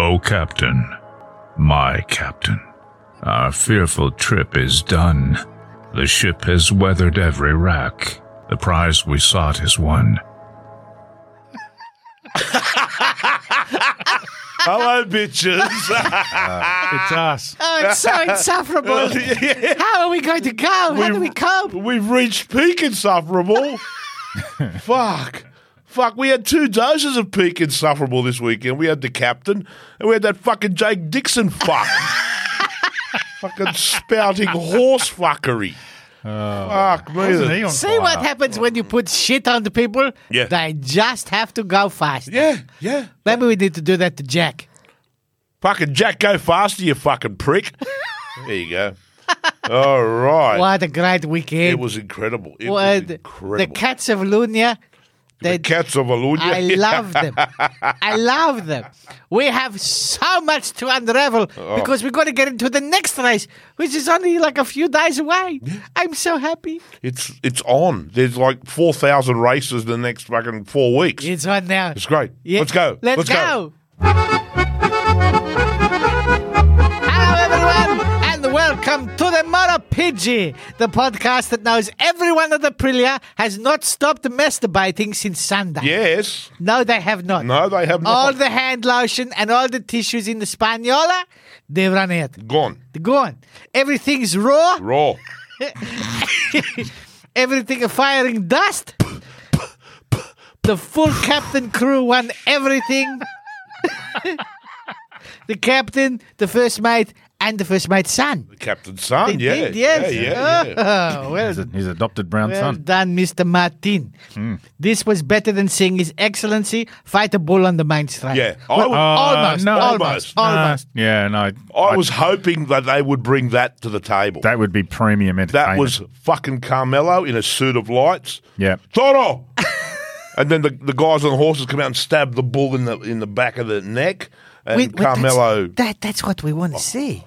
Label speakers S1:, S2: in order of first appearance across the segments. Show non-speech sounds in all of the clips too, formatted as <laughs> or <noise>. S1: O Captain, my Captain, our fearful trip is done. The ship has weathered every rack. The prize we sought is won.
S2: <laughs>
S3: Hello, bitches.
S2: It's us.
S4: Oh,
S3: <laughs>
S4: it's so insufferable. How are we going to go? How do we cope?
S3: We've reached
S2: <laughs>
S3: peak insufferable. Fuck. Fuck, we had two doses of peak insufferable this weekend. We had the captain, and we had that fucking Jake Dixon fuck.
S2: <laughs>
S3: fucking spouting horse fuckery. fuck me.
S2: Oh. Wasn't he on
S4: See
S2: fire?
S4: what happens when you put shit on the people?
S3: Yeah.
S4: They just have to go fast.
S3: Yeah, yeah.
S4: Maybe we need to do that to Jack.
S3: Fucking Jack, go faster, you fucking prick. there you go. All right.
S4: What a great weekend.
S3: Uh, It was incredible. It
S4: What-
S3: was incredible.
S4: The Cats of Lunia. They,
S3: The cats of Alunia. <laughs>
S4: I love them. I love them. We have so much to unravel
S3: Oh.
S4: because we're going to get into the next race, which is only like a few days away. I'm so happy.
S3: It's it's on. There's like four thousand races the next fucking four weeks.
S4: It's on now.
S3: It's great.
S4: Yeah.
S3: Let's go.
S4: Let's, go. Hello, everyone, and welcome to the Mora Pidgey, the podcast that knows everyone at Aprilia has not stopped masturbating since Sunday.
S3: Yes.
S4: No, they have not.
S3: No, they have
S4: All
S3: not
S4: the hand lotion and all the tissues in the Spaniola, they run out.
S3: gone.
S4: Gone. Everything's raw.
S3: Raw.
S4: Everything is firing dust. the full captain crew won everything. <laughs> the captain, the first mate, and the first mate's son.
S3: Captain Sun.
S4: They
S3: yeah.
S4: did, yes.
S3: Yeah. Yeah. yeah.
S4: <laughs> Oh, well,
S2: His, his adopted brown
S4: well
S2: son.
S4: done, Mr. Martin.
S3: Hmm.
S4: This was better than seeing His Excellency fight a bull on the main strike.
S3: Yeah.
S4: Well,
S3: I-
S4: almost,
S2: no.
S4: almost, almost,
S3: Almost.
S2: Nah, Uh, yeah, no.
S3: I was hoping that they would bring that to the table. That,
S2: That would be premium entertainment.
S3: was fucking Carmelo in a suit of lights.
S2: Yeah.
S4: <laughs>
S3: Toro. and then the, the guys on the horses come out and stab the bull in the in the back of the neck. And
S4: Wait, wait, that's-
S3: Carmelo, Oh.
S4: That, that's what we want to see.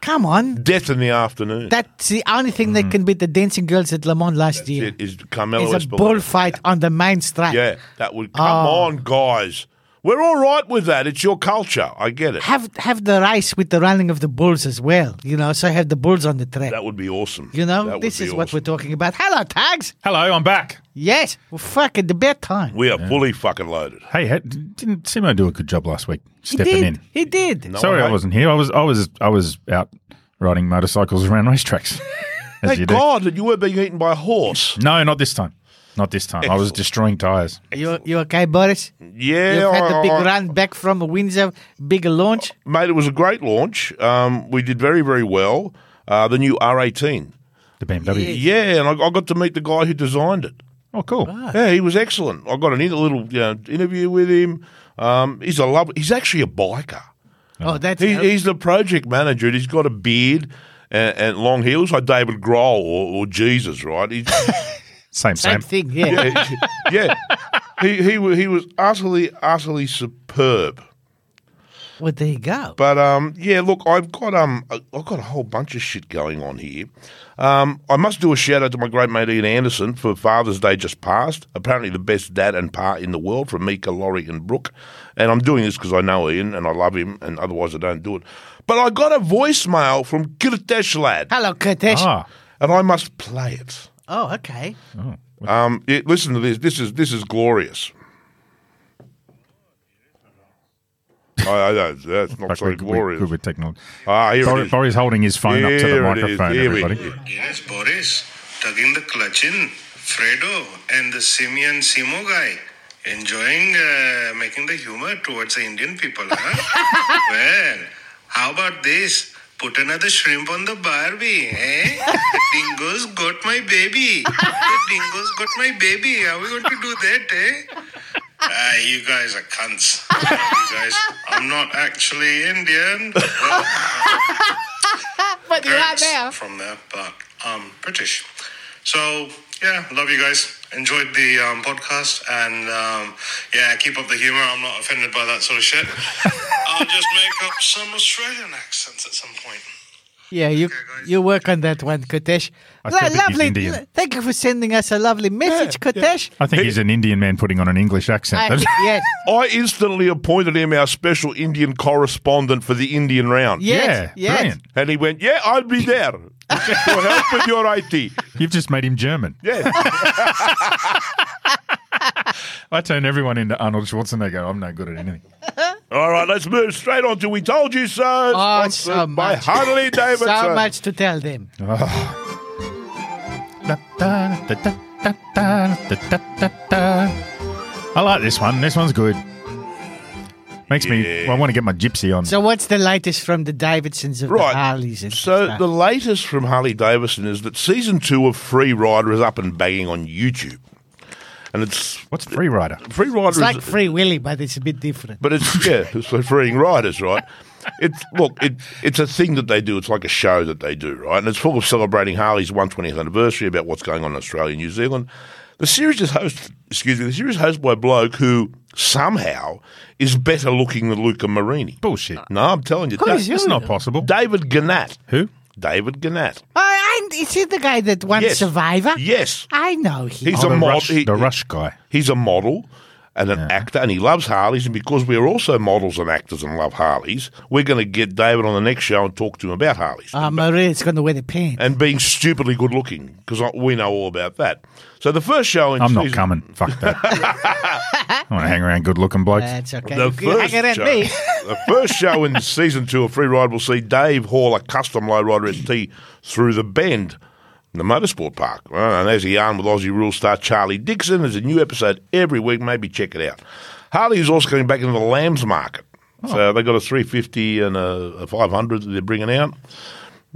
S4: Come on.
S3: death in the afternoon.
S4: That's the only thing that can beat the dancing girls at Le Mans last year.
S3: Hmm. it is Carmelo
S4: It's a
S3: Esposito.
S4: bullfight on the main strike.
S3: Yeah, that would come on, guys. We're all right with that. It's your culture. I get it.
S4: Have have the race with the running of the bulls as well. You know, so have the bulls on the track.
S3: That would be awesome.
S4: you know,
S3: That
S4: this
S3: would
S4: is
S3: be
S4: what we're
S3: awesome.
S4: talking about. Hello, tags.
S2: Hello, I'm back.
S4: Yes, well, fucking the bedtime.
S3: We are fully fucking loaded.
S2: Hey, ha- didn't Simo do a good job last week? Stepping
S4: he did.
S2: in.
S4: He did.
S3: No
S2: Sorry,
S3: one
S2: I wasn't here. I was, I was, I was out riding motorcycles around <laughs> racetracks. as you
S3: Thank
S2: do.
S3: God that you were being eaten by a horse.
S2: No, not this time. Not this time.
S3: <laughs>
S2: I was
S3: Excellent.
S2: destroying tires.
S4: You you okay, Boris?
S3: Yeah,
S4: You've had
S3: I-
S4: the big
S3: I-
S4: run back from Windsor, big launch.
S3: mate, it was a great launch. Um, we did very, very well. Uh, the new R18.
S2: The BMW.
S3: Yeah, and I, I got to meet the guy who designed it.
S2: Oh, cool.
S3: Yeah, he was excellent. I got an in, a little you know, interview with him. Um, he's a love. He's actually a biker.
S4: Oh, that's
S3: He, he's the project manager and he's got a beard and, and long hair. Looks like David Grohl or, or Jesus, right? <laughs> He's,
S2: Same, same.
S4: same thing. Yeah.
S3: yeah, yeah. He, he, wa- he was utterly, utterly superb.
S4: Well, there you go.
S3: But um, yeah, look, I've got um, I- I've got a whole bunch of shit going on here. Um, I must do a shout out to my great mate Ian Anderson for Father's Day just passed. Apparently, the best dad and pa in the world from Mika, Laurie, and Brooke. And I'm doing this because I know Ian and I love him, and otherwise I don't do it. But I got a voicemail from Kirtesh Lad,
S4: Hello, Kurtesh.
S2: Ah,
S3: and I must play it.
S4: Oh, okay.
S3: Um, it- Listen to this. This is this is glorious. I, I, don't- that's not
S2: fuck,
S3: so
S2: we, we,
S3: glorious.
S2: good with technology.
S3: Ah, here it
S2: Bor-
S3: is.
S2: Borry's holding his phone up to the
S3: Here it is.
S2: microphone,
S3: Here we-
S2: everybody.
S5: Yes, Boris, tugging the clutch in. Fredo and the Simeon Simo guy enjoying uh, making the humor towards the Indian people, huh? well, how about this? Put another shrimp on the Barbie, eh? The dingoes got my baby. The dingoes got my baby. How are we going to do that, eh? Ah, you guys are cunts. you guys, I'm not actually Indian. Well,
S4: But you are
S5: parents
S4: now.
S5: from that, but um, British. So yeah, love you guys. Enjoyed the um, podcast, and um, yeah, keep up the humour. I'm not offended by that sort of shit. I'll just make up some Australian accents at some point.
S4: Yeah, you you work on that one, Kotesh.
S2: I still
S4: Lo-
S2: think he's
S4: lovely.
S2: Indian.
S4: lo- Thank you for sending us a lovely message, Kotesh.
S2: I think he's an Indian man putting on an English accent.
S4: I, <laughs> yes,
S3: I instantly appointed him our special Indian correspondent for the Indian round.
S2: <laughs>
S4: yes,
S2: yeah,
S4: yes.
S2: brilliant.
S3: And he went, Yeah, I'll be there to help with your IT.
S2: You've just made him German.
S3: Yeah.
S2: I turn everyone into Arnold Schwarzenegger. I'm no good at anything.
S3: All right, let's move straight on to We Told You So.
S4: Oh,
S3: sponsored
S4: so
S3: by
S4: much.
S3: Harley Davidson.
S4: <laughs> So much to tell them.
S2: Oh, I like this one. This one's good. Makes me. I want to get my gypsy on.
S4: So, what's the latest from the Davidsons of
S3: Right.
S4: the Harleys? And
S3: So
S4: stuff?
S3: the latest from Harley Davidson is that season two of Free Rider is up and banging on YouTube, and it's
S2: What's free rider?
S3: Free Rider
S4: it's like
S3: is,
S4: Free Willy, but it's a bit different.
S2: <laughs>
S3: but it's yeah, it's for freeing riders, right? It's look, it, it's a thing that they do. It's like a show that they do, right? And it's full of celebrating Harley's 120th anniversary about what's going on in Australia and New Zealand. The series is hosted, excuse me, the series is hosted by a bloke who somehow is better looking than Luca Marini.
S2: Bullshit.
S3: No, I'm telling you,
S4: Who
S3: Da-
S4: is he?
S2: That's not possible.
S3: David Gannat.
S2: Who?
S3: David Gannat.
S4: Oh, and is he the guy that won
S3: Yes.
S4: Survivor?
S3: Yes.
S4: I know him.
S3: He's
S2: Oh,
S3: a
S2: the,
S3: mod-
S2: rush,
S3: he-
S2: the rush guy.
S3: He's a model and an actor, and he loves Harleys. And because we're also models and actors and love Harleys, we're going to get David on the next show and talk to him about Harleys
S4: Oh, Maria's going to wear the pants.
S3: and being stupidly good looking because we know all about that. So the first show in
S2: I'm not
S3: season-
S2: coming. Fuck <laughs> that. I want to hang around good looking blokes.
S4: That's okay.
S3: The
S4: You can
S3: first,
S4: hang around
S3: show,
S4: me.
S3: the first show
S4: <laughs>
S3: in season two of Free Ride will see Dave Hall, a custom lowrider ST, through the bend, in the motorsport park. Well, and there's a yarn with Aussie rule star Charlie Dixon. There's a new episode every week. Maybe check it out. Harley is also coming back into the lambs market.
S4: Oh.
S3: So they got a 350 and a, a 500 that they're bringing out.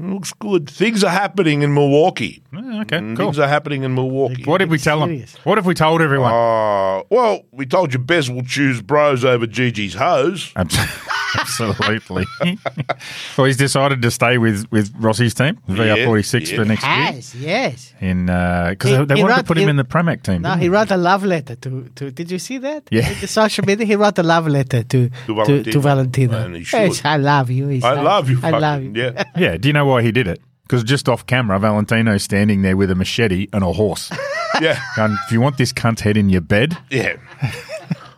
S3: Looks good. Things are happening in Milwaukee.
S2: Yeah, okay, cool.
S3: Things are happening in Milwaukee.
S2: What did we tell them?
S4: serious.
S2: What have we told everyone?
S3: Uh, well, we told you Bez will choose bros over Gigi's hoes.
S2: Abs- <laughs> Absolutely. <laughs> well, he's decided to stay with, with Rossi's team, VR46
S3: yeah.
S2: for next year.
S4: Has, <laughs> yes.
S2: In because
S4: He-
S2: they,
S4: he
S2: wanted to
S4: wrote-
S2: put him
S4: he-
S2: in the Pramac team.
S4: No,
S2: didn't
S4: he wrote a love letter to, to did you see that?
S2: Mm. Yeah.
S4: In the social media, he wrote a love letter to to,
S3: Valentino.
S4: to Valentino.
S3: And he
S4: Yes,
S3: should.
S4: I love you. he
S3: I
S4: said.
S3: love you.
S4: I love you.
S3: fucking- Yeah.
S4: <laughs>
S2: Yeah. Do you know why he did it? Because just off camera, Valentino's standing there with a machete and a
S4: <laughs>
S2: horse.
S3: Yeah.
S2: and if you want this cunt head in your bed,
S3: Yeah.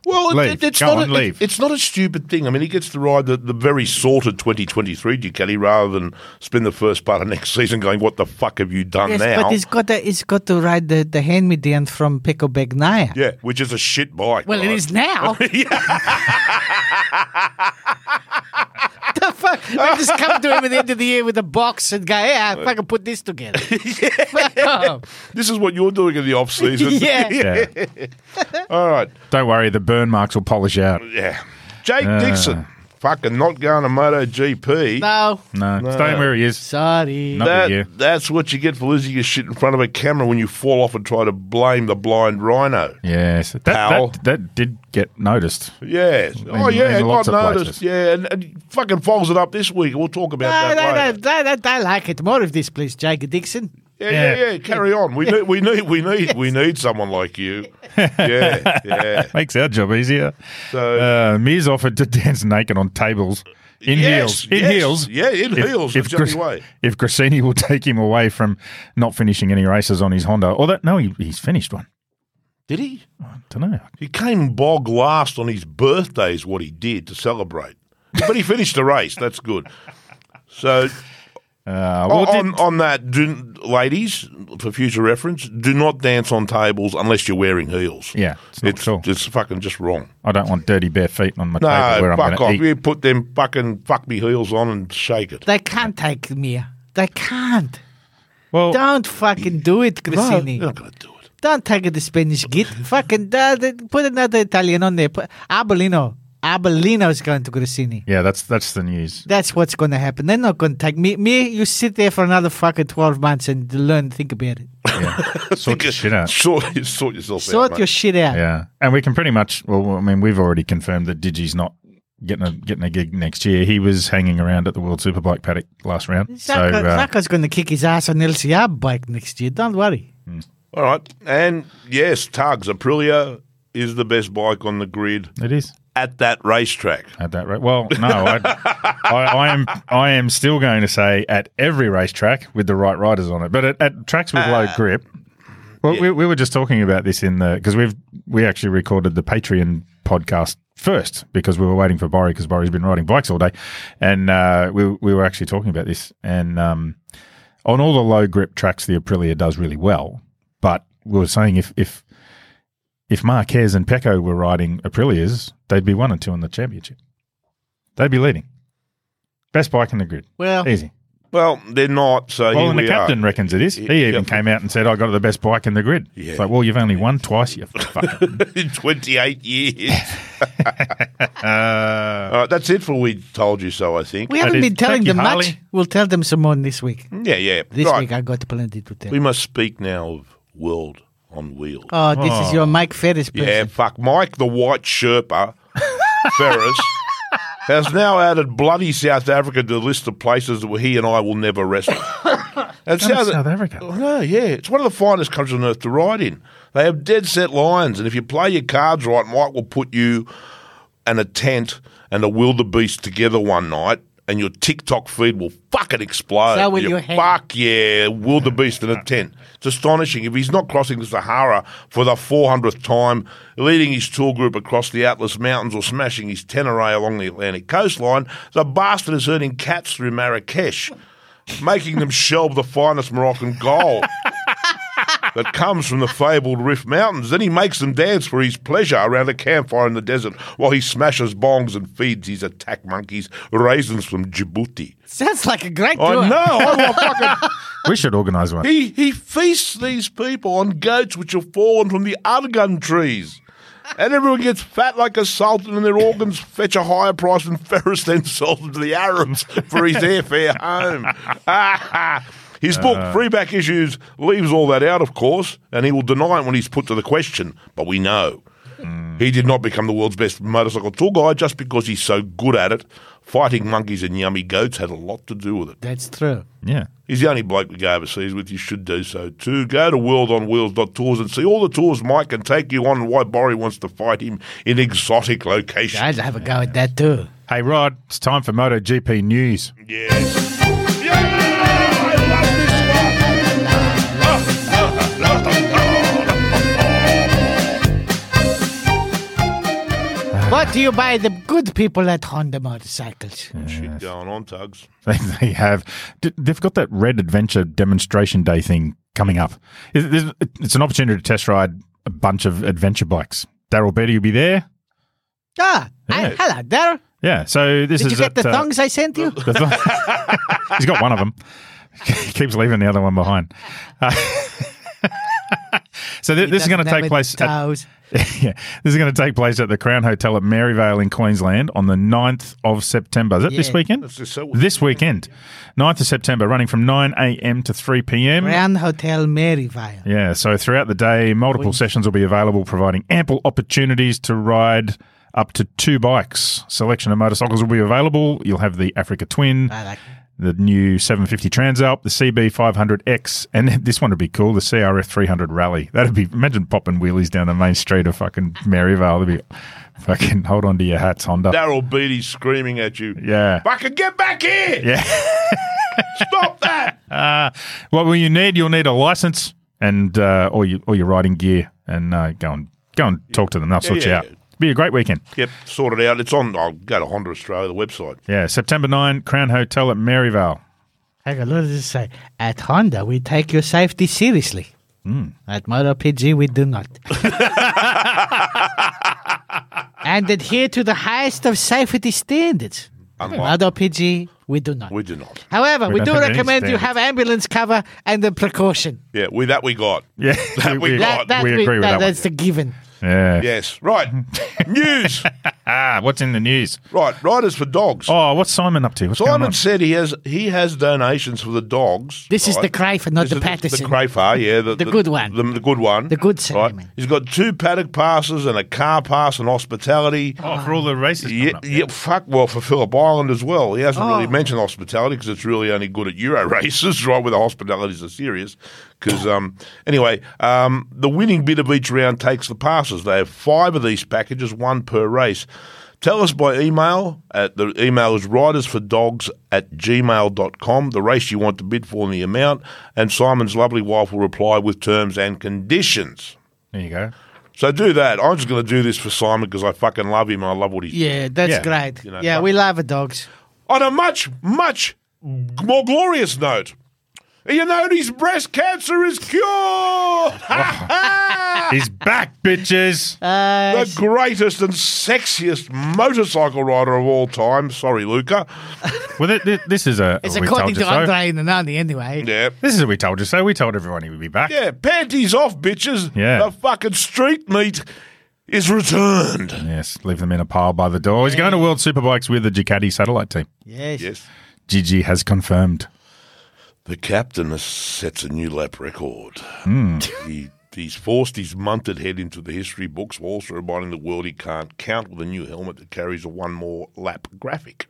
S3: Well, it-
S2: Leave.
S3: it- it's
S2: Go
S3: not
S2: on,
S3: a, it-
S2: leave.
S3: it's not a stupid thing. I mean, he gets to ride the, the very sorted 2023 Ducati rather than spend the first part of next season going, "What the fuck have you done
S4: Yes,
S3: now?"
S4: but he's got to, he's got to ride the, the hand me down from Pico Bagnaia.
S3: yeah, which is a shit bike.
S4: Well, it
S3: right?
S4: is
S3: <laughs>
S4: now. <laughs> the fuck? I just come to him at the end of the year with a box and go, yeah, I fucking put
S3: <laughs>
S4: this together.
S3: This is what you're doing in the
S4: <laughs>
S3: off season. <laughs>
S4: Yeah.
S2: yeah.
S3: All right.
S2: don't worry, the burn marks will polish out.
S3: Yeah. Jake
S2: Ah.
S3: Dixon, fucking not going to MotoGP.
S4: <laughs> no,
S2: No, staying where he is.
S4: sorry.
S2: No.
S3: That,
S2: Yeah.
S3: That's what you get for losing your shit in front of a camera when you fall off and try to blame the blind rhino.
S2: Yes, that,
S3: Pal.
S2: that that did get noticed.
S3: Yes. oh,
S2: in
S3: yeah.
S2: lots
S3: I
S2: of
S3: noticed.
S2: places.
S3: Yeah, and, and he fucking folds it up this week. We'll talk about that
S4: No, no, no,
S3: later.
S4: no, no, I like it more of this, please, Jacob Dixon.
S3: Yeah, yeah, yeah, Carry on. We need, we need, we need, we need someone like
S4: <laughs>
S3: you. Yeah, yeah.
S2: Makes our job easier.
S3: So-
S2: uh, Miz offered to <laughs> dance naked on tables in
S3: Yes,
S2: heels. In
S3: yes.
S2: heels.
S3: Yeah, in heels, the
S2: Gras-
S3: only way.
S2: if Grassini will <laughs> take him away from not finishing any races on his Honda, or that no, he, he's finished one.
S3: Did he?
S2: I don't know.
S3: He came bog last on his birthday. Is what he did to celebrate. But he finished the race. That's good. So
S2: Uh, well,
S3: on,
S2: did-
S3: on that, do, ladies, for future reference, do not dance on tables unless you're wearing heels.
S2: yeah, it's not
S3: it's
S2: cool.
S3: it's fucking just wrong.
S2: I don't want dirty bare feet on my
S3: No,
S2: table where I'm
S3: fuck
S2: going
S3: off.
S2: to eat.
S3: You put them fucking fuck me heels on and shake it.
S4: They can't take me. They can't.
S3: Oh.
S2: Well,
S4: Don't fucking do it, Grassini.
S3: You're not going to do it.
S4: Don't take the Spanish git. fucking uh, th- put another Italian on there. Put Abolino. Abolino's going to Grassini.
S2: yeah, that's that's the news.
S4: That's what's going to happen. They're not going to take me. Me, you sit there for another fucking 12 months and learn, think about it.
S2: Sort your shit out.
S3: Sort, sort yourself
S4: Sort
S3: out.
S4: your
S3: mate.
S4: shit out.
S2: Yeah, and we can pretty much. Well, I mean, we've already confirmed that Digi's not getting a getting a gig next year. He was hanging around at the World Superbike paddock last round. So
S4: Zaka,
S2: uh,
S4: Zaka's going to kick his ass on LCR bike next year. Don't worry.
S3: All right. And yes, Tugs, Aprilia, is the best bike on the grid
S2: It is
S3: at that racetrack.
S2: at that rate. Well, no, I, I, I am. I am still going to say at every racetrack with the right riders on it, but at, at tracks with low grip. Well, we, we were just talking about this in the because we've we actually recorded the Patreon podcast first because we were waiting for Borry because Borry's been riding bikes all day, and uh, we we were actually talking about this and um, on all the low grip tracks the Aprilia does really well, but we were saying if if if Marquez and Pecco were riding Aprilias, they'd be one and two in the championship. They'd be leading. Best bike in the grid.
S4: Well,
S2: Easy.
S3: Well, they're not, so
S2: Well,
S3: here
S2: and the
S3: we are.
S2: captain reckons it is. He
S3: Yeah.
S2: even came out and said, I got the best bike in the grid.
S3: Yeah.
S2: It's like, well, you've only won twice, you
S3: <laughs>
S2: fucker.
S3: <laughs> in
S2: <laughs>
S3: 28 years.
S2: Uh,
S3: All right, that's it for We Told You So, I think.
S4: we haven't
S2: is-
S4: been telling
S2: thank you,
S4: them much.
S2: Harley.
S4: We'll tell them some more this week.
S3: yeah, yeah.
S4: This
S3: right.
S4: week I got plenty to tell.
S3: We must speak now of World on Wheels.
S4: oh, this is your Mike Ferris person.
S3: yeah, fuck. Mike the White Sherpa Ferris has now added bloody South Africa to the list of places where he and I will never wrestle. and
S2: South, Africa.
S3: No, yeah. It's one of the finest countries on earth to ride in. They have dead set lines, and if you play your cards right, Mike will put you and a tent and a wildebeest together one night, and your TikTok feed will fucking explode.
S4: So will
S3: You
S4: your head.
S3: Fuck yeah, wildebeest in a tent. It's astonishing. If he's not crossing the Sahara for the 400th time, leading his tour group across the Atlas Mountains or smashing his Tenere along the Atlantic coastline, the bastard is herding cats through Marrakesh making them shelve the finest Moroccan gold that comes from the fabled Rift Mountains. Then he makes them dance for his pleasure around a campfire in the desert while he smashes bongs and feeds his attack monkeys raisins from Djibouti.
S4: Sounds like a great
S3: I
S4: tour.
S3: know. I want fucking.
S2: We should organise one.
S3: He, he feasts these people on goats which have fallen from the argan trees. And everyone gets fat like a sultan, and their organs fetch a higher price than Ferris then sold them to the Arabs for his airfare home. <laughs> his book, Freeback Issues, leaves all that out, of course, and he will deny it when he's put to the question, but we know. He did not become the world's best motorcycle tour guy just because he's so good at it. Fighting monkeys and yummy goats had a lot to do with it.
S4: That's true.
S2: Yeah.
S3: He's the only bloke we go overseas with. You should do so too. Go to worldonwheels.tours and see all the tours Mike can take you on and why Borry wants to fight him in exotic locations.
S4: I'd have a go at that too.
S2: Hey, Rod, it's time for MotoGP news. <laughs>
S3: Yes. Yeah, I love this
S4: Brought to you by the good people at Honda Motorcycles.
S3: Shit going on, Tugs.
S2: They, they have. d- They've got that Red Adventure Demonstration Day thing coming up. It- It's it's an opportunity to test ride a bunch of adventure bikes. Daryl Betty will be there.
S4: Ah, I,
S2: Yeah.
S4: hello there.
S2: Yeah. So this
S4: Did
S2: is
S4: you get
S2: at,
S4: the
S2: uh,
S4: thongs I sent you?
S2: The thong- He's got one of
S4: <laughs>
S2: them. Keeps leaving the other one behind. Uh, so th- this is going to
S4: Doesn't have
S2: take
S4: it
S2: place. At,
S4: toes.
S2: <laughs> yeah, this is going to take place at the Crown Hotel at Maryvale in Queensland on the 9th of September. Is that this
S4: Yeah.
S2: weekend?
S3: That's just so-
S2: This weekend, 9th of September, running from 9 a.m. to 3 p.m.
S4: Grand Hotel Maryvale.
S2: Yeah, so throughout the day, multiple sessions will be available, providing ample opportunities to ride up to two bikes. Selection of motorcycles will be available. You'll have the Africa Twin,
S4: I like
S2: the new 750 Transalp, the CB500X, and <laughs> this one would be cool, the CRF 300 Rally. That'd be, imagine popping wheelies down the main street of fucking Maryvale. That'd be fucking <laughs> hold on to your hats, Honda.
S3: Daryl Beatty screaming at you.
S2: Yeah.
S3: Fucking get back here!
S2: Yeah.
S3: <laughs> Stop that!
S2: Uh, what will you need? You'll need a license and uh, all your all your riding gear, and uh, go and go and talk to them. They'll sort
S3: yeah,
S2: you
S3: yeah.
S2: out. Be a great weekend.
S3: Yep, sort it out. It's on. I'll go to Honda Australia, the website.
S2: Yeah, September 9, Crown Hotel at Maryvale. <laughs>
S4: Hang on, what does it say? At Honda, we take your safety seriously.
S2: Hmm.
S4: At Motor PG, we
S2: <laughs>
S4: do not. and adhere to the highest of safety standards. At
S3: Unlike-
S4: Motor PG, we do not.
S3: We do not.
S4: However, we,
S2: don't
S4: do
S2: have any
S4: recommend you
S2: standards.
S4: have ambulance cover and the precaution.
S3: Yeah, we that we got.
S2: Yeah, <laughs>
S3: That we got.
S4: That, that
S2: we agree with that one. <laughs>
S4: That's the given.
S2: Yeah.
S3: Yes. Right. News.
S2: Ah, what's in the news?
S3: Right, riders for dogs.
S2: Oh, what's Simon up to? What's going
S3: Simon
S2: on?
S3: said he has he has donations for the dogs.
S4: This is
S3: right?
S4: the Crayford, not
S3: This
S4: the
S3: is
S4: Patterson.
S3: The Crayfar, yeah.
S4: The good one.
S3: The, the good one.
S4: The good Simon.
S3: He's got two paddock passes and a car pass and hospitality.
S2: Oh, for all the races. coming
S3: Yeah,
S2: up. Oh.
S3: yeah, fuck. Well, for Phillip Island as well. He hasn't really mentioned hospitality because it's really only good at Euro <laughs> races, right? Where the hospitalities are serious. Because um, anyway, um, the winning bid of each round takes the passes. They have five of these packages, one per race. Tell us by email. At the email is ridersfordogs at gmail.com, the race you want to bid for and the amount, and Simon's lovely wife will reply with terms and conditions.
S2: There you go.
S3: So do that. I'm just going to do this for Simon because I fucking love him and I love what he's
S4: Yeah, that's
S2: Yeah.
S4: great.
S3: You know,
S4: yeah,
S3: but-
S4: we love dogs.
S3: On a much, much more glorious note, Ianone's breast cancer is cured! <laughs> the
S2: He's back, bitches.
S4: Uh,
S3: greatest and sexiest motorcycle rider of all time. Sorry, Luca.
S2: well, th- th- this is a.
S4: it's
S2: we
S4: according
S2: told you
S4: to
S2: so.
S4: Andre and Nani anyway.
S3: Yeah.
S2: This is what we told you so. We told everyone he would be back.
S3: Yeah, panties off, bitches.
S2: Yeah.
S3: The fucking street meat is returned.
S2: Yes, leave them in a pile by the door. He's going to World Superbikes with the Ducati satellite team.
S4: Yes.
S3: Yes.
S2: Gigi has confirmed. <laughs>
S3: The captain has- sets a new lap record. he, he's forced his munted head into the history books while also reminding the world he can't count with a new helmet that carries a one more lap graphic.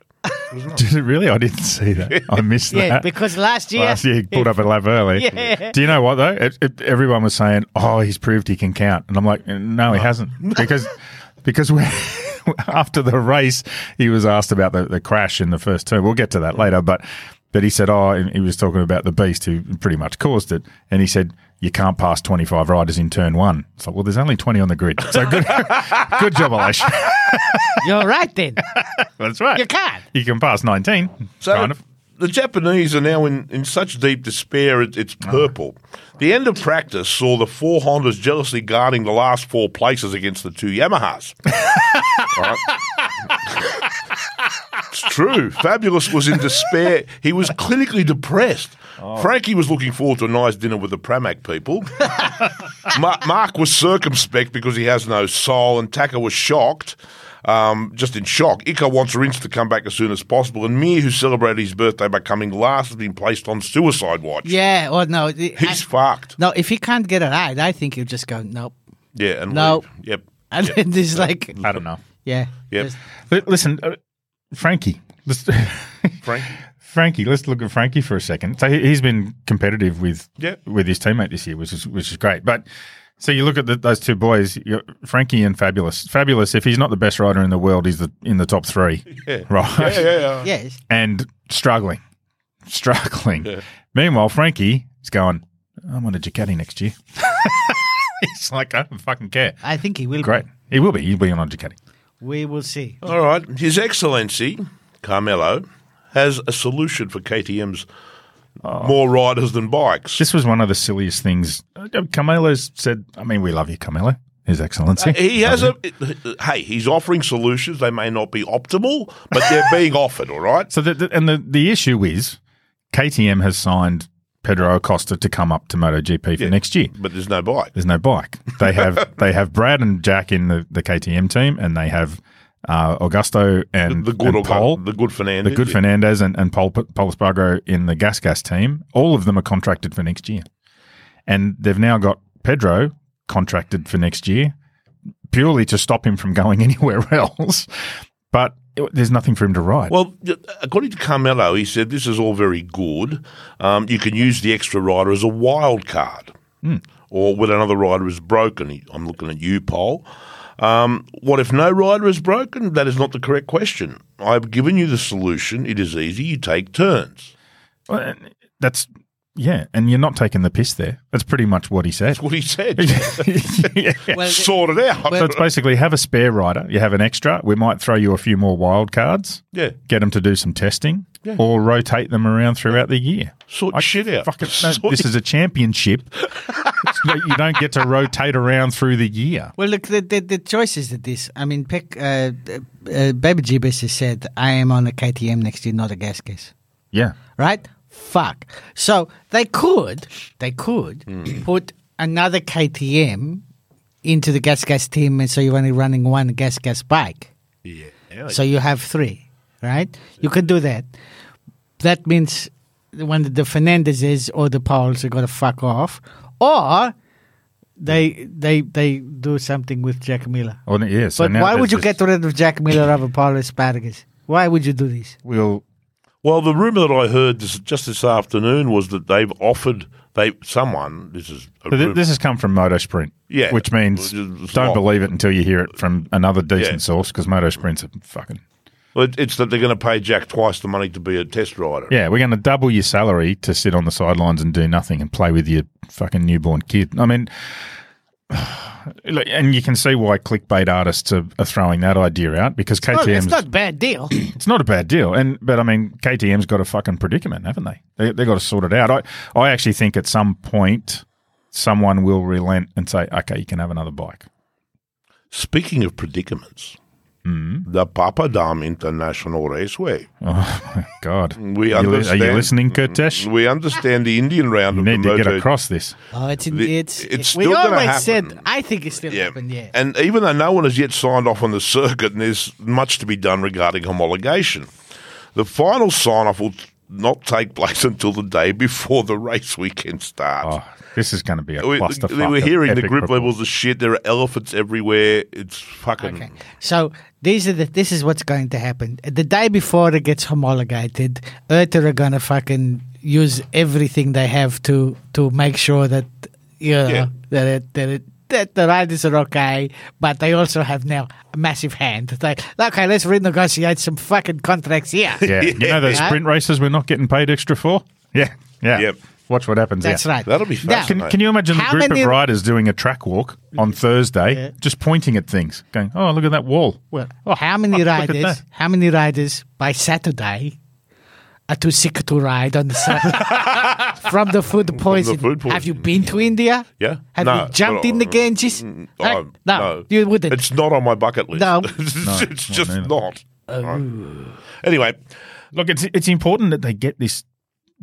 S2: Did it really? I didn't see that. I missed <laughs>
S4: Yeah,
S2: that.
S4: because last year,
S2: Last year, he pulled up a lap early.
S4: Yeah.
S2: Do you know what, though? It, it, everyone was saying, oh, he's proved he can count. And I'm like, no, he
S4: <laughs>
S2: hasn't. Because because we, <laughs> after the race, he was asked about the, the crash in the first turn. We'll get to that later. But, but he said, oh, and he was talking about the beast who pretty much caused it. And he said, you can't pass 25 riders in turn one. It's like, well, there's only 20 on the grid. So good, <laughs> good job, Alash.
S4: <laughs> you're right then.
S2: <laughs> That's right.
S4: You can't.
S2: You can pass 19.
S3: So
S2: kind of.
S3: the Japanese are now in, in such deep despair, it, it's
S2: Ah.
S3: purple. The end of practice saw the four Hondas jealously guarding the last four places against the
S2: <laughs>
S3: two Yamahas. Right? it's true. Fabulous was in despair. He was clinically depressed.
S2: Oh.
S3: Frankie was looking forward to a nice dinner with the Pramac people. Ma- Mark was circumspect because he has no soul, and Taka was shocked, um, just in shock. Iko wants Rince to come back as soon as possible, and Mir, who celebrated his birthday by coming last, has been placed on suicide watch.
S4: Yeah, or no. the-
S3: <laughs>
S4: I-
S3: He's fucked.
S4: no, if he can't get a ride, I think he'll just go, nope. <laughs>
S3: Yeah, and
S4: No.
S3: leave. Yep.
S4: And
S3: yep.
S4: then there's like,
S2: I don't know.
S4: yeah.
S3: Yep.
S4: just-
S2: Li- Listen, uh, Frankie. Let's- <laughs>
S3: Frank.
S2: Frankie, let's look at Frankie for a second. So he- he's been competitive with
S3: Yeah.
S2: with his teammate this year, which is which is great. But so you look at the, those two boys, you Frankie and Fabulous. Fabulous, if he's not the best rider in the world, he's the in the top three,
S3: <laughs> Yeah.
S2: <laughs> right?
S3: Yeah, yeah, yeah.
S4: Yes.
S2: And struggling, <laughs> struggling. Meanwhile, Frankie is going. I'm on a Ducati next year. <laughs> he's like, I don't fucking care.
S4: I think he will.
S2: Great, he will be. He'll be on a Ducati.
S4: We will see.
S3: All right. His Excellency, Carmelo, has a solution for KTM's
S4: Oh.
S3: more riders than bikes.
S2: This was one of the silliest things. Uh, Carmelo's said, I mean, we love you, Carmelo, His Excellency.
S3: Uh,
S2: Um,
S3: He has a hey. He's offering solutions. They may not be optimal, but they're being offered. All right.
S2: So, the, the, and the, the issue is KTM has signed Pedro Acosta to come up to MotoGP for next year.
S3: But there's no bike.
S2: There's no bike. They
S3: <laughs>
S2: have they have Brad and Jack in the, the KTM team, and they have uh, Augusto and,
S3: The good
S2: and Paul,
S3: the good Fernando,
S2: the good Fernandez, and, and Paul, Paul Espargaro in the Gas Gas team. All of them are contracted for next year, and they've now got Pedro contracted for next year purely to stop him from going <laughs> anywhere else. But it- there's nothing for him to ride.
S3: Well, according to Carmelo, he said this is all very good. Um, you can use the extra rider as a wild card,
S2: Hmm.
S3: or when another rider is broken. He- I'm looking at you, Paul. Um, what if no rider is broken? That is not the correct question. I've given you the solution. It is easy. You take turns.
S2: Well, Uh, that's yeah, and you're not taking the piss there. That's pretty much what he
S3: <laughs>
S2: said.
S3: That's what he said.
S2: <laughs> Yeah.
S4: Well, th-
S3: Sort it out.
S2: So it's basically have a spare rider, you have an extra. We might throw you a few more wild cards,
S3: yeah.
S2: get them to do some testing,
S3: Yeah.
S2: or rotate them around throughout the year.
S3: Sort shit out. <laughs>
S2: Fucking, no,
S3: Sort
S2: this is a championship. It's not- you don't get to rotate around through the year.
S4: well, look, the, the, the choices that this, I mean, Peck, uh, uh, Baby Jeebus has said, I am on a KTM next year, not a gas case.
S2: Yeah.
S4: right? Fuck. So they could, they could put another KTM into the gas gas team, and so you're only running one gas gas bike.
S3: Yeah.
S4: So you have three, right? You can do that. That means when the Fernandezes or the Pauls are going to fuck off, or they they they do something with Jack Miller.
S2: Oh, no, yeah, so
S4: But
S2: now
S4: why
S2: there's
S4: would you
S2: this-
S4: get rid of Jack Miller over Paul Asparagus? Why would you do this?
S2: We'll
S3: Well, the rumor that I heard this, just this afternoon was that they've offered they someone. This is a
S2: So th-
S3: rumour.
S2: this has come from Moto Sprint,
S3: Yeah.
S2: which means
S3: Which is-
S2: don't believe it until you hear it from another decent
S3: Yeah.
S2: source because Moto Sprint's a fucking
S3: Well, it- It's that they're going to pay Jack twice the money to be a test rider.
S2: yeah. We're going to double your salary to sit on the sidelines and do nothing and play with your fucking newborn kid. I mean, <sighs> look, and you can see why clickbait artists are, are throwing that idea out because
S4: Well,
S2: KTM's
S4: it's not bad deal.
S2: it's not a bad deal. And but I mean, KTM's got a fucking predicament, haven't they? They they got to sort it out. I I actually think at some point someone will relent and say, okay, you can have another bike. <laughs>
S3: Speaking of predicaments,
S2: Hmm?
S3: the Papadam International Raceway.
S2: Oh my god!
S3: We
S2: Are you li- Are you
S3: understand. Mm-hmm.
S2: listening, Kurtesh?
S3: We understand the Indian round
S2: You
S3: of
S2: need
S3: the
S2: to get
S3: Moto-
S2: across this.
S4: Oh, it's in,
S3: The-
S4: it's,
S3: it's
S4: we
S3: still gonna
S4: always
S3: happen.
S4: said I think it's still happened. Yeah,
S3: And even though no one has yet signed off on the circuit, and there's much to be done regarding homologation, the final sign off will not take place <laughs> until the day before the race weekend starts.
S2: Oh, this is going to be a
S3: We,
S2: clusterfuck.
S3: we were
S2: of
S3: hearing the
S2: epic
S3: group
S2: proportions.
S3: levels of shit. There are elephants everywhere. It's fucking.
S4: Okay. So these are the this is what's going to happen. The day before it gets homologated, Erta are gonna fucking use everything they have to to make sure that you know
S3: Yeah.
S4: that it, that it, that the riders are okay, but they also have now a massive hand. They okay, let's renegotiate some fucking contracts here.
S2: Yeah, you know
S3: <laughs>
S2: those
S4: Yeah.
S2: sprint races we're not getting paid extra for. Yeah, yeah.
S3: Yep.
S2: Watch what happens.
S4: That's
S2: yeah.
S4: right.
S3: That'll be
S4: Now-
S3: fascinating.
S2: Can, can you imagine the
S4: How
S2: group
S4: many-
S2: of riders doing a track walk on Thursday,
S4: Yeah.
S2: just pointing at things, going, "Oh, look at that wall."
S4: Well,
S2: Oh,
S4: how many
S2: fuck, look at
S4: riders?
S2: that.
S4: How many riders by Saturday are too sick to ride on the Sunday
S2: <laughs>
S4: from the food poison?
S3: food
S4: Have you
S3: poisoning.
S4: been to India?
S3: Yeah.
S4: Have
S3: No,
S4: you jumped
S3: but,
S4: in the
S3: uh,
S4: Ganges?
S3: Mm,
S4: Like,
S3: oh,
S4: no, you wouldn't.
S3: It's not on my bucket list. <laughs>
S4: No. Oh.
S3: it's,
S2: No,
S3: it's
S2: mine
S3: just
S2: neither.
S3: not. Anyway,
S2: Look, it's it's important that they get this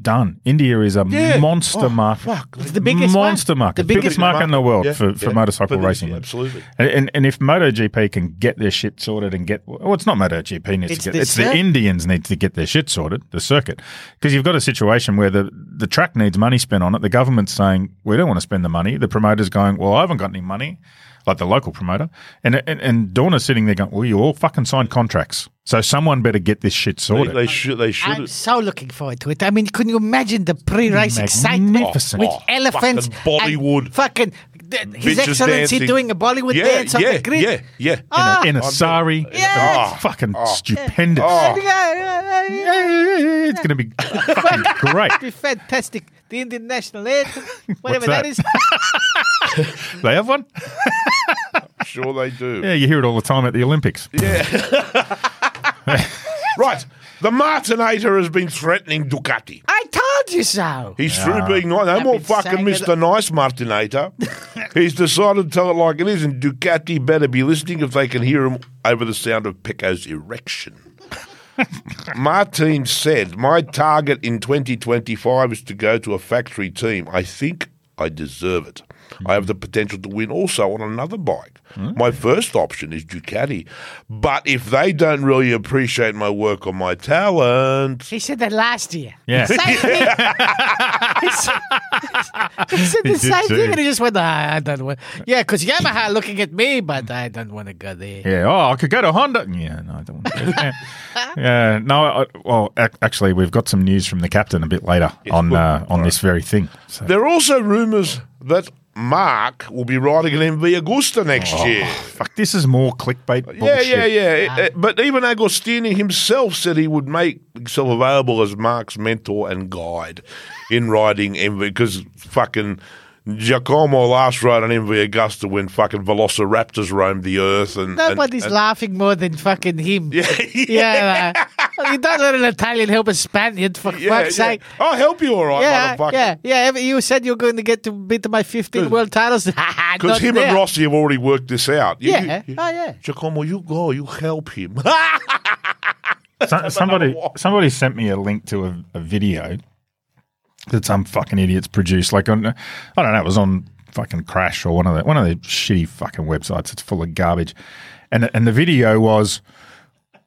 S2: done. India is a
S3: Yeah.
S2: monster
S3: Oh,
S2: market.
S3: fuck.
S4: It's the biggest one.
S2: monster market. The
S4: The
S2: biggest,
S4: biggest
S2: market in the world
S3: Yeah,
S2: for, for
S3: yeah.
S2: motorcycle
S3: For this,
S2: racing.
S3: yeah, absolutely.
S2: And, and and if MotoGP can get their shit sorted and get well, it's not MotoGP needs
S4: It's
S2: to get
S4: the
S2: it's the
S4: cir-
S2: Indians need to get their shit sorted, the circuit, because you've got a situation where the the track needs money spent on it. The government's saying we don't want to spend the money. The promoter's going, well, I haven't got any money. Like the local promoter, and and, and Dorna's sitting there going, "Well, you all fucking signed contracts, so someone better get this shit
S3: they,
S2: sorted."
S3: they should. They
S4: I'm
S3: should.
S4: so looking forward to it. I mean, can you imagine the pre-race excitement
S2: Magnificent.
S4: with
S2: Oh,
S4: elephants,
S3: fucking Bollywood.
S4: and fucking th- His
S3: Bitches
S4: Excellency
S3: dancing.
S4: doing a Bollywood
S3: yeah,
S4: dance on
S3: yeah,
S4: the grid.
S3: Yeah, yeah.
S4: Ah,
S2: in a sari,
S4: Yes.
S2: Oh, fucking stupendous.
S3: Oh.
S4: yeah, yeah, yeah, yeah.
S2: It's going to
S4: <laughs>
S2: be fucking great.
S4: It'd be fantastic. The Indian national
S3: <laughs>
S4: anthem, whatever
S2: that?
S4: that is.
S2: They have one.
S3: Sure, they do.
S2: Yeah, you hear it all the time at the Olympics. <laughs>
S3: <laughs> Right. The Martinator has been threatening Ducati.
S4: I told you so.
S3: He's through being nice. No
S4: I've
S3: more
S4: been
S3: fucking
S4: saying
S3: Mr.
S4: that-
S3: Nice Martinator. He's decided to tell it like it is, and Ducati better be listening if they can hear him over the sound of Pecco's erection. Martin said, My target in 2025 is to go to a factory team. I think I deserve it. I have the potential to win also on another bike. My first option is Ducati. But if they don't really appreciate my work or my talent,
S4: He said that last year.
S2: Yeah.
S4: Same thing.
S3: <laughs>
S4: he said, he said
S2: He
S4: the
S2: did
S4: same
S2: too.
S4: thing, and he just went, ah, I don't want. Yeah, because Yamaha looking at me, but I don't want to go there.
S2: Yeah. Oh, I could go to Honda. Yeah. No, I don't want to. Go there. yeah. No. I, well, ac- actually, we've got some news from the captain a bit later on uh, on this very thing. So.
S3: There are also rumours that Mark will be riding an MV Augusta next year.
S2: Fuck. This is more clickbait. Bullshit.
S3: Yeah, yeah, yeah. It- it- but even Agostini himself said he would make himself available as Mark's mentor and guide in riding MV because fucking Giacomo last rode an MV Augusta when fucking Velociraptors roamed the earth and
S4: Nobody's
S3: and,
S4: laughing more than fucking him. <laughs> Yeah,
S3: yeah. <laughs>
S4: like, you don't let an Italian help a Spaniard for
S3: yeah,
S4: fuck's
S3: yeah.
S4: sake.
S3: I'll help you, all right,
S4: Yeah,
S3: motherfucker.
S4: yeah, yeah. if You said you were going to get to beat my 15 world titles. <laughs>
S3: Because
S4: Because
S3: him and Rossi have already worked this out. You-
S4: Yeah.
S3: you-
S4: Oh, yeah.
S3: Giacomo, you go, you help him. <laughs>
S2: So, somebody somebody sent me a link to a, a video that some fucking idiots produced. Like on, I don't know, it was on fucking Crash or one of the one of the shitty fucking websites. It's full of garbage, and and the video was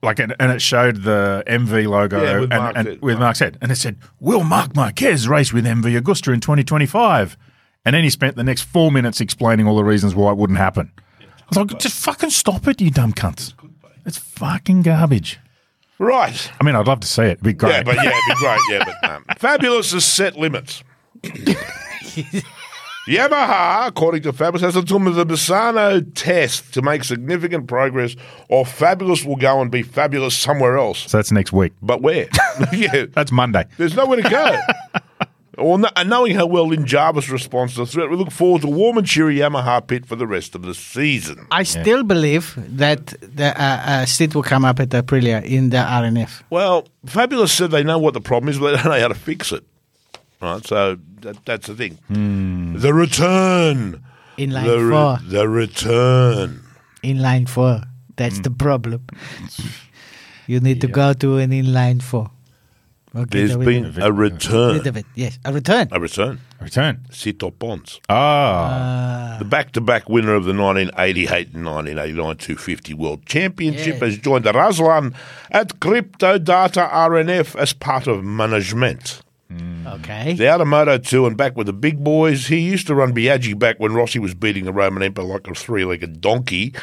S2: like and, and it showed the MV logo
S3: Yeah, with
S2: and,
S3: Mark
S2: and-
S3: said-
S2: with Mark's head, and it said, "Will Mark Marquez race with MV Augusta in 2025?" And then he spent the next four minutes explaining all the reasons why it wouldn't happen. I was like, "Just fucking stop it, you dumb cunts! It's fucking garbage."
S3: Right.
S2: I mean, I'd love to see it. It'd be great.
S3: Yeah, but yeah, it'd be great. Yeah, but um, <laughs> Fabulous has set limits. Yamaha, according to Fabulous, has until the Misano test to make significant progress, or Fabulous will go and be fabulous somewhere else.
S2: so that's next week.
S3: But where? <laughs> yeah,
S2: That's Monday.
S3: there's nowhere to go. Well, kn- and knowing how well Lynn Jarvis responds to the threat, we look forward to warm and cheery Yamaha pit for the rest of the season.
S4: I still believe that the uh, uh, seat will come up at Aprilia in the RNF.
S3: Well, Fabulous said they know what the problem is, but they don't know how to fix it. Right, so that, that's the thing. The return.
S4: In line
S3: the,
S4: four.
S3: the return.
S4: Inline four. That's the problem. you need to go to an inline four. Okay,
S3: There's
S4: that we
S3: been a
S4: get rid
S3: return.
S4: of it. Yes, a return.
S3: A return.
S2: Return.
S3: Sito Pons.
S2: Oh,
S4: Ah.
S3: The back to back winner of the 1988 and 1989 250 World Championship
S4: Yeah.
S3: has joined the Raslan at Crypto Data RNF as part of management.
S4: Okay.
S3: The Automoto 2 and back with the big boys. He used to run Biaggi back when Rossi was beating the Roman Emperor like a three legged donkey.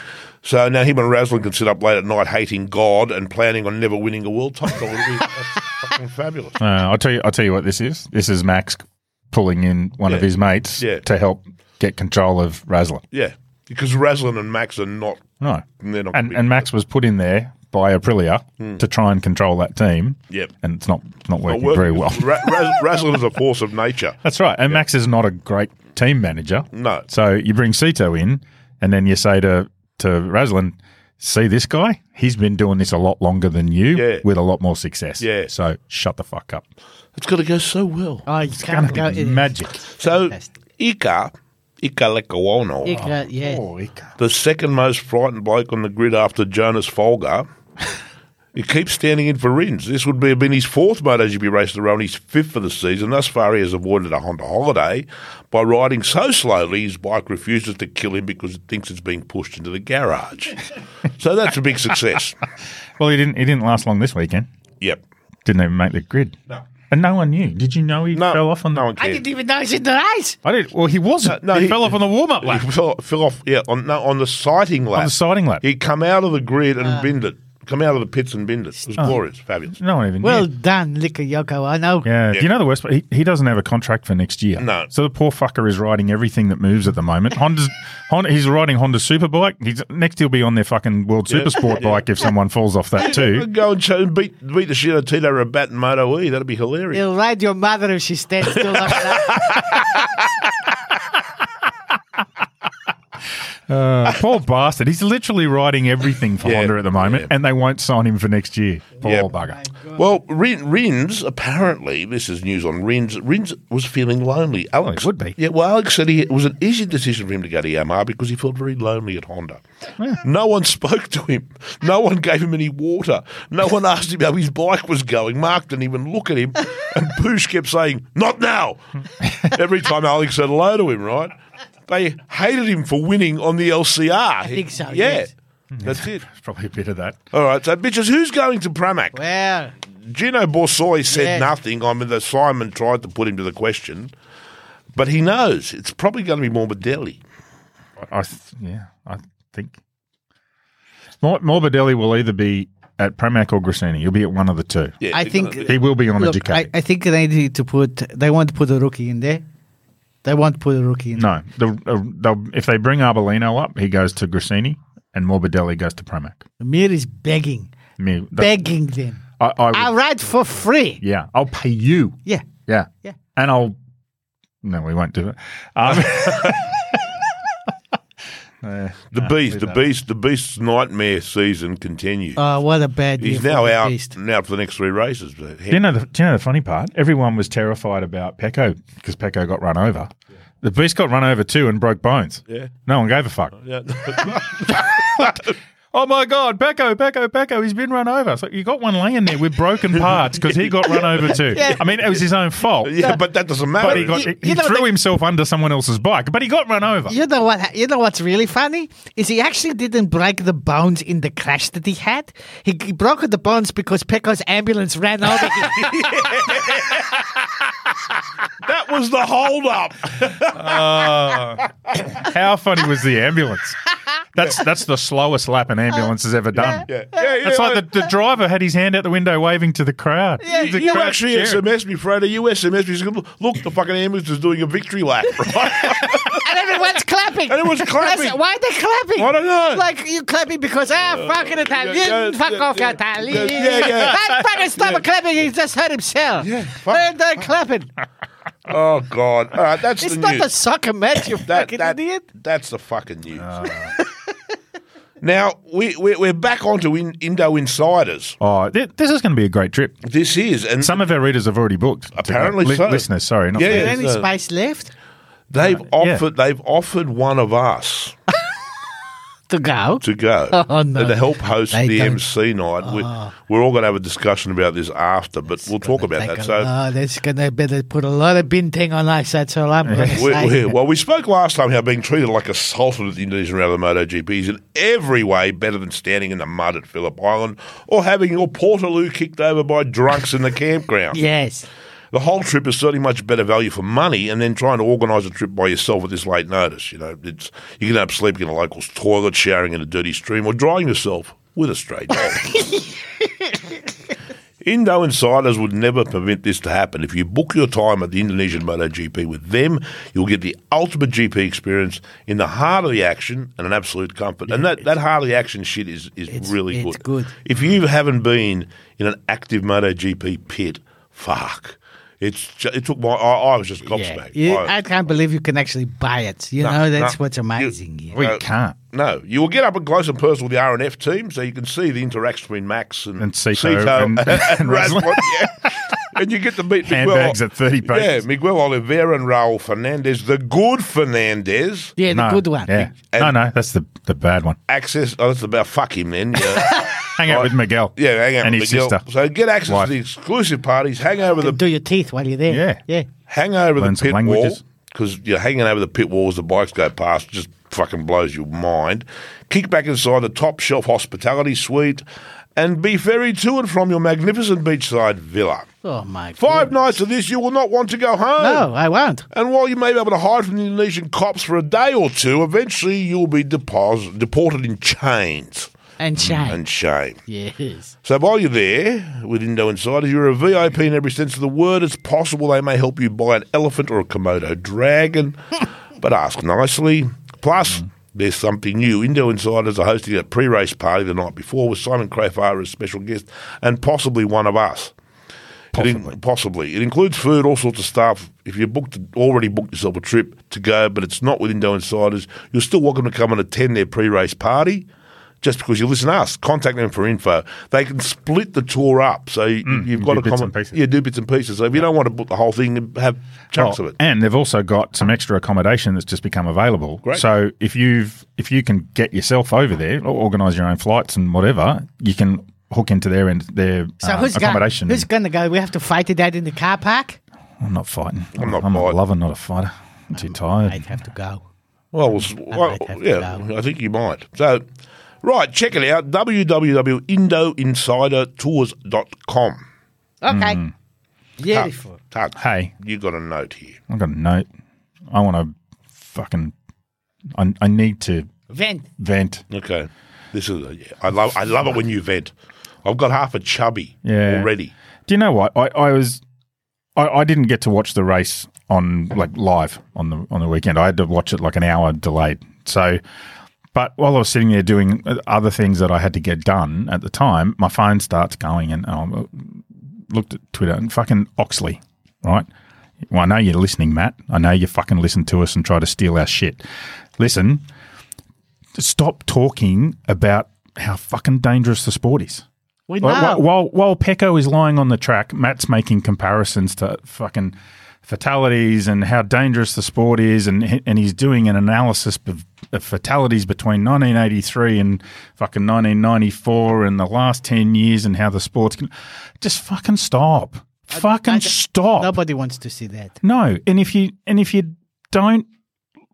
S3: So now him and Raslin can sit up late at night hating God and planning on never winning a world title. It'll
S2: <laughs>
S3: be- That's fucking fabulous.
S2: Uh, I'll tell you. I'll tell you what this is. This is Max pulling in one of
S3: Yeah.
S2: his mates
S3: Yeah.
S2: to help get control of Razzler.
S3: Yeah. Because Raslin and Max are not.
S2: No,
S3: They're not
S2: and
S3: big.
S2: and Max was put in there by Aprilia to try and control that team.
S3: Hmm. Yep.
S2: and it's not it's not
S3: not
S2: working
S3: working.
S2: very
S3: <laughs>
S2: well.
S3: Ra- Ras- Raslin is a force of nature.
S2: That's right. And Max is not a great team manager.
S3: No.
S2: So you bring Sito in, and then you say to to Raslin, "See this guy? He's been doing this a lot longer than you,
S3: Yeah.
S2: with a lot more success.
S3: Yeah.
S2: So shut the fuck up.
S3: It's going to go so well.
S4: Oh, you can't go.
S2: It's
S4: It is.
S2: magic.
S3: So,
S4: Fantastic.
S3: Ika, Ika Lekawono.
S4: You can't- yes.
S3: the second most frightened bloke on the grid after Jonas Folger. he keeps standing in for Rins. This would be have been his fourth MotoGP race in a row and his fifth for the season. Thus far, he has avoided a Honda holiday by riding so slowly his bike refuses to kill him because it thinks it's being pushed into
S2: <laughs>
S3: the garage. so that's a big success.
S2: Well, he didn't. He didn't last long this weekend.
S3: Yep.
S2: Didn't even make the grid.
S3: No.
S2: And no one knew. Did you know he
S3: No,
S2: fell off on the?
S3: no one
S4: I
S3: cares.
S4: didn't even know it's in the ice.
S2: I did. Well, he wasn't.
S3: No, no,
S2: he,
S3: he-
S2: fell off on the warm up lap.
S3: He fell, fell off, yeah, on, no, on the sighting lap.
S2: On the Ah. siding lap.
S3: He'd come out of the grid and binned it. Come out of the pits and binned it. It was
S2: Ah.
S3: glorious, fabulous.
S2: No one even
S4: Well
S2: knew.
S4: done, Licker Yoko. I know.
S2: Yeah.
S3: Yeah.
S2: Do you know the worst? part? He, he doesn't have a contract for next year.
S3: No.
S2: So the poor fucker is riding everything that moves at the
S3: <laughs>
S2: moment. Honda's Honda, he's riding Honda Superbike. He's next he'll be on their fucking World Super Supersport bike if someone falls off that
S3: <laughs>
S2: too.
S3: Go and show, beat beat the shit out of Tito Rabat and Moto E. That'd be hilarious.
S4: He'll ride your mother if she stands still. like that.
S2: Uh, poor bastard. He's literally riding everything for
S3: Yeah.
S2: Honda at the moment, and they won't sign him for next year. Poor
S3: Yeah.
S2: bugger.
S3: Well, Rin, Rins apparently this is news on Rins. Rins was feeling lonely.
S2: Oh,
S3: Alex
S2: he would be.
S3: Yeah. Well, Alex said he, it was an easy decision for him to go to Yamaha because he felt very lonely at Honda. No one spoke to him. No one gave him any water. No one asked him how his bike was going. Mark didn't even look at him, and Poosh kept saying
S2: <laughs>
S3: "Not now." Every time Alex said hello to him, right? They hated him for winning on the LCR. I
S4: think so,
S3: Yeah.
S4: yes.
S3: That's it.
S2: It's probably a bit of that.
S3: All right, so bitches, who's going to Pramac?
S4: well,
S3: Gino Borsoi said
S4: Yeah.
S3: nothing. I mean, the Simon tried to put him to the question, but he knows it's probably going to be Morbidelli.
S2: I th- yeah, I think Mor- Morbidelli will either be at Pramac or Grassini. He'll be at one of the two.
S3: Yeah,
S4: I
S3: they're
S4: think-
S3: gonna-
S2: He will be on
S4: look, I,
S2: educated.
S4: I think they need to put. They won't put a rookie in there. They won't put a rookie in.
S2: no, the, uh, they'll, if they bring Arbolino up, he goes to Grassini, and Morbidelli goes to Pramac.
S4: Mir is begging,
S2: Me, that-
S4: begging them.
S2: I, I would-
S4: I'll ride for free.
S2: yeah, I'll pay you.
S4: Yeah.
S2: Yeah,
S4: Yeah.
S2: and I'll. No, we won't do it. Um, <laughs>
S3: the beast, the beast, the beast's nightmare season continues.
S4: Oh, what a bad year
S3: He's
S4: for
S3: now
S4: the
S3: out,
S4: beast.
S3: now for the next three races. But
S2: do you know the do you know the funny part? Everyone was terrified about Pecco because Pecco got run over. The beast got run over too and broke bones.
S3: Yeah.
S2: No one gave a fuck.
S3: Yeah.
S2: Oh my God, Becco, Becco, Becco, he's been run over. It's like you got one laying there with broken <laughs> parts because he got run over too.
S4: Yeah.
S2: I mean, it was his own fault.
S3: <laughs> Yeah, but that doesn't matter.
S2: But he got
S4: You-
S2: he
S4: you know
S2: threw
S4: the-
S2: himself under someone else's bike, but he got run over.
S4: You know what? You know what's really funny is he actually didn't break the bones in the crash that he had. He, he broke the bones because Pecco's ambulance ran over
S3: <laughs>
S4: him.
S3: that was the
S2: <laughs>
S3: hold up.
S2: How funny was the <laughs> ambulance? That's that's the slowest lap an ambulance has ever done.
S3: Yeah, yeah, yeah.
S2: It's like the, the driver had his hand out the window waving to the crowd. The
S3: you
S2: crowd
S3: actually
S2: cheering.
S3: SMS me, Fredo. You SMS me. said, Look, the fucking ambulance is doing a victory lap, <laughs>
S4: <laughs>
S3: right?
S4: and everyone's clapping.
S3: Everyone's clapping.
S4: That's- Why are they clapping?
S3: I don't know.
S4: Like you clapping because ah fucking Italian,
S3: yeah,
S4: fuck
S3: yeah,
S4: off
S3: yeah.
S4: Italian.
S3: Yeah, yeah, yeah.
S4: <laughs> That fucking stop clapping. He just hurt himself.
S3: Yeah, fuck,
S4: they're, they're clapping.
S3: oh God! All right, that's
S4: It's
S3: the
S4: not
S3: news.
S4: a soccer match. You
S3: that,
S4: fucking
S3: that-
S4: idiot.
S3: That's the fucking news. <laughs> now we, we we're back onto in, Indo Insiders.
S2: Oh, thi- this is going to be a great trip.
S3: This is and
S2: Some of our readers have already booked.
S3: Apparently
S2: Li-
S3: so.
S2: Listeners, sorry. Not
S3: Yeah,
S2: readers.
S3: yeah.
S4: Any
S3: so-
S4: space left
S3: they've
S2: yeah.
S3: offered they've offered one of us
S4: to go?
S3: to go
S4: <laughs> Oh, no.
S3: and to help host
S4: They
S3: the
S4: don't- Ah.
S3: MC night. We, we're all going to have a discussion about this after, but we'll talk about
S4: Like
S3: that.
S4: a
S3: So.
S4: lot. there's gonna better put a lot of binting on us. That's all I'm gonna
S3: We,
S4: say.
S3: we- well, we spoke last time how being treated like a sultan at the Indonesian round of the MotoGP is in every way better than standing in the mud at Phillip Island or having your portaloo kicked over by drunks in the
S4: <laughs>
S3: campground.
S4: Yes.
S3: The whole trip is certainly much better value for money, and then trying to organise a trip by yourself at this late notice. You know, it's you can end up sleeping in a local's toilet, showering in a dirty stream, or drying yourself with a stray dog.
S4: <laughs>
S3: Indo insiders would never permit this to happen. If you book your time at the Indonesian MotoGP with them, you'll get the ultimate GP experience in the heart of the action and an absolute comfort. and that, that heart of the action shit is, is
S4: It's-
S3: really
S4: it's
S3: good.
S4: good.
S3: If you haven't been in an active MotoGP pit, fuck. It's ju- it took my I, I was just gobsmacked.
S4: You-
S3: I-
S4: I can't believe you can actually buy it. You
S3: No,
S4: know,
S3: no.
S4: that's what's amazing. here.
S2: We
S3: Uh,
S2: can't.
S3: no, you will get up and close and personal with the R and F team, so you can see the interaction between Max and,
S2: And Seco and- <laughs> and
S3: Razlan,
S2: Razlan.
S3: <laughs> yeah. And you get to meet Miguel,
S2: Handbags at 30
S3: Yeah,
S2: paces.
S3: Miguel Oliveira and Raul Fernandez, the good Fernandez.
S4: Yeah, the
S2: no,
S4: good one.
S2: Yeah.
S3: And-
S2: no, no, that's the, the bad one.
S3: Access. Oh, that's about fuck him then.
S2: <laughs>
S3: Yeah,
S2: Hang out with Miguel.
S3: yeah hang out
S2: And
S3: with
S2: his
S3: Miguel.
S2: sister.
S3: So get access
S2: Wife.
S3: to the exclusive parties. Hang over the
S4: Do your teeth while you're there.
S2: Yeah.
S4: Yeah.
S3: hang over
S2: Learn
S3: the
S2: some
S3: pit wall
S2: languages.
S3: because you're hanging over the pit wall as the bikes go past. Just fucking blows your mind. Kick back inside the top shelf hospitality suite and be ferried to and from your magnificent beachside villa.
S4: Oh my
S3: Five
S4: God.
S3: nights of this, you will not want to go home.
S4: No, I won't.
S3: And while you may be able to hide from the Indonesian cops for a day or two, eventually you'll be depos- deported in chains
S4: And shine.
S3: and shame.
S4: yes.
S3: So while you're there with Indo Insiders, you're a VIP in every sense of the word. It's possible they may help you buy an elephant or a Komodo dragon, <laughs> but ask nicely. Plus, there's something new. Indo Insiders are hosting a pre race party the night before with Simon Crafar as special guest and possibly one of us. It in-
S2: Possibly.
S3: possibly. It includes food, all sorts of stuff. If you booked already booked yourself a trip to go, but it's not with Indo Insiders, you're still welcome to come and attend their pre-race party. Just because you listen to us, contact them for info. They can split the tour up, so you, you've got
S2: do
S3: a
S2: bits
S3: common-
S2: and pieces.
S3: Yeah, do bits and pieces. So if you don't want to book the whole thing, then have chunks
S2: Oh,
S3: of it.
S2: And they've also got some extra accommodation that's just become available.
S3: Great.
S2: So if you've if you can get yourself over there, or organise your own flights and whatever, you can hook into their and their
S4: So
S2: uh,
S4: who's going?
S2: accommodation.
S4: Who's going to go? We have to fight it out in the car park.
S2: I'm not fighting. I'm,
S3: not
S2: I'm a
S3: fighting.
S2: lover, not a fighter. I'm too tired.
S4: I'd have to go.
S3: Well, we'll, s- well,
S4: might have to
S3: yeah,
S4: go.
S3: I think you might. So, right, check it out www.indoinsidertours.com.
S4: Okay. Beautiful.
S3: Tug,
S2: Hey,
S3: you got a note here.
S2: I've got a note. I want to fucking. I, I need to
S4: Vent.
S2: vent.
S3: Okay, this is a, yeah, I love I love it when you vent. I've got half a chubby
S2: Yeah.
S3: already.
S2: Do you know what? I, I was I, I didn't get to watch the race on like live on the on the weekend. I had to watch it like an hour delayed. So but while I was sitting there doing other things that I had to get done at the time, my phone starts going and I looked at Twitter and fucking Oxley, right? Well, I know you're listening, Matt. I know you fucking listen to us and try to steal our shit. Listen, stop talking about how fucking dangerous the sport is.
S4: We know.
S2: Like, wh- While while Pecco is lying on the track, Matt's making comparisons to fucking fatalities and how dangerous the sport is, and and he's doing an analysis of, of fatalities between 1983 and fucking 1994 and the last 10 years and how the sport's con- just fucking stop, fucking
S4: I-
S2: stop.
S4: Nobody wants to see that.
S2: No, and if you and if you don't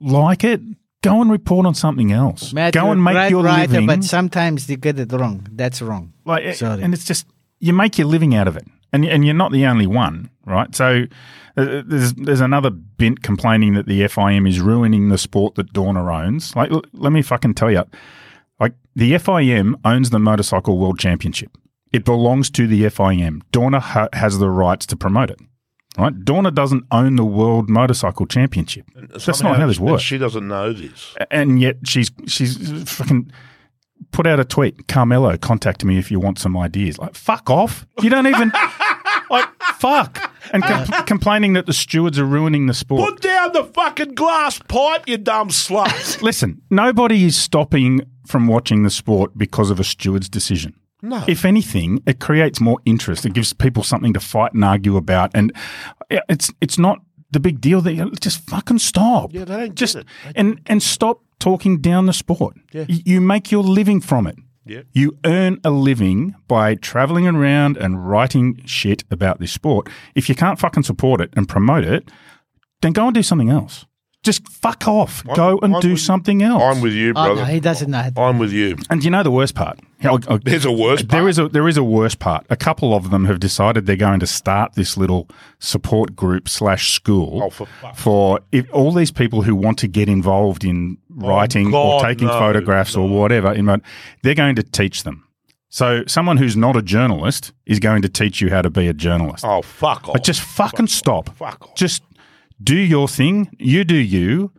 S2: like it, go and report on something else.
S4: Matt,
S2: go
S4: you're
S2: and make
S4: right,
S2: your
S4: right,
S2: living.
S4: But sometimes they get it wrong. That's wrong.
S2: like,
S4: Sorry.
S2: and it's just you make your living out of it, and and you're not the only one, right? So uh, there's there's another bint complaining that the FIM is ruining the sport that Dorna owns. Like, l- let me fucking tell you, like the FIM owns the motorcycle world championship. It belongs to the FIM. Dorna ha- has the rights to promote it. Right? Dorna doesn't own the World Motorcycle Championship. That's not how this
S3: And
S2: works
S3: She doesn't know this.
S2: and yet she's she's fucking put out a tweet. Carmelo, contact me if you want some ideas. Like fuck off. You don't even like fuck. And com- complaining that the stewards are ruining the sport.
S3: Put down the fucking glass pipe, you
S2: <laughs>
S3: dumb slut.
S2: Listen, nobody is stopping from watching the sport because of a steward's decision.
S3: No.
S2: If anything, it creates more interest. It gives people something to fight and argue about, and it's it's not the big deal that you just fucking stop.
S3: Yeah, they don't get
S2: just
S3: it.
S2: and and stop talking down the sport. Yeah. You make your living from it.
S3: Yeah.
S2: You earn a living by traveling around and writing shit about this sport. If you can't fucking support it and promote it, then go and do something else. Just fuck off. go and
S3: I'm
S2: do
S3: with-
S2: something else.
S3: I'm with you,
S4: Oh,
S3: brother.
S4: no, he doesn't know. it.
S3: I'm with you.
S2: And you know the worst part? I'll- I'll-
S3: There's a worse part.
S2: there is a there is a worse part. A couple of them have decided they're going to start this little support group slash school
S3: Oh, for fuck's
S2: for if, all these people who want to get involved in writing
S3: Oh, God,
S2: or taking
S3: no,
S2: photographs or whatever. In mo- they're going to teach them. So someone who's not a journalist is going to teach you how to be a journalist.
S3: Oh, fuck off.
S2: But just fucking stop.
S3: Fuck off.
S2: Just do your thing. You do you.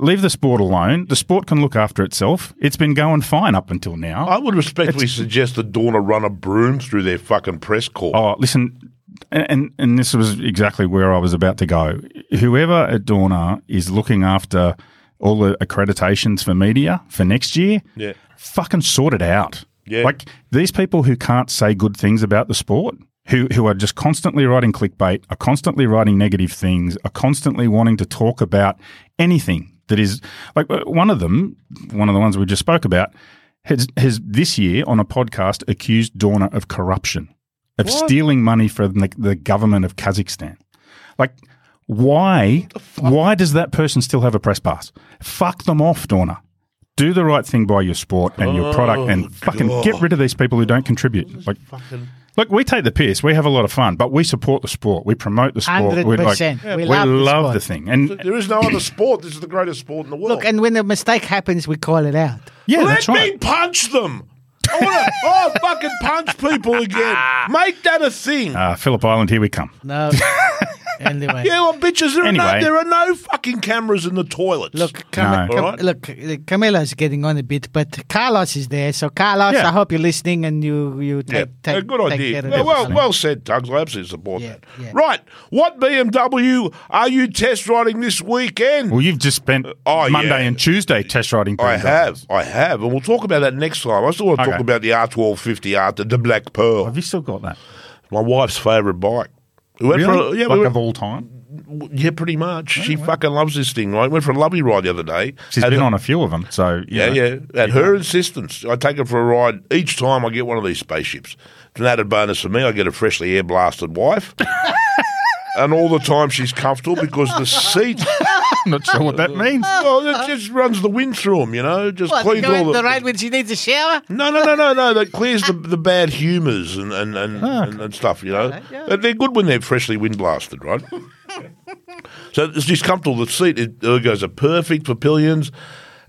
S2: Leave the sport alone. The sport can look after itself. It's been going fine up until now.
S3: I would respectfully suggest that Dorna run a broom through their fucking press corps.
S2: Oh, listen, and, and and this was exactly where I was about to go. Whoever at Dorna is looking after all the accreditations for media for next year,
S3: Yeah.
S2: fucking sort it out.
S3: Yeah.
S2: Like these people who can't say good things about the sport, who who are just constantly writing clickbait, are constantly writing negative things, are constantly wanting to talk about anything that is like uh, one of them, one of the ones we just spoke about, has has this year on a podcast accused Dorna of corruption, of stealing money from the, the government of Kazakhstan. Like why why does that person still have a press pass? Fuck them off, Dorna. Do the right thing by your sport and your product
S3: Oh,
S2: and fucking get rid of these people who don't contribute. Like Look, we take the piss. We have a lot of fun, but we support the sport. We promote the sport. We, like-
S4: 100%. We
S2: we
S4: love
S2: love,
S4: the
S2: the,
S4: sport.
S2: thing. And
S3: There is no other sport. This is the greatest sport in the world.
S4: Look, and when a mistake happens, we call it out.
S2: yeah,
S3: Let
S2: that's right.
S3: me punch them. I want to oh, fucking punch people again. <laughs> Make that a thing.
S2: Uh, Phillip Island, here we come. <laughs>
S4: No. anyway.
S3: yeah, well, bitches, there, are no,
S2: Anyway.
S3: there are no fucking cameras in the toilets.
S4: Look, Cam-
S2: No.
S4: Cam-
S3: Alright.
S4: look, uh, Camilo's getting on a bit, but Carlos is there. So, Carlos,
S2: Yeah.
S4: I hope you're listening and you you
S3: Yeah,
S4: take, take
S3: a good
S4: take
S3: idea.
S4: care of
S3: Well,
S4: it.
S3: well, well said, Tugs. I absolutely support
S4: Yeah,
S3: that.
S4: yeah.
S3: Right. What BMW are you test riding this weekend?
S2: Well, you've just spent
S3: oh,
S2: Monday
S3: yeah.
S2: and Tuesday test riding.
S3: I
S2: PWs.
S3: have. I have. And we'll talk about that next time. I still want to talk
S2: Okay.
S3: about the R1250 R, the, the Black Pearl.
S2: Have you still got that?
S3: My wife's favourite bike. We went for
S2: Really?
S3: a- yeah, we
S2: like
S3: went-
S2: of all time.
S3: yeah, pretty much. she fucking loves this thing, right? Went for a lovely ride the other day.
S2: She's
S3: Had
S2: been
S3: her-
S2: on a few of them, so you
S3: Yeah,
S2: know.
S3: yeah. At her insistence, I take her for a ride each time I get one of these spaceships. It's an added bonus for me. I get a freshly air
S2: <laughs>
S3: blasted wife. and all the time she's comfortable because
S2: <laughs>
S3: the seat,
S2: I'm <laughs> not sure what
S3: <laughs>
S2: that means.
S3: well, it just runs the wind through them, you know, just
S4: What,
S3: cleans
S4: going
S3: all
S4: the right when she needs a shower?
S3: No, no, no, no, no. That clears the, the bad humours and and, and, and and stuff. You know,
S4: yeah.
S3: But they're good when they're freshly wind blasted, right? so it's just comfortable. The seat it, ergos are perfect for pillions,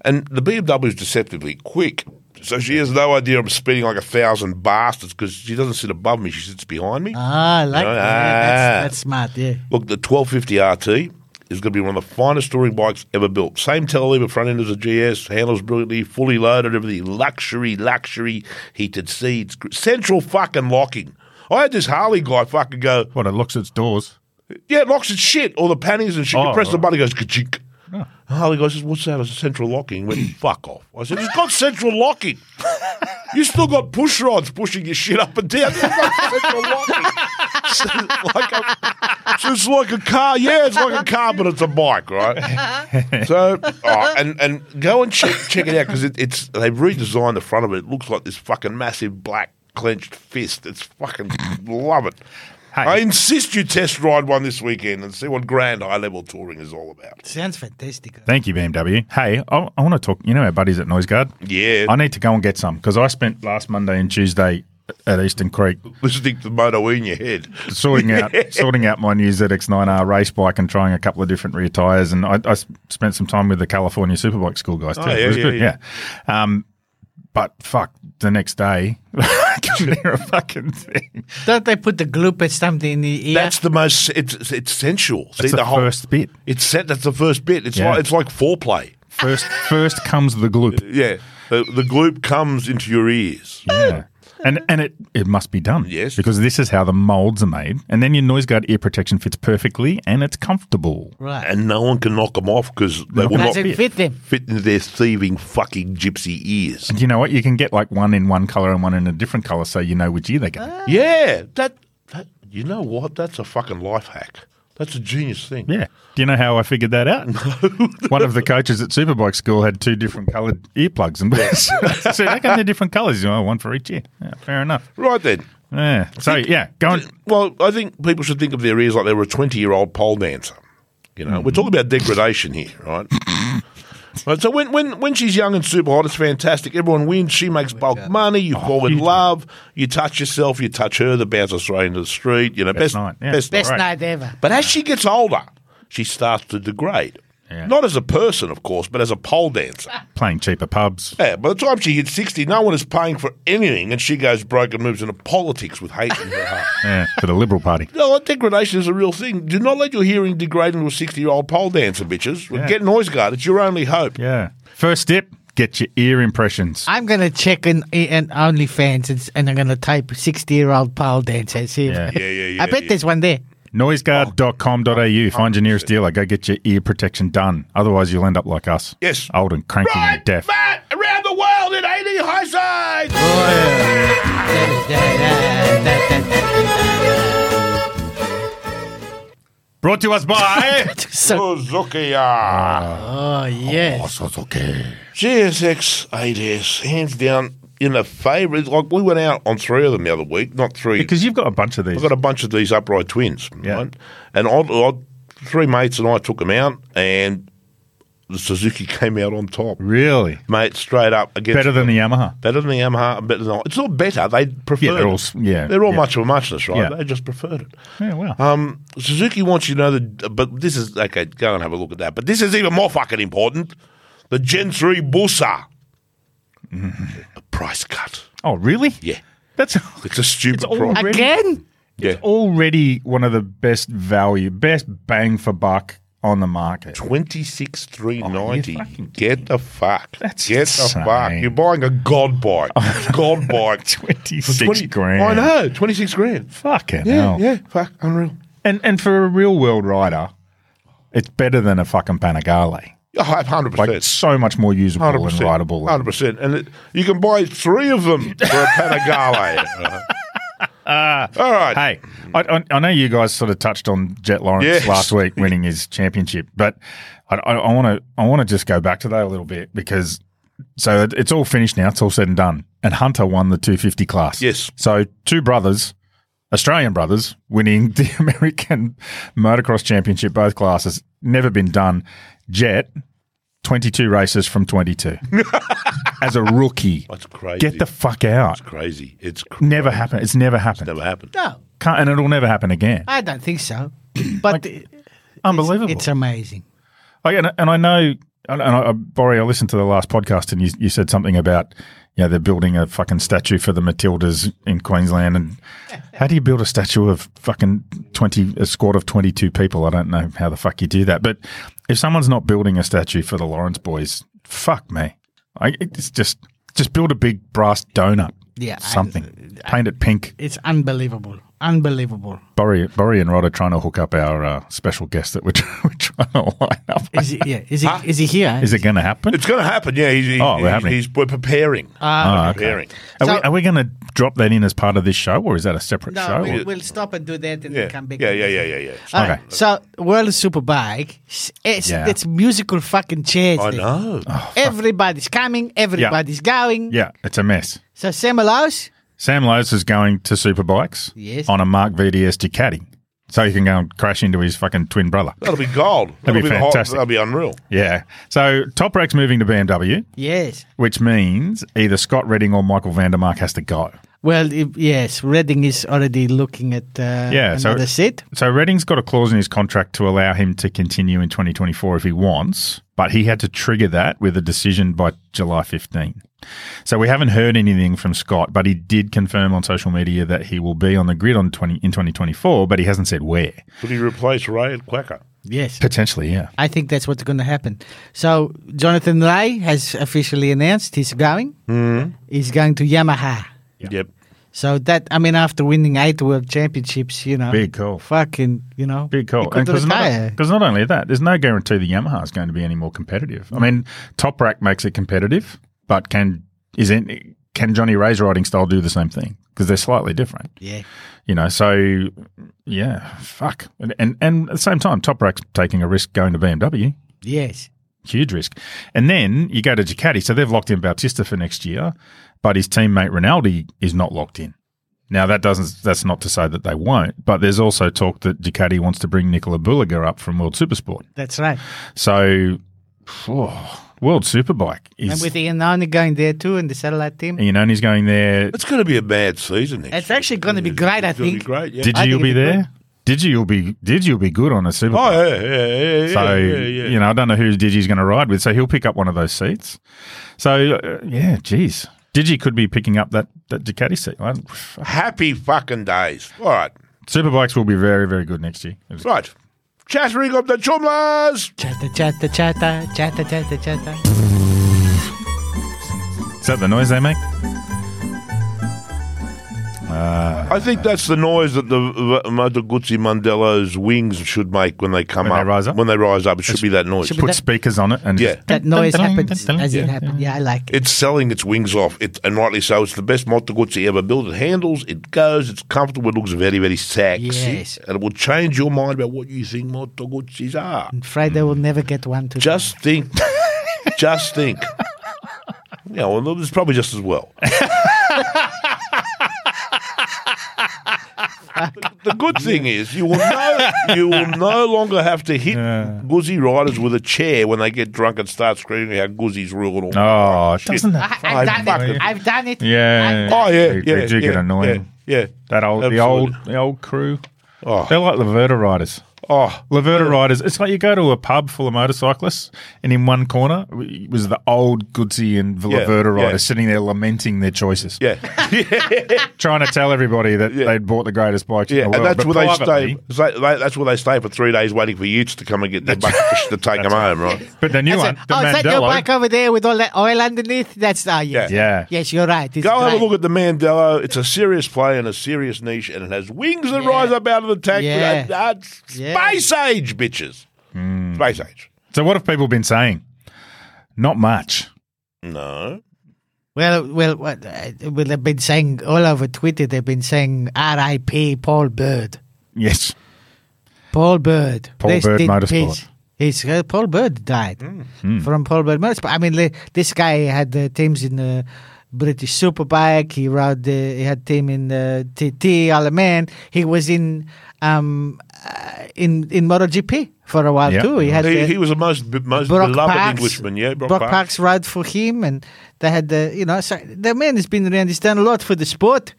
S3: and the BMW is deceptively quick. So she has no idea I'm speeding like a thousand bastards because she doesn't sit above me; she sits behind me.
S4: Ah, I like
S3: No,
S4: that. That's,
S3: ah.
S4: that's smart, yeah.
S3: Look, the 1250 RT is going to be one of the finest touring bikes ever built. Same telelever front end as a GS, handles brilliantly, fully loaded, everything. Luxury, luxury, heated seats, gr- central fucking locking. I had this Harley guy fucking go,
S2: What it locks its doors.
S3: yeah, it locks its shit, all the pannies and shit. you
S2: Oh,
S3: press the
S2: right.
S3: button, it goes ka-chink. Oh, the guy says, "What's that?" I said, "Central locking." Went fuck off. I said, "It's got central locking. You still got push rods pushing your shit up and down. It's got central locking." <laughs> So it's like a, so it's like a car. Yeah, it's like a car, but it's a bike, right? So, oh, and and go and check check it out because it, it's they've redesigned the front of it. It looks like this fucking massive black clenched fist. It's fucking love it.
S2: Hey.
S3: I insist you test ride one this weekend and see what grand high level touring is all about.
S4: Sounds fantastic.
S2: Thank you, BMW. Hey, I, I want to talk. You know our buddies at Noise Guard?
S3: Yeah.
S2: I need to go and get some because I spent last Monday and Tuesday at Eastern Creek
S3: listening to Moto in your head.
S2: sorting
S3: <laughs>
S2: out sorting out my new ZX9R race bike and trying a couple of different rear tires. And I, I s- spent some time with the California Superbike School guys too.
S3: Oh, yeah,
S2: it was
S3: yeah,
S2: good,
S3: yeah.
S2: yeah. Um, but fuck, the next day, <laughs> I couldn't hear a fucking thing.
S4: Don't they put the gloop or something in the ear?
S3: That's the most. It's it's sensual. See
S2: That's the, first bit.
S3: It's set. That's the first bit. It's
S2: Yeah.
S3: like it's like foreplay.
S2: First, first comes the gloop.
S3: Yeah, the, the gloop comes into your ears.
S2: Yeah. And, and it, it must be done.
S3: Yes.
S2: Because this is how the molds are made. And then your noise guard ear protection fits perfectly and it's comfortable.
S4: right.
S3: And no one can knock them off because they will not
S4: Does
S3: fit.
S4: it fit them?
S3: into their thieving fucking gypsy ears.
S2: You know what? You can get like one in one color and one in a different color so you know which ear they go.
S3: Ah. Yeah, that, that you know what? That's a fucking life hack. That's a genius thing.
S2: Yeah. Do you know how I figured that out? <laughs> One of the coaches at Superbike School had two different coloured earplugs, and <laughs> I said, "How come they're different colours?" You know, one for each ear. Yeah, fair enough.
S3: Right then.
S2: Yeah. So yeah, go on.
S3: Well, I think people should think of their ears like they were a twenty-year-old pole dancer. You know, we're talking about degradation here, right? right. So when when when she's young and super hot, it's fantastic. Everyone wins. She makes bulk money. You fall in love. You touch yourself. You touch her. The bouncer straight into the street. You know, best
S2: night, yeah.
S3: best
S4: Best
S2: All right.
S4: night ever.
S3: But as she gets older, she starts to degrade.
S2: Yeah.
S3: Not as a person, of course, but as a pole dancer.
S2: Playing cheaper pubs.
S3: Yeah, by the time she hits 60, no one is paying for anything, and she goes broke and moves into politics with hate in her heart.
S2: <laughs> Yeah, for the Liberal Party.
S3: No, that degradation is a real thing. Do not let your hearing degrade into a 60 year old pole dancer, bitches.
S2: Yeah.
S3: Get noise guard. It's your only hope.
S2: Yeah. First step: get your ear impressions.
S4: I'm gonna check in, in OnlyFans and, and I'm gonna type sixty year old pole dancer. See, if-
S2: Yeah.
S3: Yeah, yeah, yeah,
S4: I bet
S3: yeah.
S4: there's one there. <laughs>
S2: Noiseguard.com.au. Find your nearest dealer. Go get your ear protection done. Otherwise, you'll end up like us.
S3: Yes.
S2: Old and cranky
S3: Right,
S2: and deaf.
S3: Matt, around the world in 80 high sides.
S2: Brought to us
S3: <laughs>
S2: by
S4: So,
S3: Suzukiya.
S4: oh yes,
S2: Suzuki.
S3: GSX 8S, hands down, in a favourite. Like, we went out on three of them the other week, not three.
S2: Because you've got a bunch of these.
S3: I've got a bunch of these upright twins,
S2: Yeah.
S3: right? And I, I, three mates and I took them out, and the Suzuki <laughs> came out on top,
S2: Really?
S3: mate. Straight up against
S2: Better than the Yamaha.
S3: better than the Yamaha. Better than it's not better. They prefer.
S2: Yeah, they're all
S3: it.
S2: s- yeah,
S3: they're all
S2: yeah.
S3: much of a muchness, right?
S2: Yeah.
S3: They just preferred it.
S2: Yeah, wow.
S3: Um, Suzuki wants you to know that, but this is okay. Go and have a look at that. But this is even more fucking important. The Gen Three Busa,
S2: Mm-hmm.
S3: a price cut.
S2: Oh, really?
S3: Yeah,
S2: That's <laughs>
S3: it's a stupid
S2: It's all
S3: price.
S2: red.
S4: again.
S3: Yeah.
S2: already one of the best value, best bang for buck on the market.
S3: <laughs> Twenty six three
S2: Oh,
S3: ninety.
S2: you're fucking
S3: Get the fuck.
S2: That's
S3: Get
S2: insane.
S3: the fuck. You're buying a god bike.
S2: <laughs>
S3: god bike.
S2: 26 grand.
S3: I know. Twenty six grand.
S2: Fucking
S3: Yeah,
S2: hell.
S3: yeah. Fuck. Unreal.
S2: And, and for a real world rider, it's better than a fucking Panigale.
S3: hundred
S2: Like,
S3: percent.
S2: it's so much more usable
S3: Hundred
S2: and
S3: percent.
S2: rideable.
S3: Hundred percent. And it, you can buy three of them for
S2: <laughs>
S3: a Panigale. All right.
S2: Uh, Hey, I, I, I know you guys sort of touched on Jet Lawrence
S3: Yes.
S2: last week winning his championship, but I want to I want to just go back to that a little bit because so it, it's all finished now. It's all said and done, and Hunter won the 250 class.
S3: Yes.
S2: So two brothers, Australian brothers, winning <laughs> the American motocross championship, both classes. Never been done. Jet, 22 races from 22 as a rookie.
S3: That's crazy.
S2: Get the fuck out.
S3: crazy. It's cr-
S2: Never happened. It's never happened.
S3: never happened.
S4: No,
S2: Can't, and it'll never happen again.
S4: I don't
S3: <clears throat>
S4: think so. But
S2: Unbelievable.
S4: it's amazing.
S2: Like, and, and I know, and, and I, Borry, I listened to the last podcast and you, you said something about, you know, they're building a fucking statue for the Matildas in Queensland.
S4: <laughs>
S2: And how do you build a statue of fucking 20, a squad of 22 people? I don't know how the fuck you do that. But if someone's not building a statue for the Lawrence boys, fuck me. I, it's just, just build a big brass donut.
S4: Yeah, I-
S2: Something. Paint it pink.
S4: It's unbelievable, unbelievable.
S2: Borry, Borry and Rod are trying to hook up our uh, special guest that we're, <laughs> try- we're trying I don't line up.
S4: Is he, yeah, is he, is he here?
S2: Is it going to happen?
S3: It's going to happen. Yeah, he's, he,
S2: Oh, we're
S3: he's-
S2: happening.
S3: he's- we're preparing.
S4: Ah,
S3: We're preparing.
S2: Oh, Are we,
S4: So-
S2: are we going to drop that in as part of this show, or is that a separate
S4: no,
S2: show?
S4: we'll, we'll stop and do that and
S3: Yeah.
S4: come back.
S3: yeah,
S4: and
S3: yeah,
S4: do
S3: yeah,
S4: that.
S3: yeah, yeah.
S4: All right,
S2: Okay.
S4: So World Superbike, s- it's,
S2: Yeah.
S4: it's musical fucking chairs.
S3: I
S4: there.
S3: know.
S4: Everybody's coming, everybody's going.
S2: yeah, it's a mess.
S4: So Semmelhaus,
S2: Sam Lowe's is going to Superbikes
S4: Yes.
S2: on a Mark VDS Ducati, so he can go and crash into his fucking twin brother.
S3: That'll be gold.
S2: That'd be
S3: the hot-
S2: fantastic.
S3: That'll be unreal.
S2: Yeah. So Top Rack's moving to BMW,
S4: yes.
S2: which means either Scott Redding or Michael Vandermark has to go.
S4: Well, if, yes, Reading is already looking at uh,
S2: Yeah, so-
S4: another seat.
S2: So Redding's got a clause in his contract to allow him to continue in 2024 if he wants, but he had to trigger that with a decision by July 15. So we haven't heard anything from Scott, but he did confirm on social media that he will be on the grid on 20 in 2024, but he hasn't said where.
S3: Could he replace Ray at Quacker?
S4: Yes.
S2: Potentially, yeah.
S4: I think that's what's going to happen. So Jonathan Ray has officially announced he's going.
S2: Hmm.
S4: He's going to Yamaha.
S3: Yep.
S4: So that I mean, after winning eight world championships, you know,
S2: Big call.
S4: fucking, you know,
S2: Big
S4: he
S2: call.
S4: could
S2: Because
S4: retire.
S2: not, 'cause not only that, there's no guarantee the Yamaha is going to be any more competitive. I mean, Top Rack makes it competitive, but can is it, can Johnny Ray's riding style do the same thing? Because they're slightly different.
S4: Yeah,
S2: You know, so yeah, fuck. And, and and at the same time, Top Rack's taking a risk going to BMW.
S4: yes,
S2: Huge risk. And then you go to Ducati. So they've locked in Bautista for next year, but his teammate Rinaldi is not locked in. Now that doesn't that's not to say that they won't, but there's also talk that Ducati wants to bring Nicola Bulliger up from World Supersport.
S4: that's right.
S2: So oh, World Superbike
S4: And
S2: is
S4: with Ian Arne going there too, and the satellite team,
S2: you know, and he's going there.
S3: It's going to be a bad season. Next
S4: it's actually going to be great. I
S3: It's going to
S4: think.
S3: be great. Yeah.
S2: Did
S4: I
S2: you
S4: think
S2: be
S4: it'd be
S2: there? Did you'll be did you'll be good on a Superbike?
S3: Oh, yeah, yeah, yeah, yeah.
S2: So
S3: yeah, yeah.
S2: you know, I don't know who Digi's going to ride with. So he'll pick up one of those seats. So uh, yeah, geez, Digi could be picking up that, that Ducati seat. I don't-
S3: Happy fucking days. All right.
S2: Superbikes will be very very good next year. It was-
S3: Right. Chattering of the Chumlas.
S4: Chatter, chatter, chatter, chatter, chatter, chatter.
S2: Is that the noise they make?
S3: I think that's the noise that the uh, Moto Guzzi Mandelo's wings should make when they come
S2: When they
S3: up.
S2: rise up?
S3: When they rise up, it should be that noise.
S4: should be
S2: Put
S4: that-
S2: speakers on it and
S3: Yeah.
S2: just-
S4: That noise
S2: Dun, dun,
S4: happens
S2: dun, dun,
S4: as
S2: yeah.
S4: it happened. Yeah, I like it.
S3: It's selling its wings off, it, and rightly so. It's the best Moto Guzzi ever built. It handles, it goes, it's comfortable, it looks very, very sexy.
S4: Yes.
S3: And it will change your mind about what you think Moto Guzzis are.
S4: Friday will never get one to
S3: ah. Just think. <laughs> just think. Yeah, well, it's probably just as well. <laughs> the good thing is you will no you will no longer have to hit Guzzi riders with a chair when they get drunk and start screaming how Guzzi's rule and all.
S2: Oh, doesn't that?
S4: I, I've done
S3: fucking-
S4: it. I've done it.
S2: Yeah.
S4: I've
S3: Oh
S4: done-
S3: yeah,
S2: They-
S3: yeah,
S2: they do
S3: yeah,
S2: get annoying.
S3: Yeah, yeah.
S2: That old the
S3: Absolutely.
S2: old the old crew.
S3: Oh.
S2: They're like Laverta riders.
S3: Oh,
S2: Laverta riders. It's like you go to a pub full of motorcyclists, and in one corner was the old Goodsey and
S3: Yeah,
S2: Laverta
S3: yeah.
S2: riders sitting there lamenting their choices.
S3: yeah,
S2: trying to tell everybody that they'd bought the greatest bikes <laughs>
S3: yeah.
S2: in the
S3: and
S2: world.
S3: that's
S2: but
S3: where they
S2: privately-
S3: stay. they- they- That's where they stay for three days waiting for you to come and get their bucket to take them home, right?
S2: But the new
S4: That's
S2: one,
S4: it.
S2: the
S4: oh, is that your
S2: Mandello-
S4: bike over there with all that oil underneath? That's ah, yes.
S2: Yeah.
S4: Yes, you're right. It's
S3: Go have
S4: great.
S3: a look at the Mandela. It's a serious play and a serious niche, and it has wings that
S4: Yeah.
S3: rise up out of the tank.
S4: Yeah.
S3: Uh, uh,
S4: Yeah.
S3: Space age, bitches. Space age.
S2: So what have people been saying? Not much. <laughs>
S3: No.
S4: Well, well, what, uh, well, they've been saying all over Twitter. They've been saying R.I.P. Paul Bird.
S2: Yes.
S4: Paul Bird.
S2: Paul
S4: Rest
S2: Bird
S4: in
S2: Motorsport. Hmm.
S4: peace. He's uh, Paul Bird died
S3: Hmm.
S4: from Paul Bird Motorsport. I mean, li- this guy had uh, teams in the British Superbike. He rode. Uh, he had team in uh, TT Allemand. He was in um uh, in in MotoGP for a while
S2: Yeah.
S4: too. He had
S3: He,
S4: uh,
S3: he was the most most
S4: Brock
S3: beloved
S4: Parks,
S3: Englishman. Yeah, Brock,
S4: Brock
S3: Parks.
S4: Parks ride for him, and they had the you know so the man has been around. He's done a lot for the sport,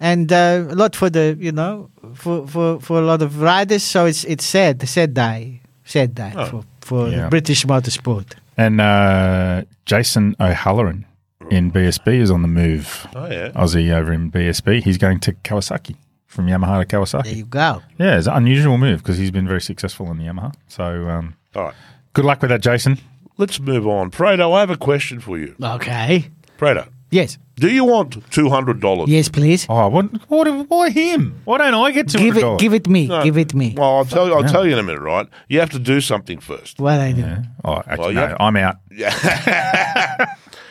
S4: and uh, a lot for the you know for, for, for a lot of riders. So it's it's sad, sad day, sad day
S3: Oh.
S4: for for
S2: Yeah.
S4: British motorsport.
S2: And uh, Jason O'Halloran in BSB is on the move.
S3: Oh yeah.
S2: Aussie over in BSB. He's going to Kawasaki from Yamaha to
S4: There
S2: Kawasaki.
S4: you go.
S2: Yeah, it's an unusual move because he's been very successful in the Yamaha. So um,
S3: All right.
S2: good luck with that, Jason.
S3: Let's move on. Fredo, I have a question for you.
S4: Okay,
S3: Fredo,
S4: Yes.
S3: Do you want two hundred dollars?
S4: Yes, please.
S2: Oh, what, what, why him? Why don't I get two
S4: give
S2: hundred
S4: it,
S2: dollars?
S4: give it me. Give it me.
S3: Well, I'll tell you. I'll tell you in a minute, right? You have to do something first.
S4: What I do?
S2: Oh, actually,
S3: Well,
S2: no,
S3: yeah.
S2: I'm out.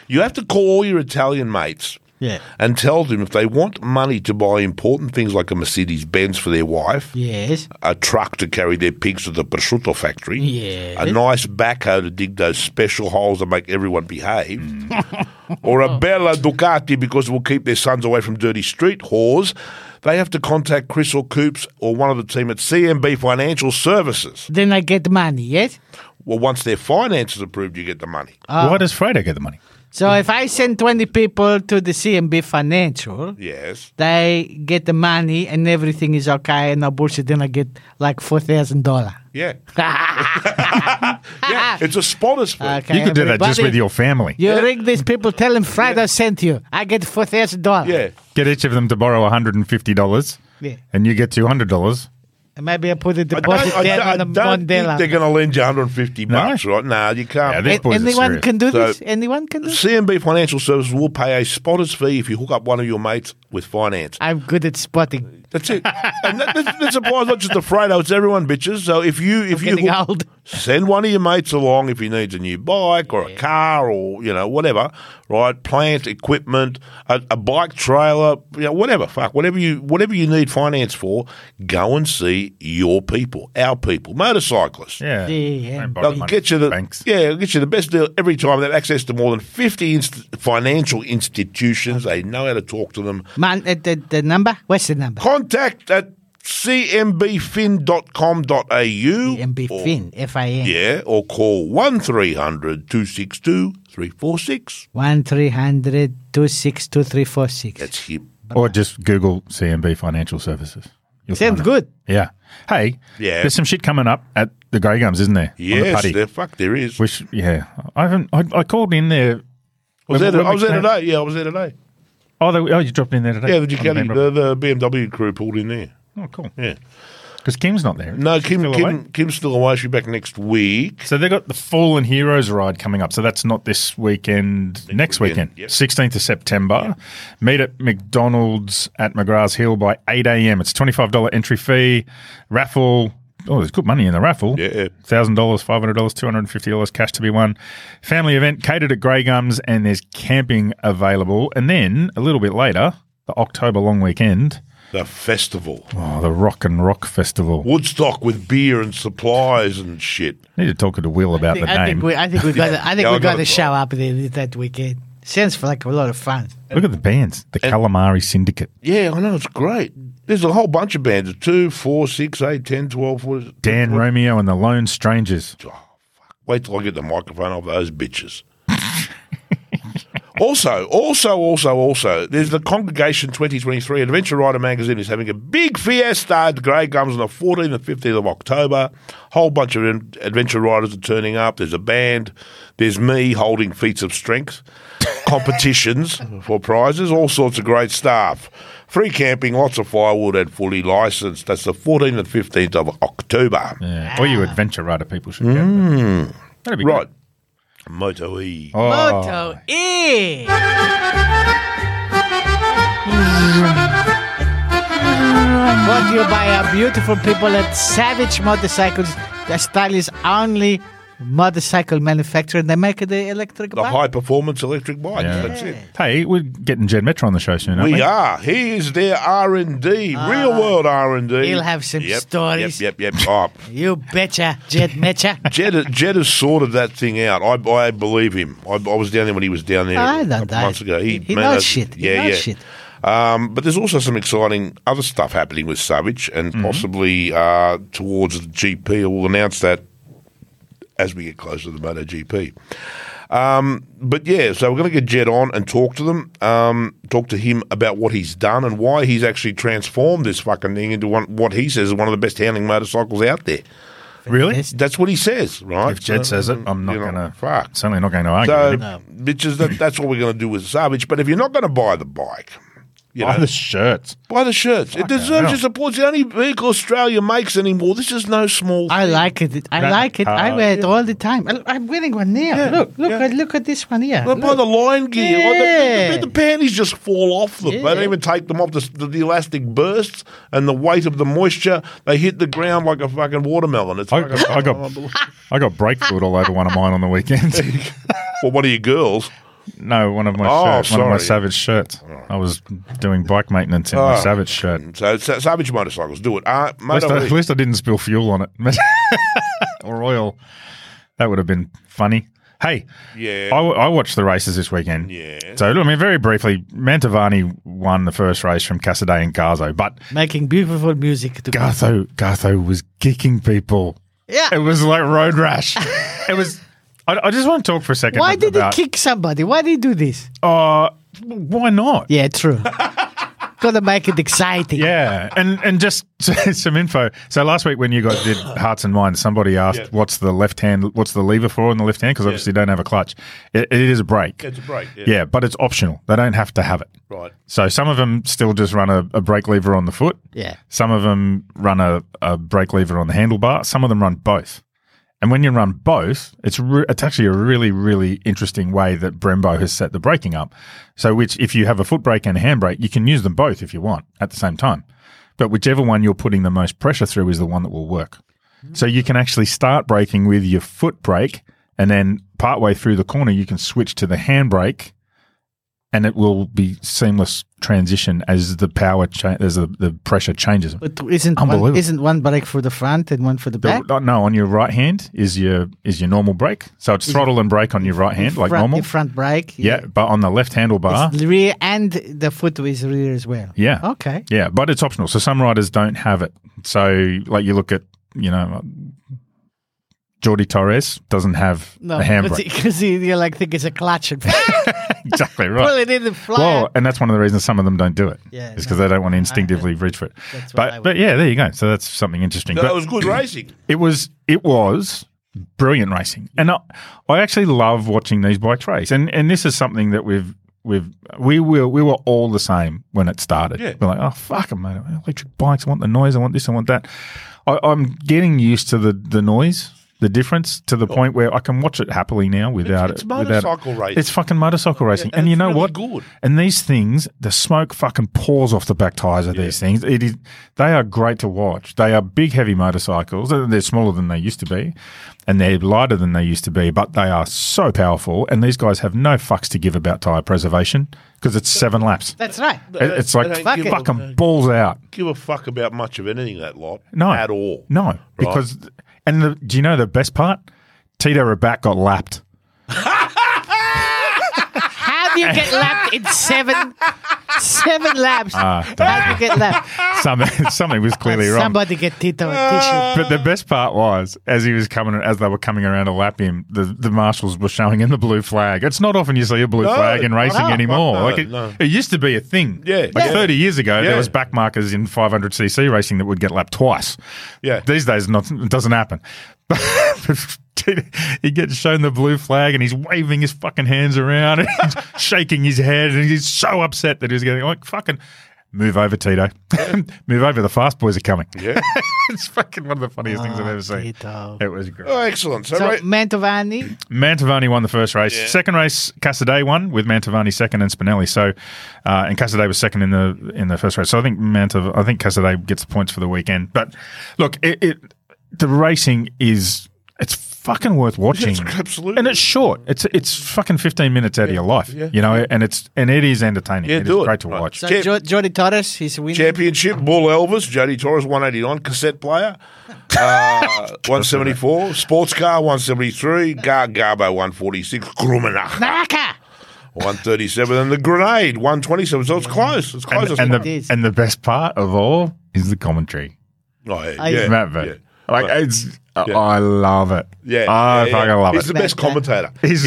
S3: You have to call all your Italian mates.
S4: Yeah.
S3: And tell them if they want money to buy important things like a Mercedes Benz for their wife,
S4: Yes.
S3: a truck to carry their pigs to the prosciutto factory,
S4: Yes.
S3: a nice backhoe to dig those special holes that make everyone behave, or a Bella Ducati because it will keep their sons away from dirty street whores, they have to contact Chris or Coops or one of the team at CMB Financial Services.
S4: Then I get money. Yes.
S3: Well, once their finances approved, you get the money.
S4: Ah.
S2: why does Fredo get the money?
S4: So if I send twenty people to the CMB Financial,
S3: Yes.
S4: they get the money and everything is okay and no bullshit. Then I get like four
S3: <laughs>
S4: thousand dollar. <laughs>
S3: Yeah. yeah. It's a spotter's fee.
S4: Okay.
S2: you could do that just
S4: everybody.
S2: with your family.
S4: You ring these people, tell them Friday sent you. I get four thousand dollars.
S3: Yeah.
S2: Get each of them to borrow one hundred and fifty dollars,
S4: Yeah.
S2: and you get two hundred dollars.
S4: And maybe I put a
S3: I don't,
S4: deposit
S3: I
S4: there
S3: don't- I
S4: on the
S3: don't think they're
S4: Mondela.
S3: going to lend you 150 bucks, right? No, you can't.
S2: Yeah, these
S4: A-
S2: boys are
S4: anyone
S2: serious.
S4: can do
S3: So-
S4: this. Anyone can do. this?
S3: CMB Financial Services will pay a spotter's fee if you hook up one of your mates with finance.
S4: I'm good at spotting.
S3: That's
S4: <laughs>
S3: it. and that, this, this applies not just to Fredo, it's everyone, bitches. So if you if you
S4: Getting
S3: hook-
S4: old.
S3: send one of your mates along if he needs a new bike or a car or you know whatever, right? Plant equipment, a, a bike trailer, you know, whatever. Fuck, whatever you whatever you need finance for, go and see your people, our people, motorcyclists.
S2: Yeah,
S4: Yeah.
S2: Don't borrow
S3: They'll
S2: money
S3: get you
S2: from
S3: the
S2: banks.
S3: yeah, they'll get you the best deal every time. They have access to more than fifty inst- financial institutions. They know how to talk to them.
S4: Man, uh, the, the number? What's the number?
S3: Contact at cmbfin.com.au
S4: CMB
S3: or-
S4: Fin, F-I-N.
S3: Oh. Yeah, or call one 262 346
S4: One three hundred two six two three four six.
S3: That's him.
S2: or just Google CMB Financial Services. You'll find
S4: Sounds
S2: it.
S4: good.
S2: Yeah. Hey.
S3: Yeah.
S2: There's some shit coming up at the Grey Gums, isn't there? On the
S3: Yes,
S2: putty.
S3: there, fuck, there is.
S2: Which yeah, I haven't. I, I called in there.
S3: I was,
S2: when-
S3: there,
S2: when
S3: I
S2: we
S3: was there
S2: came-
S3: today. Yeah, I was there today.
S2: Oh, they, oh, you dropped in there today.
S3: Yeah, the Ducati,
S2: Oh,
S3: the, the BMW crew pulled in there.
S2: Oh, cool.
S3: Yeah.
S2: Because Kim's not there.
S3: No, Kim,
S2: Still
S3: Kim,
S2: away?
S3: Kim's still away. She'll be back next week.
S2: So they've got the Fallen Heroes ride coming up. So that's not this weekend, next,
S3: weekend,
S2: weekend,
S3: yep.
S2: 16th of September. Meet at McDonald's at McGrath's Hill by 8 a.m. It's $25 entry fee. Raffle. Oh, there's good money in the raffle.
S3: Yeah.
S2: $1,000, $500, $250 cash to be won. Family event catered at Grey Gums, and there's camping available. And then a little bit later, the October long weekend,
S3: The festival.
S2: oh, the Rock and Rock Festival.
S3: Woodstock with beer and supplies and shit.
S2: need to talk to Will about
S4: I think,
S2: the
S4: I
S2: name.
S4: think we, I think we got. I think
S3: Yeah, I
S4: we
S3: got
S4: got to
S3: it.
S4: show up there that weekend. Sounds like a lot of fun.
S2: Look at the bands, the Calamari Syndicate.
S3: Yeah, I know, it's great. There's a whole bunch of bands 2, 4, 6, 8, 10, 12. What is it?
S2: Dan Romeo and the Lone Strangers.
S3: "Oh, Wait till I get the microphone off those bitches. <laughs> also, also, also, also, there's the Congregation 2023 Adventure Rider magazine is having a big fiesta at Grey Gums on the 14th and 15th of October. Whole bunch of ad- adventure riders are turning up. There's a band. There's me holding feats of strength. <laughs> Competitions for prizes. All sorts of great stuff. Free camping, lots of firewood, and fully licensed. That's the 14th and 15th of October.
S2: Yeah. All you adventure rider people should go. That'd be good.
S3: Ah. Hmm. Right. Moto E.
S2: Oh,
S4: Moto E. Brought to you by our beautiful people at Savage Motorcycles. The style is only motorcycle manufacturer. They make the electric
S3: the
S4: bike.
S3: high performance electric bikes.
S2: Yeah.
S3: That's it.
S2: Hey, we're getting Jed Metro on the show soon, aren't we?
S3: We are. He is their R and D, real world R and D.
S4: Ah. he'll have some stories.
S3: Yep, yep, yep. Oh,
S4: You betcha, Jet Metcha.
S3: Jed, Jed has sorted that thing out. I, I believe him. I, I was down there when he was down there
S4: I
S3: a
S4: don't
S3: couple
S4: know.
S3: months ago.
S4: He- he
S3: man,
S4: knows
S3: I-
S4: shit. He knows shit.
S3: Um, but there's also some exciting other stuff happening with Savage, and possibly uh, towards the GP. We'll announce that as we get closer to the MotoGP. Um, but yeah, so we're going to get Jed on and talk to them, um, talk to him about what he's done and why he's actually transformed this fucking thing into one, what he says is one of the best handling motorcycles out there.
S2: Really?
S3: That's what he says, right?
S2: If Jed
S3: So,
S2: says it, I'm not
S3: you know,
S2: going to.
S3: fuck.
S2: Certainly not going to argue.
S3: So,
S2: with him.
S3: bitches, that, that's what we're going to do with Savage. But if you're not going to buy the bike, You
S2: Buy
S3: know,
S2: the shirts.
S3: buy the shirts. It deserves
S2: hell.
S3: your support. It's the only vehicle Australia makes anymore. This is no small.
S4: I like it. I
S2: That-
S4: like it. I
S2: uh,
S4: wear it all the time. I, I'm wearing one here. look, look, I look at this one here.
S3: They buy the line gear. Like, the-
S4: Yeah.
S3: the, the, panties just fall off them. They
S4: Yeah.
S3: don't even take them off. The, the, the elastic bursts and the weight of the moisture. They hit the ground like a fucking watermelon. It's
S2: I,
S3: fucking, <laughs>
S2: I got I got brake fluid all over one of mine on the weekend.
S3: <laughs> well, what are you girls?
S2: no, one of my
S3: Oh,
S2: shirts, one of my
S3: sorry.
S2: savage shirts. I was doing bike maintenance in my
S3: Oh.
S2: savage shirt.
S3: So, sa- savage motorcycles do it. Uh,
S2: At
S3: mate,
S2: least, I,
S3: I-
S2: at least I didn't spill fuel on it <laughs> or oil. That would have been funny. Hey,
S3: Yeah.
S2: I, w- I watched the races this weekend.
S3: Yeah.
S2: So, I mean, very briefly, Mantovani won the first race from Cassaday and Garzo, but
S4: Making beautiful music. To
S2: Gartho Gartho was kicking people.
S4: Yeah.
S2: It was like road rash. <laughs> it was. I, I just want to talk for a second.
S4: Why did
S2: about,
S4: he kick somebody? Why did he do this?
S2: Uh, why not? <laughs>
S4: Yeah, true. Gotta make it exciting.
S2: Yeah, and and just <laughs> some info. So last week when you guys
S3: <coughs>
S2: did hearts and minds, somebody asked,
S3: Yeah.
S2: "What's the left hand? What's the lever for in the left hand?" Because obviously you don't have a clutch. It, it is a brake.
S3: It's a brake, yeah.
S2: yeah, but it's optional. They don't have to have it.
S3: Right.
S2: So some of them still just run a, a brake lever on the foot.
S4: Yeah.
S2: Some of them run a, a brake lever on the handlebar. Some of them run both. And when you run both, it's re- it's actually a really really interesting way that Brembo has set the braking up. So which if you have a foot brake and a handbrake, you can use them both if you want at the same time. But whichever one you're putting the most pressure through is the one that will work. So you can actually start braking with your foot brake and then partway through the corner you can switch to the handbrake and it will be seamless transition as the power cha- as the, the pressure changes.
S4: But isn't one,
S2: Unbelievable.
S4: isn't one brake for the front and one for the
S2: The,
S4: back?
S2: uh, no, on your right hand is your is your normal brake. So it's throttle and brake on your right hand, like
S4: front,
S2: normal.
S4: front brake.
S2: Yeah, but on the left handlebar,
S4: It's rear and the foot is rear as well.
S2: yeah,
S4: Okay.
S2: yeah, but it's optional. So some riders don't have it. So like you look at you know, Jordi Torres doesn't have a
S4: <laughs>
S2: handbrake. <laughs>
S4: because you like think it's a clutch and <laughs>
S2: exactly right.
S4: pull it in and fly.
S2: Well, and that's one of the reasons some of them don't do it.
S4: Yeah,
S2: is because they don't want to instinctively reach for it.
S4: That's what I
S2: But
S4: would
S2: but yeah, there you go. So that's something interesting.
S3: No,
S2: But-
S3: it was
S2: <clears throat>
S3: good racing.
S2: It was it was brilliant racing, and I, I actually love watching these bikes race. And and this is something that we've we've we were we were all the same when it started.
S3: Yeah.
S2: We're like, oh fuck, I'm electric bikes. I want the noise. I want this. I want that. I, I'm getting used to the the noise. The difference to the point where I can watch it happily now without
S3: it's
S2: it. without it.
S3: motorcycle racing.
S2: It's fucking motorcycle racing,
S3: and
S2: and, you
S3: it's
S2: know
S3: really
S2: what?
S3: good.
S2: And these things, the smoke fucking pours off the back tires of these things. It is, they are great to watch. They are big, heavy motorcycles. They're they're smaller than they used to be, and they're lighter than they used to be. But they are so powerful, and these guys have no fucks to give about tire preservation because it's seven laps.
S4: That's right.
S2: It- It's
S3: they
S2: like
S3: don't give a-
S2: fucking balls out.
S3: Give a fuck about much of anything that lot.
S2: No,
S3: at all.
S2: No, because and the, do you know the best part? Tito Rabat got lapped.
S4: How do you get lapped in seven seven laps? How
S3: <laughs>
S4: do you get lapped?
S2: Something something was clearly Ah. wrong. Ah.
S4: Somebody get Tito a tissue.
S2: But the best part was, as he was coming, as they were coming around to lap him, the, the marshals were showing him the blue flag. It's not often you see a blue
S3: No,
S2: flag in racing
S4: no,
S2: anymore.
S3: no,
S2: like it,
S3: no.
S2: it used to be a thing.
S3: Yeah,
S2: like
S3: yeah.
S2: thirty years ago,
S3: Yeah.
S2: there was backmarkers in 500cc racing that would get lapped twice.
S3: Yeah.
S2: these days not, it doesn't happen. <laughs> he gets shown the blue flag and he's waving his fucking hands around and he's <laughs> shaking his head and he's so upset that he's getting like fucking. Move over, Tito. <laughs> Move over. The fast boys are coming <laughs>
S3: Yeah.
S2: it's fucking one of the funniest things I've ever seen.
S4: Ah, Tito.
S2: It was great.
S3: Oh, excellent. So,
S4: So
S3: right, <clears throat>
S4: Mantovani,
S2: Mantovani won the first race. Second race, Cassaday won with Mantovani second and Spinelli. So, uh, and Cassaday was second in the in the first race. So I think Mantov, I think Cassaday gets the points for the weekend. But look, it, it the racing is it's fucking worth watching.
S3: absolutely.
S2: and it's short. It's it's fucking fifteen minutes out of your life, you know. And it's and it is entertaining.
S3: Yeah,
S2: It is
S3: do it.
S2: great to
S3: Right.
S2: watch.
S4: so
S3: Champ-
S4: jo- Jordi Torres, he's winning.
S3: championship, Bull Elvis, Jody Torres, 189, cassette player,
S2: <laughs>
S3: uh, 174, sports car, 173, Gar Garbo, 146,
S2: <laughs>
S3: Grummanach,
S4: Naraka!
S3: 137, and the Grenade, 127. So it's close. It's close.
S2: And, and
S4: It
S2: the
S4: is.
S2: and the best part of all is the commentary.
S3: oh, yeah,
S4: I-
S3: yeah,
S2: Matt Vett.
S3: yeah.
S2: Like it's, uh, I love it.
S3: Yeah,
S2: Ah, I
S3: yeah,
S2: fucking
S3: yeah.
S2: love
S3: He's the
S2: it.
S3: best commentator.
S2: He's-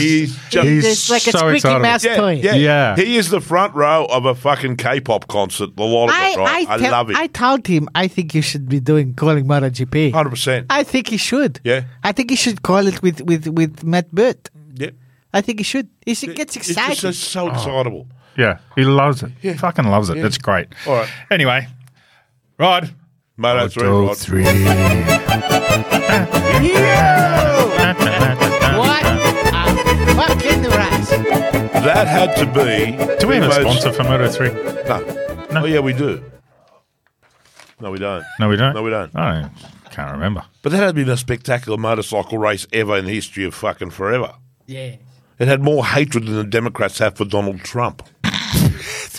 S3: just
S2: He's
S4: It's like a
S2: so
S4: squeaky
S2: excitable.
S4: mouse
S3: yeah,
S4: toy.
S3: yeah,
S2: Yeah.
S3: He is the front row of a fucking K-pop concert. The lot of
S4: I,
S3: it, right? Oh, I,
S4: tell-
S3: love it.
S4: I told him I think you should be doing calling MotoGP.
S3: Hundred percent.
S4: I think he should.
S3: Oh. Yeah.
S4: I think he should call it with with with Matt Burt.
S3: Yeah.
S4: I think he should. He should gets
S3: It's just
S4: excited.
S2: Oh.
S3: so, so excitable.
S2: Yeah, he loves it. He fucking loves it. It's great.
S3: All right.
S2: Anyway, Rod. Oh,
S3: Moto three, Rod. <laughs>
S4: What a fucking race.
S3: That had to be.
S2: Do we have a
S3: the most-
S2: sponsor for Moto 3?
S3: No. Oh yeah, we do. No, we don't.
S2: No, we don't.
S3: No, we don't.
S2: I can't remember.
S3: But that had been a spectacular motorcycle race ever in the history of fucking forever.
S4: Yeah.
S3: It had more hatred than the Democrats have for Donald Trump.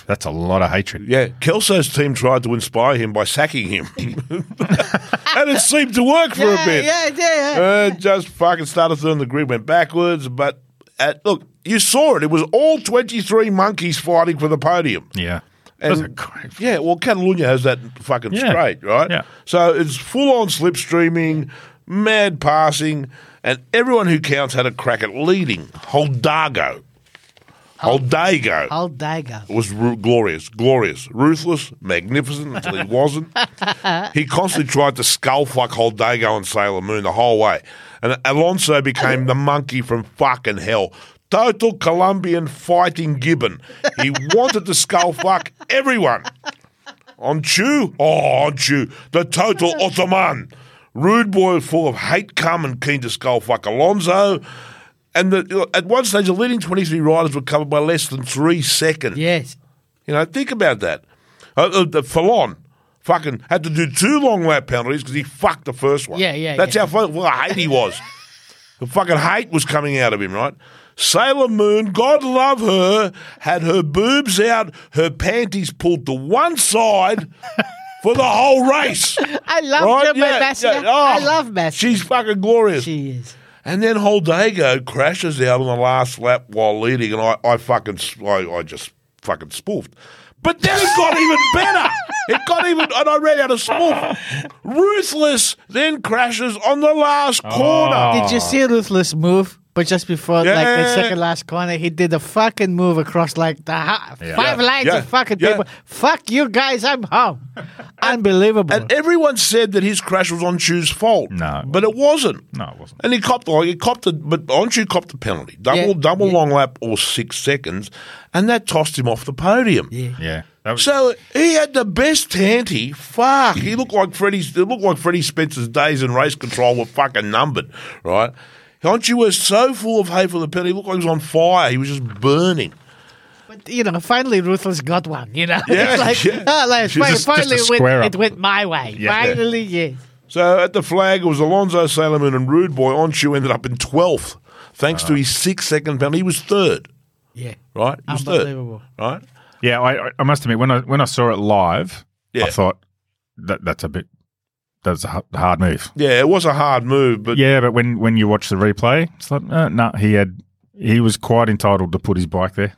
S2: That's a lot of hatred.
S3: Yeah, Kelso's team tried to inspire him by sacking him, <laughs> and it seemed to work for a
S4: Yeah,
S3: bit.
S4: yeah, yeah,
S3: <laughs>
S4: yeah.
S3: Uh, just fucking started throwing the grid, went backwards. But at, look, you saw it. It was all 23 monkeys fighting for the podium.
S2: Yeah.
S3: And-
S2: That's a great.
S3: Yeah, well, Catalunya has that fucking
S2: Yeah.
S3: straight, right?
S2: Yeah.
S3: So it's full on slipstreaming, mad passing, and everyone who counts had a crack at leading. Holdago. Holdago.
S4: I'll die, go.
S3: It was ru- glorious, glorious, ruthless, magnificent until he wasn't. he constantly tried to skull fuck Holdago and Sailor Moon the whole way. And Alonso became the monkey from fucking hell. Total Colombian fighting gibbon. He wanted to skull fuck everyone. On Chew? Oh, on Chew. The total Ottoman. Rude boy full of hate, come and keen to skull fuck Alonso. And the, at one stage, the leading 23 riders were covered by less than three seconds.
S4: Yes.
S3: You know, think about that. Uh, uh, the Fallon fucking had to do two long lap penalties because he fucked the first one.
S4: Yeah, yeah,
S3: That's
S4: yeah.
S3: how fucking well, hate he
S4: <laughs>
S3: was. the fucking hate was coming out of him, right? Sailor Moon, God love her, had her boobs out, her panties pulled to one
S4: <laughs>
S3: side for the whole race.
S4: I love
S3: Right?
S4: Jim
S3: Yeah,
S4: Ambassador.
S3: yeah. Oh,
S4: I love Ambassador.
S3: She's fucking glorious.
S4: She is.
S3: And then Holdago crashes out on the last lap while leading, and I, I fucking, I, I just fucking spoofed. But then it got even better. It got even, and I ran out of smooth. Ruthless then crashes on the last
S2: Oh.
S3: corner.
S4: Did you see Ruthless move? But just before, like the
S3: Oh. Yeah.
S4: second last corner, he did a fucking move across like the ha- five
S3: Yeah.
S4: lines
S3: Yeah.
S4: of fucking
S3: Yeah.
S4: people. Fuck you guys,
S3: <laughs>
S4: I'm home. Unbelievable.
S3: And everyone said that his crash was on Chu's fault.
S2: No.
S3: But it wasn't.
S2: No, it wasn't.
S3: And he copped like he copped it, but Onchu copped the penalty. Double
S4: Yeah,
S3: double
S4: yeah.
S3: long lap or six seconds, and that tossed him off the podium.
S4: yeah.
S2: Yeah. That was,
S3: So he had the best tanty. Fuck, he looked like Freddie's. It looked like Freddie Spencer's days in race control were fucking numbered, right? Honchu was so full of hate for the penalty. He looked like he was on fire. He was just burning.
S4: But you know, finally Ruthless got one. You know, <laughs>
S3: Yeah,
S4: it's like,
S3: yeah.
S4: oh, <laughs> like,
S3: She's
S4: fin-
S3: just-
S2: just a
S4: finally, it went,
S2: square up.
S4: it went my way.
S2: Yeah.
S4: Finally, yes.
S3: So at the flag, it was Alonso Salomon and Rude Boy. Onchu ended up in twelfth, thanks to his six-second penalty. He was third,
S4: Yeah.
S3: right? He was
S4: Unbelievable.
S3: third, right?
S2: yeah, I, I- I must admit, when I, when I saw it live,
S3: Yeah.
S2: I thought that that's a bit, that's a h- hard move.
S3: Yeah, it was a hard move, but
S2: Yeah, but when, when you watch the replay, it's like, uh, no, he had, he was quite entitled to put his bike there.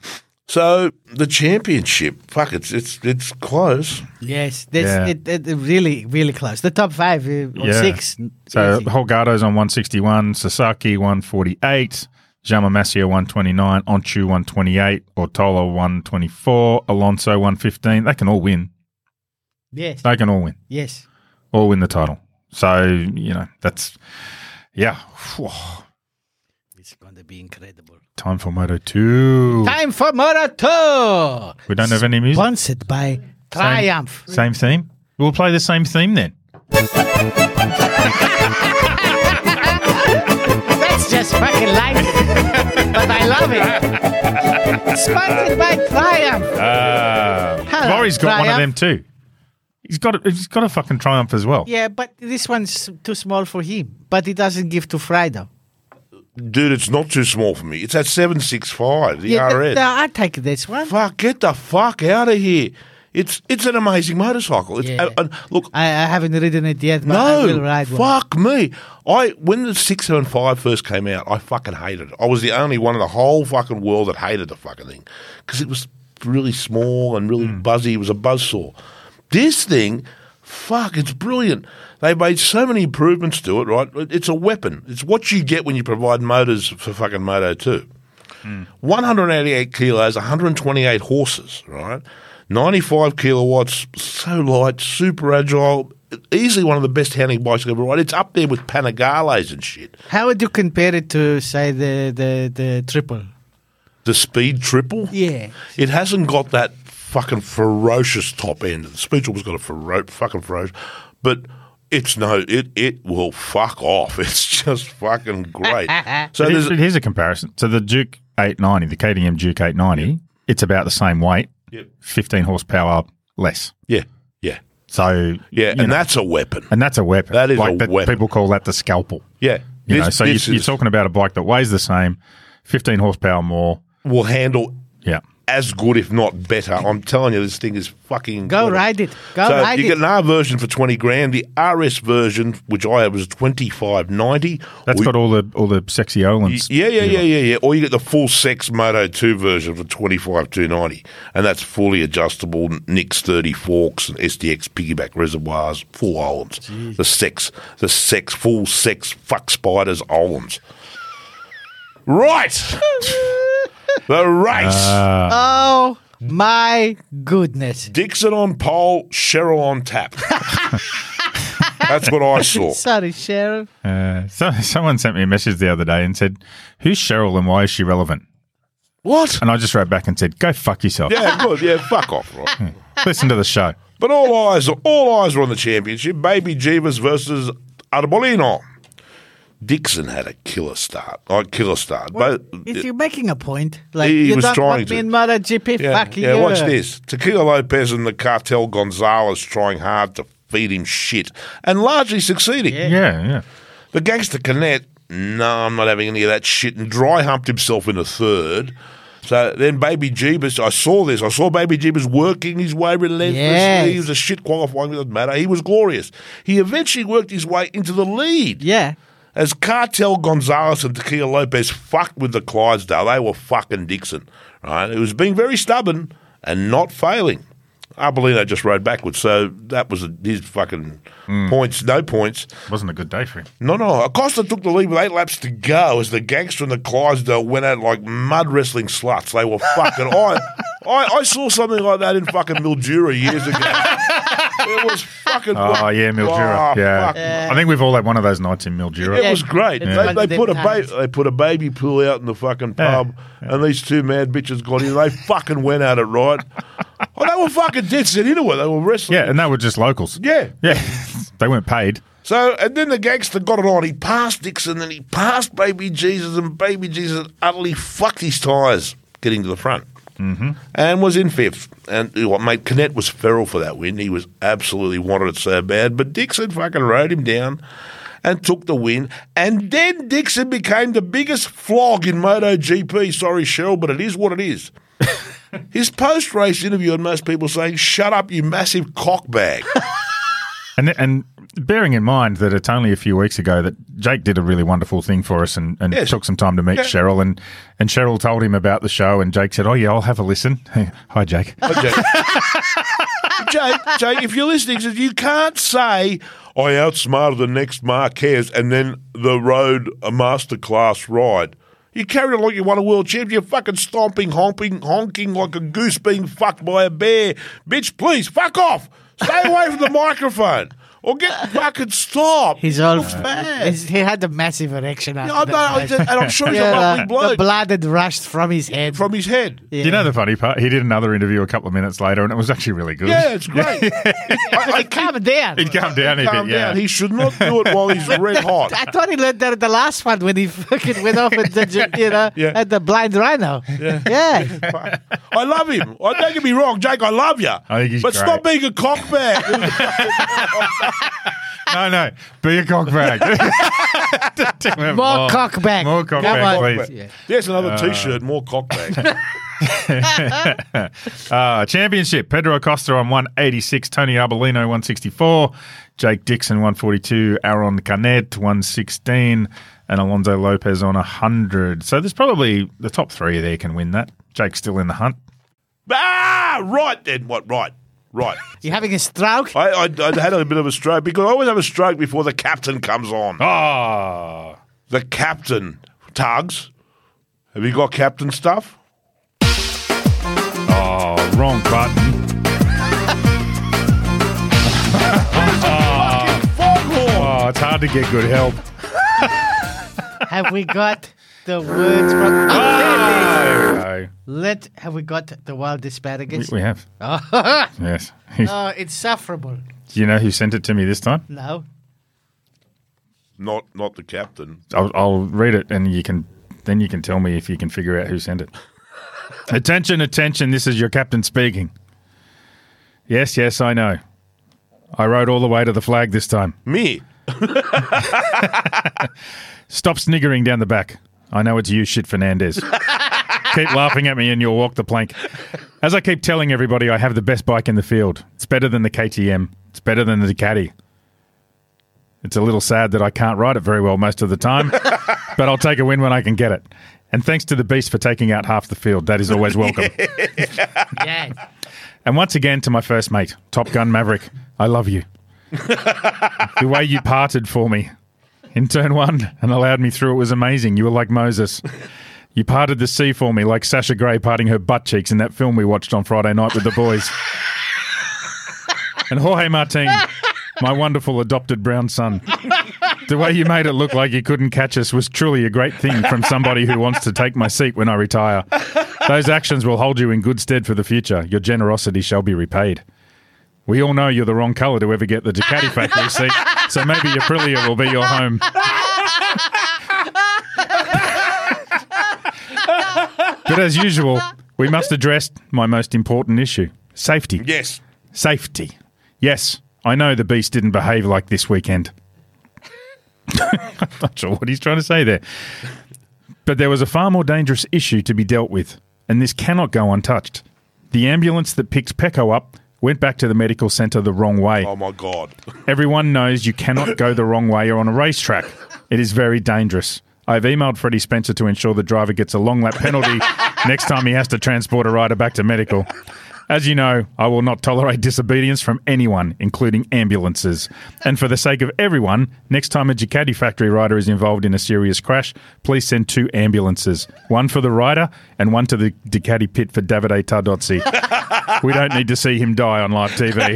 S3: so the championship, fuck, it's it's it's close.
S4: Yes, this
S2: Yeah.
S4: it, it, it really really close. The top five uh, or
S2: Yeah.
S4: six. n-
S2: So
S4: easy.
S2: Holgado's on 161, Sasaki 148, Jama Masio 129, Onchu 128, Ortola 124, Alonso 115. They can all win.
S4: yes,
S2: They can all win.
S4: yes,
S2: All win the title. So, you know, that's, yeah. Whew.
S4: it's going to be incredible.
S2: Time for Moto 2.
S4: Time for Moto Two.
S2: We don't have any music.
S4: Sponsored by Triumph.
S2: Same theme. We'll play the same theme then.
S4: That's just fucking life, but I love it. Sponsored by Triumph.
S2: Uh,
S4: Hello,
S2: Laurie's got one of
S4: Triumph.
S2: them too. He's got a, he's got a fucking triumph as well.
S4: Yeah, but this one's too small for him. But he doesn't give to Friday.
S3: Dude, it's not too small for me. It's at seven six five. The
S4: Yeah, th-
S3: RS.
S4: th- I take this one.
S3: fuck, get the fuck out of here. It's it's an amazing motorcycle. It's,
S4: Yeah.
S3: uh, uh, look,
S4: I, I haven't ridden it yet, but I will
S3: no,
S4: ride one.
S3: fuck me. I when the six seven five first came out, I fucking hated it. I was the only one in the whole fucking world that hated the fucking thing because it was really small and
S4: Hmm.
S3: really buzzy. It was a buzzsaw. This thing, fuck, it's brilliant. They made so many improvements to it. Right, It- it's a weapon. It's what you get when you provide motors for fucking Moto two. 188 kilos, 128 horses, right? 95 kilowatts, so light, super agile, easily one of the best handling bikes I've ever ride. It's up there with Panigales and shit.
S4: How would you compare it to, say, the the, the triple?
S3: the speed triple.
S4: Yeah.
S3: It hasn't got that fucking ferocious top end. The speed triple's got a fero- fucking ferocious, but it's no, it it will fuck off. <laughs> It's just
S2: <laughs>
S3: fucking great. so
S2: But
S3: there's
S2: here's, here's a comparison. So the Duke 890, the KDM Duke 890, it's about the same weight,
S3: Yep.
S2: 15 horsepower less.
S3: yeah, yeah,
S2: So
S3: yeah,
S2: you
S3: and
S2: know,
S3: that's a weapon.
S2: and that's a weapon.
S3: That is
S2: like,
S3: a
S2: but
S3: weapon.
S2: People call that the scalpel.
S3: Yeah,
S2: You
S3: This-
S2: know, so
S3: this
S2: you, you're
S3: is-
S2: talking about a bike that weighs the same, 15 horsepower more.
S3: will handle
S2: Yeah.
S3: as good, if not better. I'm telling you, this thing is fucking.
S4: Go
S3: incredible.
S4: ride it. Go
S3: so
S4: ride
S3: you
S4: it.
S3: get an R version for twenty grand. The RS version, which I had, was twenty five ninety.
S2: That's got all the all the sexy Olens.
S3: Yeah, yeah, yeah, yeah, yeah. Or you get the full sex Moto 2 version for twenty five two ninety, and that's fully adjustable Nix thirty forks and SDX piggyback reservoirs, full Olens. The sex, the sex, full sex fuck spiders Olens.
S4: <laughs>
S3: Right, the race.
S2: Uh,
S4: Oh my goodness.
S3: Dixon on pole, Cheryl on tap. That's what I saw.
S4: Sorry, Sheriff.
S2: Uh, so, <laughs> someone sent me a message the other day and said, Who's Cheryl and why is she relevant?
S3: What?
S2: And I just wrote back and said, Go fuck yourself.
S3: Yeah, good. Yeah, fuck off, right?
S2: Listen to the show.
S3: But all eyes, all eyes were on the championship. Baby Jeebus versus Arbolino. Dixon had a killer start. Like killer start. Both-
S4: If you're making a point, like
S3: He
S4: you
S3: was
S4: don't
S3: trying
S4: want
S3: to.
S4: me in MotoGP,
S3: yeah,
S4: fuck
S3: yeah,
S4: you.
S3: watch this. Tequila Lopez and the cartel Gonzalez trying hard to feed him shit and largely succeeding.
S2: Yeah, yeah.
S3: The gangster Canet, no, I'm not having any of that shit, and dry humped himself in a third. So then Baby Jeebus, I saw this. I saw Baby Jeebus working his way relentlessly.
S4: Yes.
S3: He was a shit qualifying, it doesn't matter. He was glorious. He eventually worked his way into the lead.
S4: Yeah.
S3: As Cartel Gonzalez and Tequila Lopez fucked with the Clydesdale, they were fucking Dixon, right? It was being very stubborn and not failing. Arbolino just rode backwards, so that was his fucking
S4: Hmm.
S3: points, no points.
S2: Wasn't a good day for him.
S3: No, no. Acosta took the lead with eight laps to go as the gangster and the Clydesdale went out like mud wrestling sluts. They were fucking. I, I, I saw something like that in fucking Mildura years ago. It was fucking.
S2: Oh, yeah, Mildura.
S3: Oh,
S2: yeah.
S3: fuck.
S2: I think we've all had one of those nights in Mildura.
S3: It was great.
S4: It's one
S3: They,
S4: of
S3: they
S4: them
S3: put a ba-
S4: times.
S3: they put a baby pool out in the fucking pub, and these two mad bitches got in. They fucking went at it right. Oh, they were fucking dead set into it. They were wrestling.
S2: Yeah, and they were just locals.
S3: Yeah.
S2: Yeah. <laughs> they weren't paid.
S3: So, and then the gangster got it on. He passed Dixon, and he passed Baby Jesus, and Baby Jesus utterly fucked his tyres getting to the front. Mm-hmm. And was in fifth. And you know what, mate, Canet was feral for that win. He was absolutely wanted it so bad. But Dixon fucking rode him down and took the win. And then Dixon became the biggest flog in MotoGP. Sorry, Cheryl, but it is what it is. His post race interview had most people saying, Shut up, you massive cockbag.
S2: And and bearing in mind that it's only a few weeks ago that Jake did a really wonderful thing for us and, and
S3: Yes.
S2: took some time to meet
S3: Yeah.
S2: Cheryl and and Cheryl told him about the show and Jake said, "Oh yeah, I'll have a listen." <laughs> Hi Jake.
S3: Jake. Jake, Jake, if you're listening, says you can't say I outsmarted the next Marquez and then the road a masterclass ride. You carry on like you won a world champion. You're fucking stomping, homping, honking like a goose being fucked by a bear. Bitch, please fuck off. Stay away from the microphone or get fucking stopped.
S4: He's all.
S3: fat.
S4: he's- he had a massive erection. After
S3: Yeah, I know,
S4: that
S3: I
S4: race.
S3: just- and I'm sure he's
S4: Yeah,
S3: a lovely
S4: the- The
S3: bloke
S4: blood had rushed from his head.
S3: from his head.
S4: Yeah.
S2: You know the funny part? He did another interview a couple of minutes later and it was actually really good.
S3: Yeah, it's
S4: <laughs>
S3: great. I, I keep
S4: Calm
S3: <laughs>
S2: <laughs>
S4: down.
S2: He'd calm down a
S3: calm
S2: bit, yeah.
S3: down. He should not do it while he's red
S2: <laughs>
S3: hot.
S4: I thought he learned that at the last one when he fucking went off at the you know
S3: Yeah.
S4: at the blind rhino. Yeah.
S3: I love him. I don't get me wrong, Jake. I love you.
S2: I think he's
S3: but
S2: great.
S3: stop being a
S2: <laughs>
S3: cockbag.
S2: No, no. Be a
S4: <laughs>
S2: cockbag.
S4: More cockback.
S2: More
S4: Come
S2: cockbag,
S4: on.
S2: please.
S4: Yeah.
S3: There's another T-shirt. More cockbag.
S2: Uh, championship Pedro Acosta on 186, Tony Arbolino 164, Jake Dixon 142, Aaron Canet 116, and Alonso Lopez on 100. So there's probably the top three there can win that. Jake's still in the hunt.
S3: <laughs> ah, right then. What? Right. Right.
S4: You having a
S3: <laughs>
S4: stroke?
S3: I, I, I had a bit of a stroke because I always have a stroke before the captain comes on.
S2: Oh,
S3: The captain tugs. Have you got captain stuff?
S2: oh wrong button. <laughs>
S3: Foghorn.
S2: Oh, it's hard to get good help.
S4: Have we got the words from.
S3: <laughs>
S2: No.
S4: Let have we got the wild
S2: We,
S4: asparagus?
S2: we have. yes.
S4: Oh, it's sufferable.
S2: Do you know who sent it to me this time?
S4: No,
S3: Not not the captain.
S2: I'll, I'll read it, and you can then you can tell me if you can figure out who sent it. attention, attention! This is your captain speaking. Yes, yes, I know. I rode all the way to the flag this time.
S3: Me.
S2: Stop sniggering down the back. I know it's you, shit Fernandez. keep laughing at me and you'll walk the plank. As I keep telling everybody, I have the best bike in the field. It's better than the KTM. It's better than the Ducati. It's a little sad that I can't ride it very well most of the time, but I'll take a win when I can get it. And thanks to the beast for taking out half the field. That is always welcome.
S4: yes.
S2: And once again to my first mate, Top Gun Maverick, I love you. the way you parted for me in turn one and allowed me through it was amazing. You were like Moses. You parted the sea for me like Sasha Grey parting her butt cheeks in that film we watched on Friday night with the boys. and Jorge Martin, my wonderful adopted brown son. The way you made it look like you couldn't catch us was truly a great thing from somebody who wants to take my seat when I retire. Those actions will hold you in good stead for the future. Your generosity shall be repaid. We all know you're the wrong colour to ever get the Ducati factory seat, so maybe your Aprilia will be your home. but as usual, we must address my most important issue safety.
S3: Yes.
S2: Safety. Yes, I know the beast didn't behave like this weekend. <laughs> I'm not sure what he's trying to say there. But there was a far more dangerous issue to be dealt with, and this cannot go untouched. The ambulance that picked Pecco up went back to the medical centre the wrong way.
S3: Oh my God.
S2: Everyone knows you cannot go the wrong way on a racetrack. It is very dangerous. I've emailed Freddie Spencer to ensure the driver gets a long lap penalty next time he has to transport a rider back to medical. As you know, I will not tolerate disobedience from anyone, including ambulances. And for the sake of everyone, next time a Ducati factory rider is involved in a serious crash, please send two ambulances one for the rider and one to the Ducati pit for Davide Tardozzi. we don't need to see him die on live TV.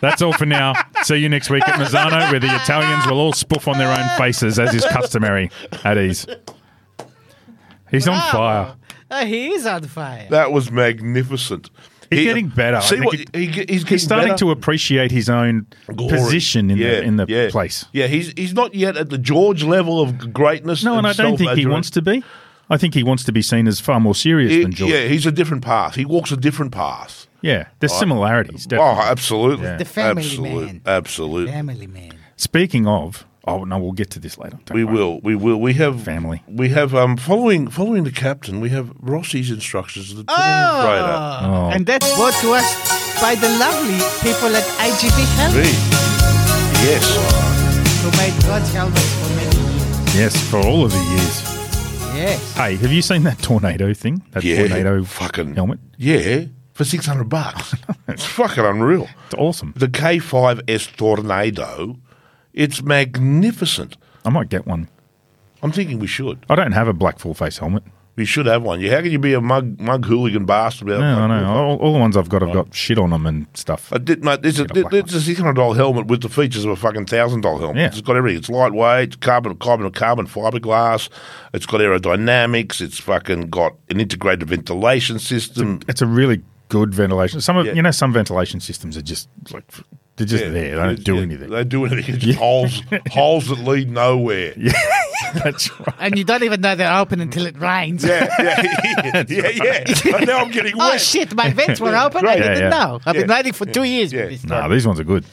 S2: That's all for now. See you next week at Mazzano, where the Italians will all spoof on their own faces, as is customary. At ease. He's on fire.
S4: Oh, he is on fire.
S3: That was magnificent.
S2: He's getting better. I
S3: See
S2: think
S3: what
S2: it-
S3: he, he's,
S2: He's starting to appreciate his own position in the in the
S3: yeah.
S2: place.
S3: Yeah, he's he's not yet at the George level of greatness.
S2: No, and I don't think he wants to be. I think he wants to be seen as far more serious than George.
S3: yeah,
S2: Yeah,
S3: he's a different path. He walks a different path.
S2: there's similarities.
S3: Oh,
S2: Definitely.
S3: absolutely.
S2: Yeah.
S4: The family
S3: absolute,
S4: man.
S3: Absolutely.
S4: Family man.
S2: Speaking of, oh no, we'll get to this later. Don't
S3: We
S2: worry.
S3: will. We will. We have
S2: Family.
S3: We have um following following the captain. We have Rossi's instructions. to The oh.
S2: Oh.
S4: And that's brought to us by the lovely people at IGB Health
S3: Yes.
S4: who made God's helmets for many years.
S2: Yes, for all of the years.
S4: Yes.
S2: Hey, have you seen that tornado thing? That
S3: Yeah.
S2: tornado
S3: Fucking-
S2: helmet.
S3: Yeah. For six
S2: <laughs>
S3: hundred bucks. it's fucking unreal.
S2: It's awesome.
S3: The K5S Tornado. It's magnificent.
S2: I might get one.
S3: I'm thinking we should.
S2: I don't have a black full face helmet.
S3: We should have one. Yeah, How can you be a mug mug hooligan bastard? without
S2: No,
S3: a
S2: I
S3: fucking-
S2: know. All, all the ones I've got, I've got shit on them and stuff.
S3: I did, mate. This is
S2: Get a black
S3: it's a six hundred dollar helmet with the features of a fucking thousand dollar helmet.
S2: Yeah.
S3: It's got everything. It's lightweight, it's carbon, carbon, carbon fiberglass. It's got aerodynamics. It's fucking got an integrated ventilation system.
S2: It's a really good ventilation. Some of
S3: Yeah.
S2: you know, some ventilation systems are just like they're just
S3: Yeah.
S2: there. They don't do
S3: Yeah,
S2: anything.
S3: <laughs> They do anything. It's just holes, holes that
S2: <laughs>
S3: lead nowhere. Yeah,
S2: That's right.
S4: And you don't even know they're open until it rains.
S3: yeah, yeah, <laughs> yeah. yeah. now I'm getting
S4: Oh
S3: wet.
S4: shit, my
S2: <laughs>
S4: vents were open.
S3: Right.
S4: I
S3: Yeah,
S4: didn't
S2: yeah.
S4: know. I've been
S3: Yeah.
S4: waiting for two years
S3: Yeah.
S4: for this.
S2: No, these ones are good.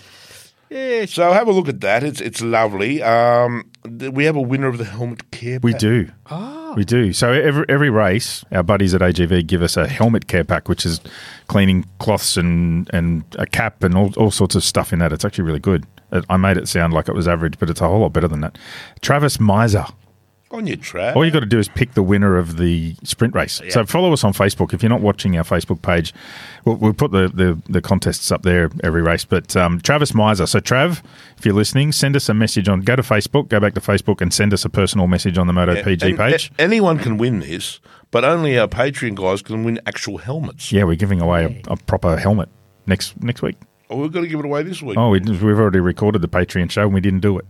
S4: Yes.
S3: So have a look at that. It's it's lovely. Um, th- we have a winner of the helmet care.
S2: We
S3: pack.
S2: do.
S3: Ah.
S2: We do. So every every race, our buddies at AGV give us a helmet care pack, which is cleaning cloths and, and a cap and all, all sorts of stuff in that. It's actually really good. It- I made it sound like it was average, but it's a whole lot better than that. Travis Miser.
S3: on your trap.
S2: All you got to do is pick the winner of the sprint race. So follow us on Facebook. If you're not watching our Facebook page, we'll, we'll put the, the, the contests up there every race. But um, Travis Miser. So, Trav, if you're listening, send us a message on, go to Facebook, go back to Facebook and send us a personal message on the Moto PG
S3: And- uh,
S2: page.
S3: a- anyone can win this, but only our Patreon guys can win actual helmets.
S2: yeah, we're giving away a, a proper helmet next next week.
S3: Oh, we've got to give it away this week.
S2: Oh, we, we've already recorded the Patreon show and we didn't do it.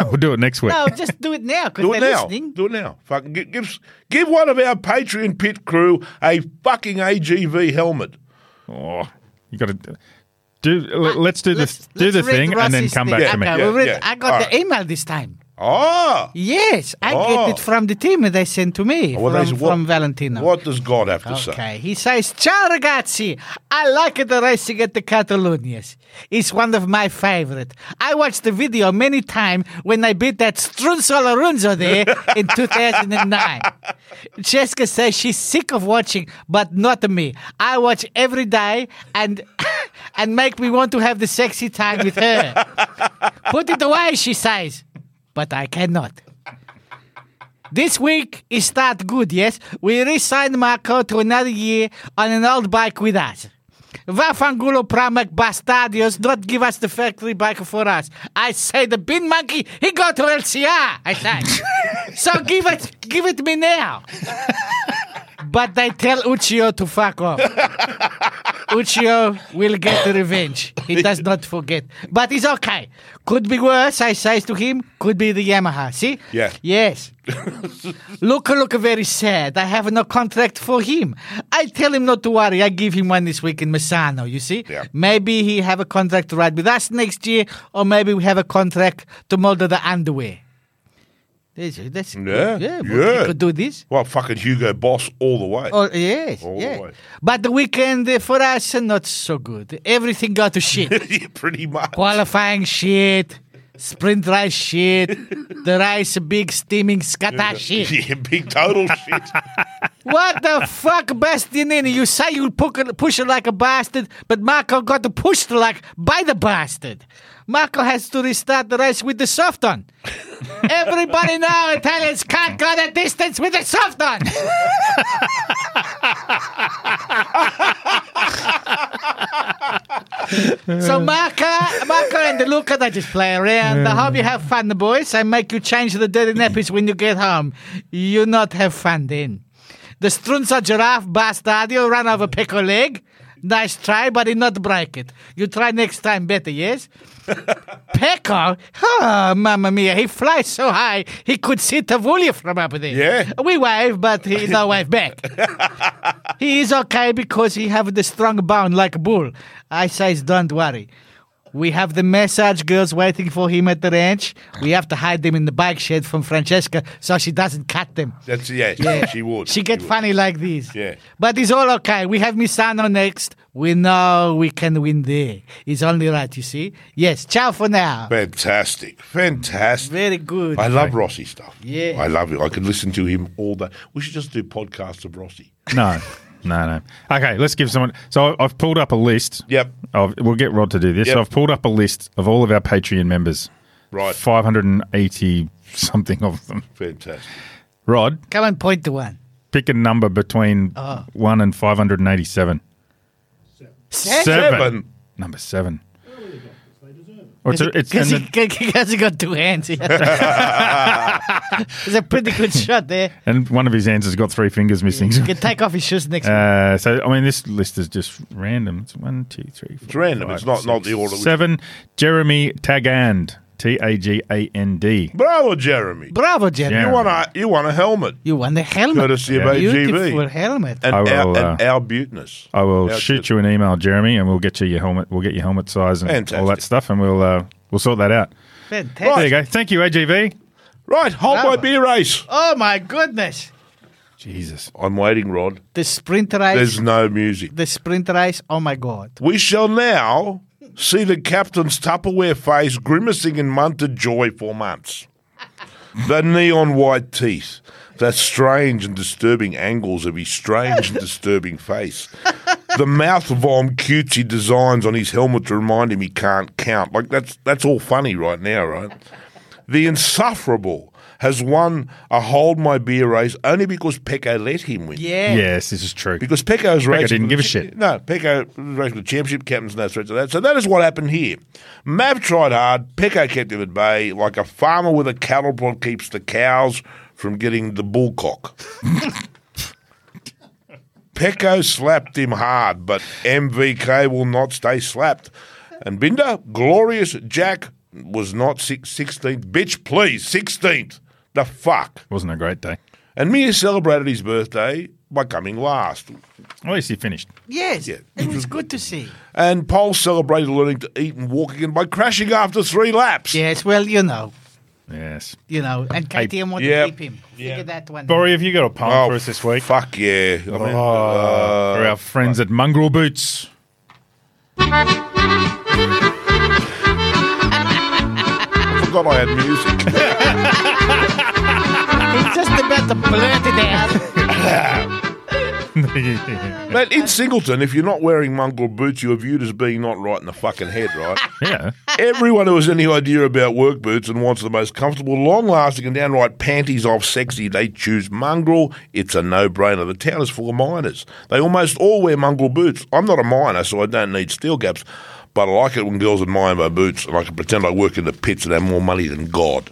S2: <laughs> we'll do it next week.
S4: Ah! No, just do it now because
S3: Do it
S4: they're
S3: now.
S4: listening.
S3: Do it now. Fucking give, give, s- give one of our Patreon pit crew a fucking AGV helmet.
S2: Oh, you got to do. let- Let's do the
S4: Let's-
S2: do the
S4: let's read
S2: thing and then
S4: Ross's
S2: come
S4: thing.
S2: back to me.
S4: Okay,
S3: Yeah,
S4: we'll read-
S3: yeah.
S4: I got
S3: All
S4: the
S3: right.
S4: email this time.
S3: Ah.
S4: Yes, I
S3: Oh.
S4: get it from the team and they sent to me
S3: What
S4: from,
S3: is- what-
S4: from Valentino.
S3: What does God have to say?
S4: Okay, he says, Ciao ragazzi, I like the racing at the Catalonias. It's one of my favorite. I watched the video many times when I beat that Strunzol Arunzo there in 2009. Jessica says she's sick of watching, but not me. I watch every day and <coughs> and make me want to have the sexy time with her. Put it away, she says, but I cannot. This week is start good, yes? We re-signed Marco to another year on an old bike with us. Vafangulo Pramac Bastardios not give us the factory bike for us. I say the bin monkey, he go to LCR, I say. so give it give it me now. but they tell Uchio to fuck off. Uchio will get the revenge. He does not forget. But it's okay. Could be worse, I says to him. Could be the Yamaha. See?
S3: Yeah.
S4: Yes. Luca look very sad. I have no contract for him. I tell him not to worry. I give him one this week in Misano, you see?
S3: Yeah.
S4: Maybe he have a contract to ride with us next year, or maybe we have a contract to model the underwear. That's, that's
S3: Yeah,
S4: yeah,
S3: yeah.
S4: We could do this.
S3: Well, fucking Hugo Boss all the way.
S4: Oh yes,
S3: All the
S4: yeah.
S3: way.
S4: But the weekend uh, for us uh, not so good. Everything got
S3: <laughs>
S4: to shit.
S3: <laughs> Yeah, Pretty much.
S4: Qualifying shit, sprint race shit, the race big steaming scatter shit.
S3: <laughs> Yeah, big total shit.
S4: What the fuck, Bastianini? You say you puck- push it like a bastard, but Marco got pushed like by the bastard. Marco has to restart the race with the soft on. Everybody now Italians can't go the distance with the soft on. so Marco, Marco and the Luca, they just play around. I hope you have fun, the boys. I make you change the dirty nappies when you get home. You not have fun then. The Strunza giraffe bastardio ran over pickle leg. Nice try, but he not break it. You try next time better, yes? <laughs> Pecco, oh, mamma mia, he flies so high, he could see Tavulia from up there.
S3: Yeah.
S4: We wave, but he no wave back. he is okay because he have the strong bound like bull. I says, don't worry. We have the massage girls waiting for him at the ranch. We have to hide them in the bike shed from Francesca so she doesn't cut them.
S3: That's yeah, she- She would.
S4: She get
S3: would.
S4: funny like this.
S3: Yeah.
S4: But it's all okay. We have Misano next. We know we can win there. It's only right, you see. Yes, ciao for now.
S3: Fantastic, fantastic.
S4: Very good.
S3: I love Rossi stuff.
S4: Yeah.
S3: I love it. I could listen to him all day. We should just do podcasts of Rossi.
S2: No, no, no. Okay, let's give someone. So I've pulled up a list.
S3: Yep.
S2: Of, we'll get Rod to do this.
S3: Yep.
S2: So I've pulled up a list of all of our Patreon members.
S3: Right.
S2: Five hundred and eighty something of them.
S3: Fantastic.
S4: <laughs>
S2: Rod,
S4: Come and point to one.
S2: pick a number between one and five hundred and eighty-seven.
S4: Seven?
S3: Seven.
S2: Number seven. Or it's a, it's,
S4: Because
S2: and
S4: he,
S2: the-
S4: 'cause he got two hands. it's
S3: <laughs>
S4: <laughs> a pretty good shot there.
S2: and one of his hands has got three fingers missing.
S4: You can take off his shoes next week.
S2: <laughs> Uh, so I mean, this list is just random. It's one, two, three, four.
S3: It's random. It's not not the order. we-
S2: Seven. Jeremy Tagand. T A G A N D.
S3: Bravo, Jeremy.
S4: Bravo, Jeremy.
S2: Yeah.
S3: You want a you want a helmet,
S4: You won the helmet.
S3: courtesy of
S2: Yeah.
S4: Beautiful
S3: AGV,
S4: helmet.
S3: and
S2: I will,
S3: our, and
S2: uh,
S3: our buteness.
S2: I will
S3: Our
S2: shoot you an email, Jeremy, and we'll get you your helmet. We'll get your helmet size and all that
S3: Fantastic.
S2: stuff, and we'll uh, we'll sort that out.
S4: Fantastic.
S2: There you go. Thank you, AGV.
S3: Right, hold my
S4: Bravo.
S3: beer race.
S4: Oh, my goodness.
S2: Jesus.
S3: I'm waiting, Rod.
S4: The sprint race.
S3: There's no music.
S4: the sprint race. Oh, my God.
S3: We shall now see the captain's Tupperware face grimacing in munted joy for months. The neon white teeth, the strange and disturbing angles of his strange and disturbing face, the mouth vom cutesy designs on his helmet to remind him he can't count. Like that's that's all funny right now, right? The insufferable has won a hold my beer race only because Pecco let him win.
S4: Yeah.
S2: Yes, this is true.
S3: Because Pecco's racing.
S2: didn't
S3: for
S2: give
S3: the
S2: a
S3: chi-
S2: shit.
S3: No, Pecco was racing for the championship, captain's no threat to that. So that is what happened here. Mav tried hard, Pecco kept him at bay, like a farmer with a cattle prod keeps the cows from getting the bullcock. <laughs> Pecco slapped him hard, but MVK will not stay slapped. And Binder, Glorious, Jack, was not six, 16th. Bitch, please, 16th. The fuck.
S2: Wasn't a great day.
S3: And Mia celebrated his birthday by coming last.
S2: At least he finished.
S4: Yes,
S3: Yeah.
S4: it was good to see.
S3: And Paul celebrated learning to eat and walk again by crashing after three laps.
S4: Yes, well, you know,
S2: Yes.
S4: you know, and KTM wanted
S3: yeah.
S4: to keep him. Figure that one. out.
S2: Borry, have you got a poem
S3: Oh, uh,
S2: for us this week?
S3: Fuck yeah. I mean,
S2: Oh, for our friends at Mongrel Boots.
S3: <laughs> I forgot I had music. <laughs>
S4: He's just about to blurt it
S3: <laughs>
S4: out.
S2: yeah.
S3: Man, in Singleton, if you're not wearing mongrel boots, you're viewed as being not right in the fucking head, right? Everyone who has any idea about work boots and wants the most comfortable, long lasting, and downright panties off sexy, they choose mongrel. It's a no brainer. The town is full of miners. They almost all wear mongrel boots. I'm not a miner, so I don't need steel gaps, but I like it when girls admire my boots and I can pretend I work in the pits and have more money than
S4: <laughs>
S3: God.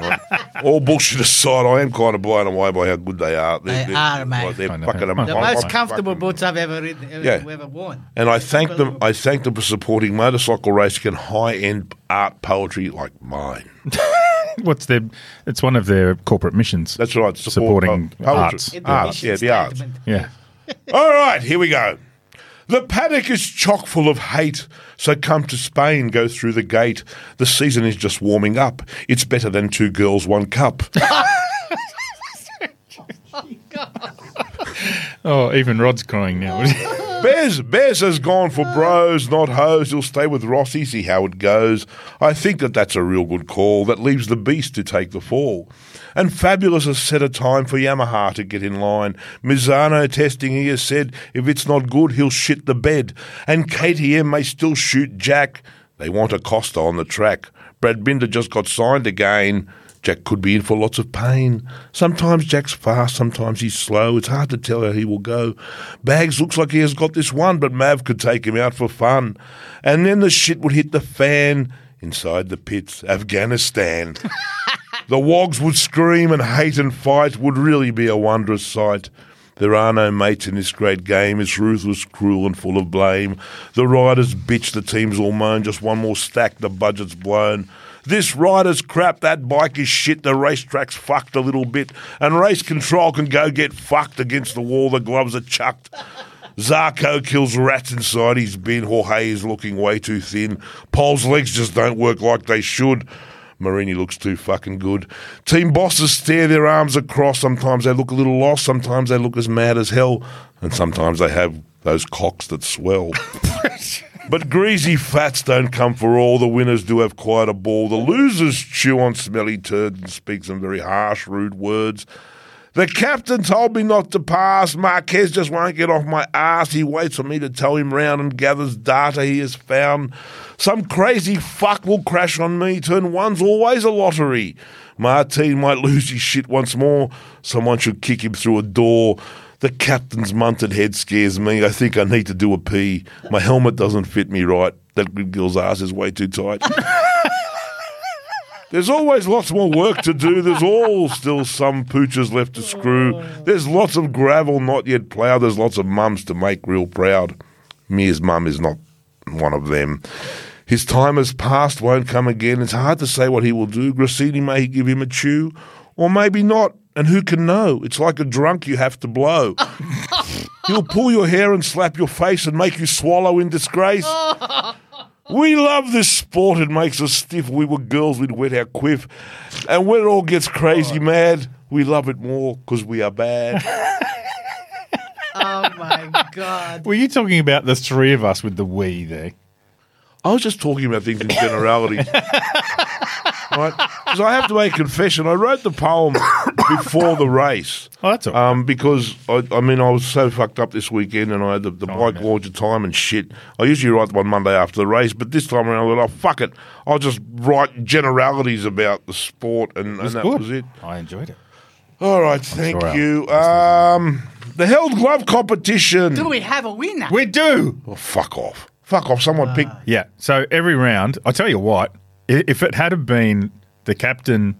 S3: Right? All bullshit aside, I am kind of blown away by how good they are. They're,
S4: They are, mate.
S3: like, They're
S2: I know.
S3: fucking
S2: The
S4: The
S3: I'm-
S4: most
S3: I'm
S4: comfortable
S3: fucking-
S4: boots I've ever, ridden, ever,
S3: Yeah.
S4: ever worn.
S3: and I thank them. I thank them for supporting motorcycle racing and high-end art poetry like mine.
S2: What's their? It's one of their corporate missions.
S3: That's right, support
S2: Supporting
S3: po- poetry.
S2: arts.
S4: It-
S3: Arts, Ah, yeah,
S4: mission
S3: the arts.
S4: statement.
S2: Yeah.
S3: All right, here we go. The paddock is chock full of hate, so come to Spain, go through the gate. The season is just warming up. It's better than two girls, one cup.
S2: Oh, even Rod's crying now. <laughs>
S3: Bez, Bez has gone for bros, not hoes. He'll stay with Rossi, see how it goes. I think that that's a real good call. That leaves the beast to take the fall. And Fabulous has set a time for Yamaha to get in line. Mizano testing, he has said, if it's not good, he'll shit the bed. And KTM may still shoot Jack. They want Acosta on the track. Brad Binder just got signed again. Jack could be in for lots of pain. Sometimes Jack's fast, sometimes he's slow. It's hard to tell how he will go. Bags looks like he has got this one, but Mav could take him out for fun. And then the shit would hit the fan inside the pits, Afghanistan. the wogs would scream and hate and fight, would really be a wondrous sight. There are no mates in this great game. It's ruthless, cruel, and full of blame. The riders bitch, the teams all moan. Just one more stack, the budget's blown. This rider's crap, that bike is shit, the racetrack's fucked a little bit, and race control can go get fucked against the wall, the gloves are chucked. Zarko kills rats inside his bin, Jorge is looking way too thin, Paul's legs just don't work like they should. Marini looks too fucking good. Team bosses stare their arms across. Sometimes they look a little lost. Sometimes they look as mad as hell. And sometimes they have those cocks that swell. <laughs> But greasy fats don't come for all. The winners do have quite a ball. The losers chew on smelly turds and speak some very harsh, rude words. The captain told me not to pass. Marquez just won't get off my ass. He waits for me to tow him round and gathers data he has found. Some crazy fuck will crash on me. Turn one's always a lottery. Martin might lose his shit once more. Someone should kick him through a door. The captain's munted head scares me. I think I need to do a pee. My helmet doesn't fit me right. That good girl's ass is way too tight. <laughs> There's always lots more work to do. There's all still some pooches left to screw. There's lots of gravel not yet ploughed. There's lots of mums to make real proud. Mia's mum is not one of them. His time has passed, won't come again. It's hard to say what he will do. Grassini may give him a chew, or maybe not. And who can know? It's like a drunk you have to blow. He'll pull your hair and slap your face and make you swallow in disgrace. We love this sport. It makes us stiff. We were girls. We'd wet our quiff. And when it all gets crazy mad, we love it more because we
S2: <laughs>
S3: are bad.
S4: Oh my god!
S2: Were you talking about the three of us with the we there?
S3: I was just talking about things
S2: <laughs>
S3: in generality. right? Because I have to make a confession. I wrote the poem
S2: <coughs>
S3: before the race.
S2: Oh, that's all right.
S3: Um, because I, I mean, I was so fucked up this weekend, and I had the, the
S2: Oh,
S3: bike launch at time and shit. I usually write one Monday after the race, but this time around, I thought, oh, fuck it, I'll just write generalities about the sport, and, and that
S2: Good.
S3: was it.
S2: I enjoyed it.
S3: All right, thank
S2: sure our
S3: you. Um, the held glove competition.
S4: Do we have a winner?
S2: We do.
S3: Oh, fuck off! Fuck off! Someone picked.
S4: Ah.
S2: Yeah. So every round, I tell you what, i- if it had have been the captain,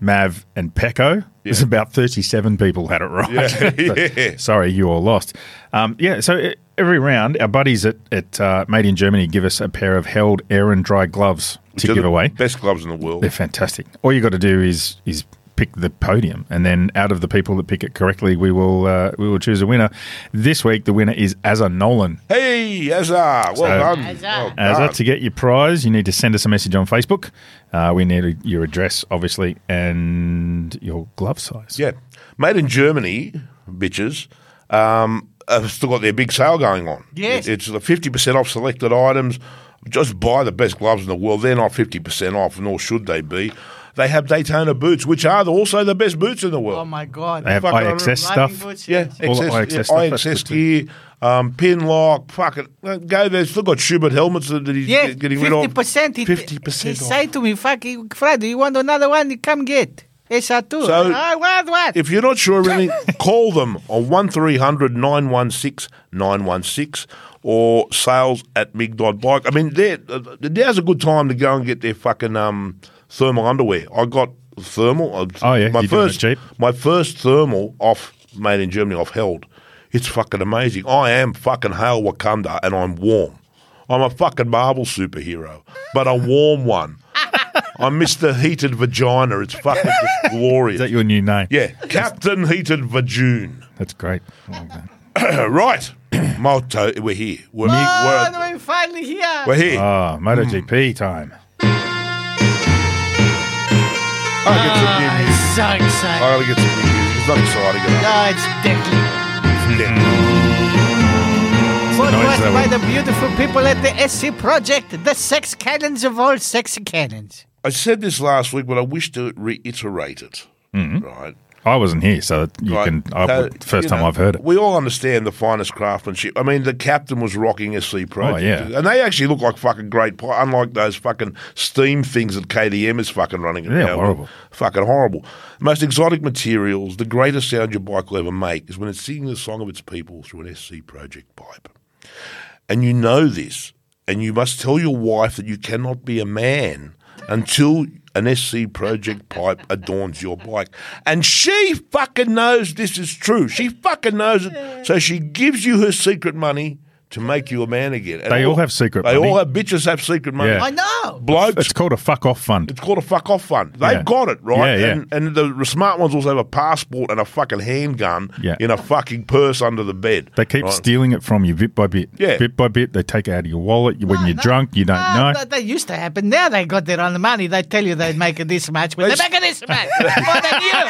S2: Mav, and Pecco, There's about 37 people had it right. <laughs>
S3: Yeah.
S2: So, sorry, you all lost. Um, yeah, so uh, every round, our buddies at, at uh, Made in Germany give us a pair of held air and dry gloves to
S3: They're
S2: give
S3: the
S2: away.
S3: Best clubs in the world.
S2: They're fantastic. All you got to do is is pick the podium, and then out of the people that pick it correctly, we will uh, we will choose a winner. This week, the winner is Azza Nolan.
S3: Hey, Azar, well done.
S4: Azar.
S3: Well
S2: Azza,
S3: done.
S2: to get your prize, you need to send us a message on Facebook. Uh, we need a, your address, obviously, and your glove size.
S3: Yeah. Made in Germany, bitches, um, have still got their big sale going on.
S4: Yes.
S3: It- it's the 50% off selected items. Just buy the best gloves in the world. They're not 50% off, nor should they be. They have Daytona boots, which are also the best boots in the world.
S4: Oh my God!
S2: They have
S3: Fucking
S2: IXS
S4: Riding
S2: stuff.
S4: boots,
S3: Yeah,
S4: yes.
S2: All the
S3: excess,
S2: IXS
S3: yeah,
S2: stuff, that's
S3: IXS
S2: good too.
S3: gear, um, pin lock, fucking go. They've still got Schubert helmets that he's
S4: Yeah,
S3: getting rid
S4: fifty
S3: of.
S4: percent.
S3: Fifty percent
S4: He
S3: off.
S4: said to me, "Fucking Friday, you want another one? You Come get." It's a two.
S3: So-
S4: I want what?
S3: <laughs> If you're not sure of anything, call them on 1300 916 916 or sales at mig.bike. I mean, they're- uh, now's a good time to go and get their fucking um, thermal underwear. I got thermal. uh,
S2: Oh, yeah,
S3: my
S2: you're doing it
S3: first,
S2: cheap.
S3: My first thermal off made in Germany off held. It's fucking amazing. I am fucking Hail Wakanda and I'm warm. I'm a fucking Marvel superhero, but a
S2: <laughs>
S3: warm one. I miss the heated vagina. It's fucking glorious.
S2: Is that your new name?
S3: Yeah, Captain Heated Vajoon.
S2: That's great. Oh, I like that.
S3: <clears throat> right, Malto, we're here. We're,
S4: oh,
S3: we're,
S4: we're finally here.
S3: we're here.
S2: Ah, MotoGP time.
S3: I gotta get some new music.
S4: I'm so excited.
S3: I gotta get some new music. It's not exciting enough.
S4: Oh, it's deadly. What
S2: noise
S4: was
S2: that
S4: by
S2: one.
S4: the beautiful people at the SC Project, the sex cannons of all sex cannons.
S3: I said this last week, but I wish to reiterate it. Right.
S2: I wasn't here, so you
S3: right.
S2: can. I,
S3: So,
S2: would- first
S3: you
S2: time
S3: know,
S2: I've heard it.
S3: We all understand the finest craftsmanship. I mean, the captain was rocking SC Project.
S2: Oh, yeah.
S3: And they actually look like fucking great, pi- unlike those fucking steam things that KDM is fucking running around. with.
S2: horrible.
S3: Fucking horrible. Most exotic materials, the greatest sound your bike will ever make is when it's singing the song of its people through an SC Project pipe. And you know this, and you must tell your wife that you cannot be a man until an SC Project pipe adorns your bike. And she fucking knows this is true. She fucking knows it. So she gives you her secret money to make you a man again. And
S2: They all have secret
S3: They
S2: money.
S3: all have bitches have secret money.
S2: Yeah.
S4: I know.
S3: Blokes
S2: It's called a fuck off fund.
S3: it's called a fuck off fund. They've
S2: Yeah.
S3: got it,
S2: Yeah,
S3: right?
S2: yeah.
S3: And, and the smart ones also have a passport and a fucking handgun
S2: Yeah.
S3: in a fucking purse under the bed.
S2: They keep
S3: right?
S2: stealing it from you bit by bit.
S3: Yeah.
S2: Bit by bit, they take it out of your wallet. You- When you're
S4: no,
S2: drunk, you don't
S4: Ah,
S3: Uh,
S2: know. <coughs>
S4: That, that used to happen. Now they got their own money. They tell you they make it this much, but they
S3: They-
S4: make it
S3: <laughs>
S4: this much more than you.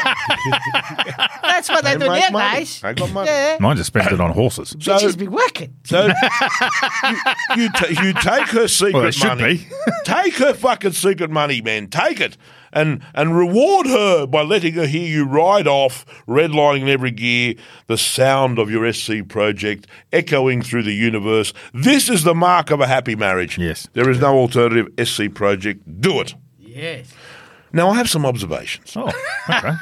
S4: That's what they,
S3: They
S4: do
S3: make
S4: now,
S3: money.
S4: guys.
S3: They got money.
S4: Yeah.
S2: Mine just spends it on
S4: <coughs>
S2: horses.
S3: So,
S4: She's been working.
S2: <laughs>
S3: so you, you, ta- you take her secret
S2: Well, it should
S3: money.
S2: be.
S3: <laughs> take her fucking secret money, man. Take it. And and reward her by letting her hear you ride off, redlining in every gear, the sound of your SC project echoing through the universe. This is the mark of a happy marriage.
S2: Yes.
S3: There is no alternative SC project. Do it.
S4: Yes.
S3: Now, I have some observations.
S2: Oh, okay.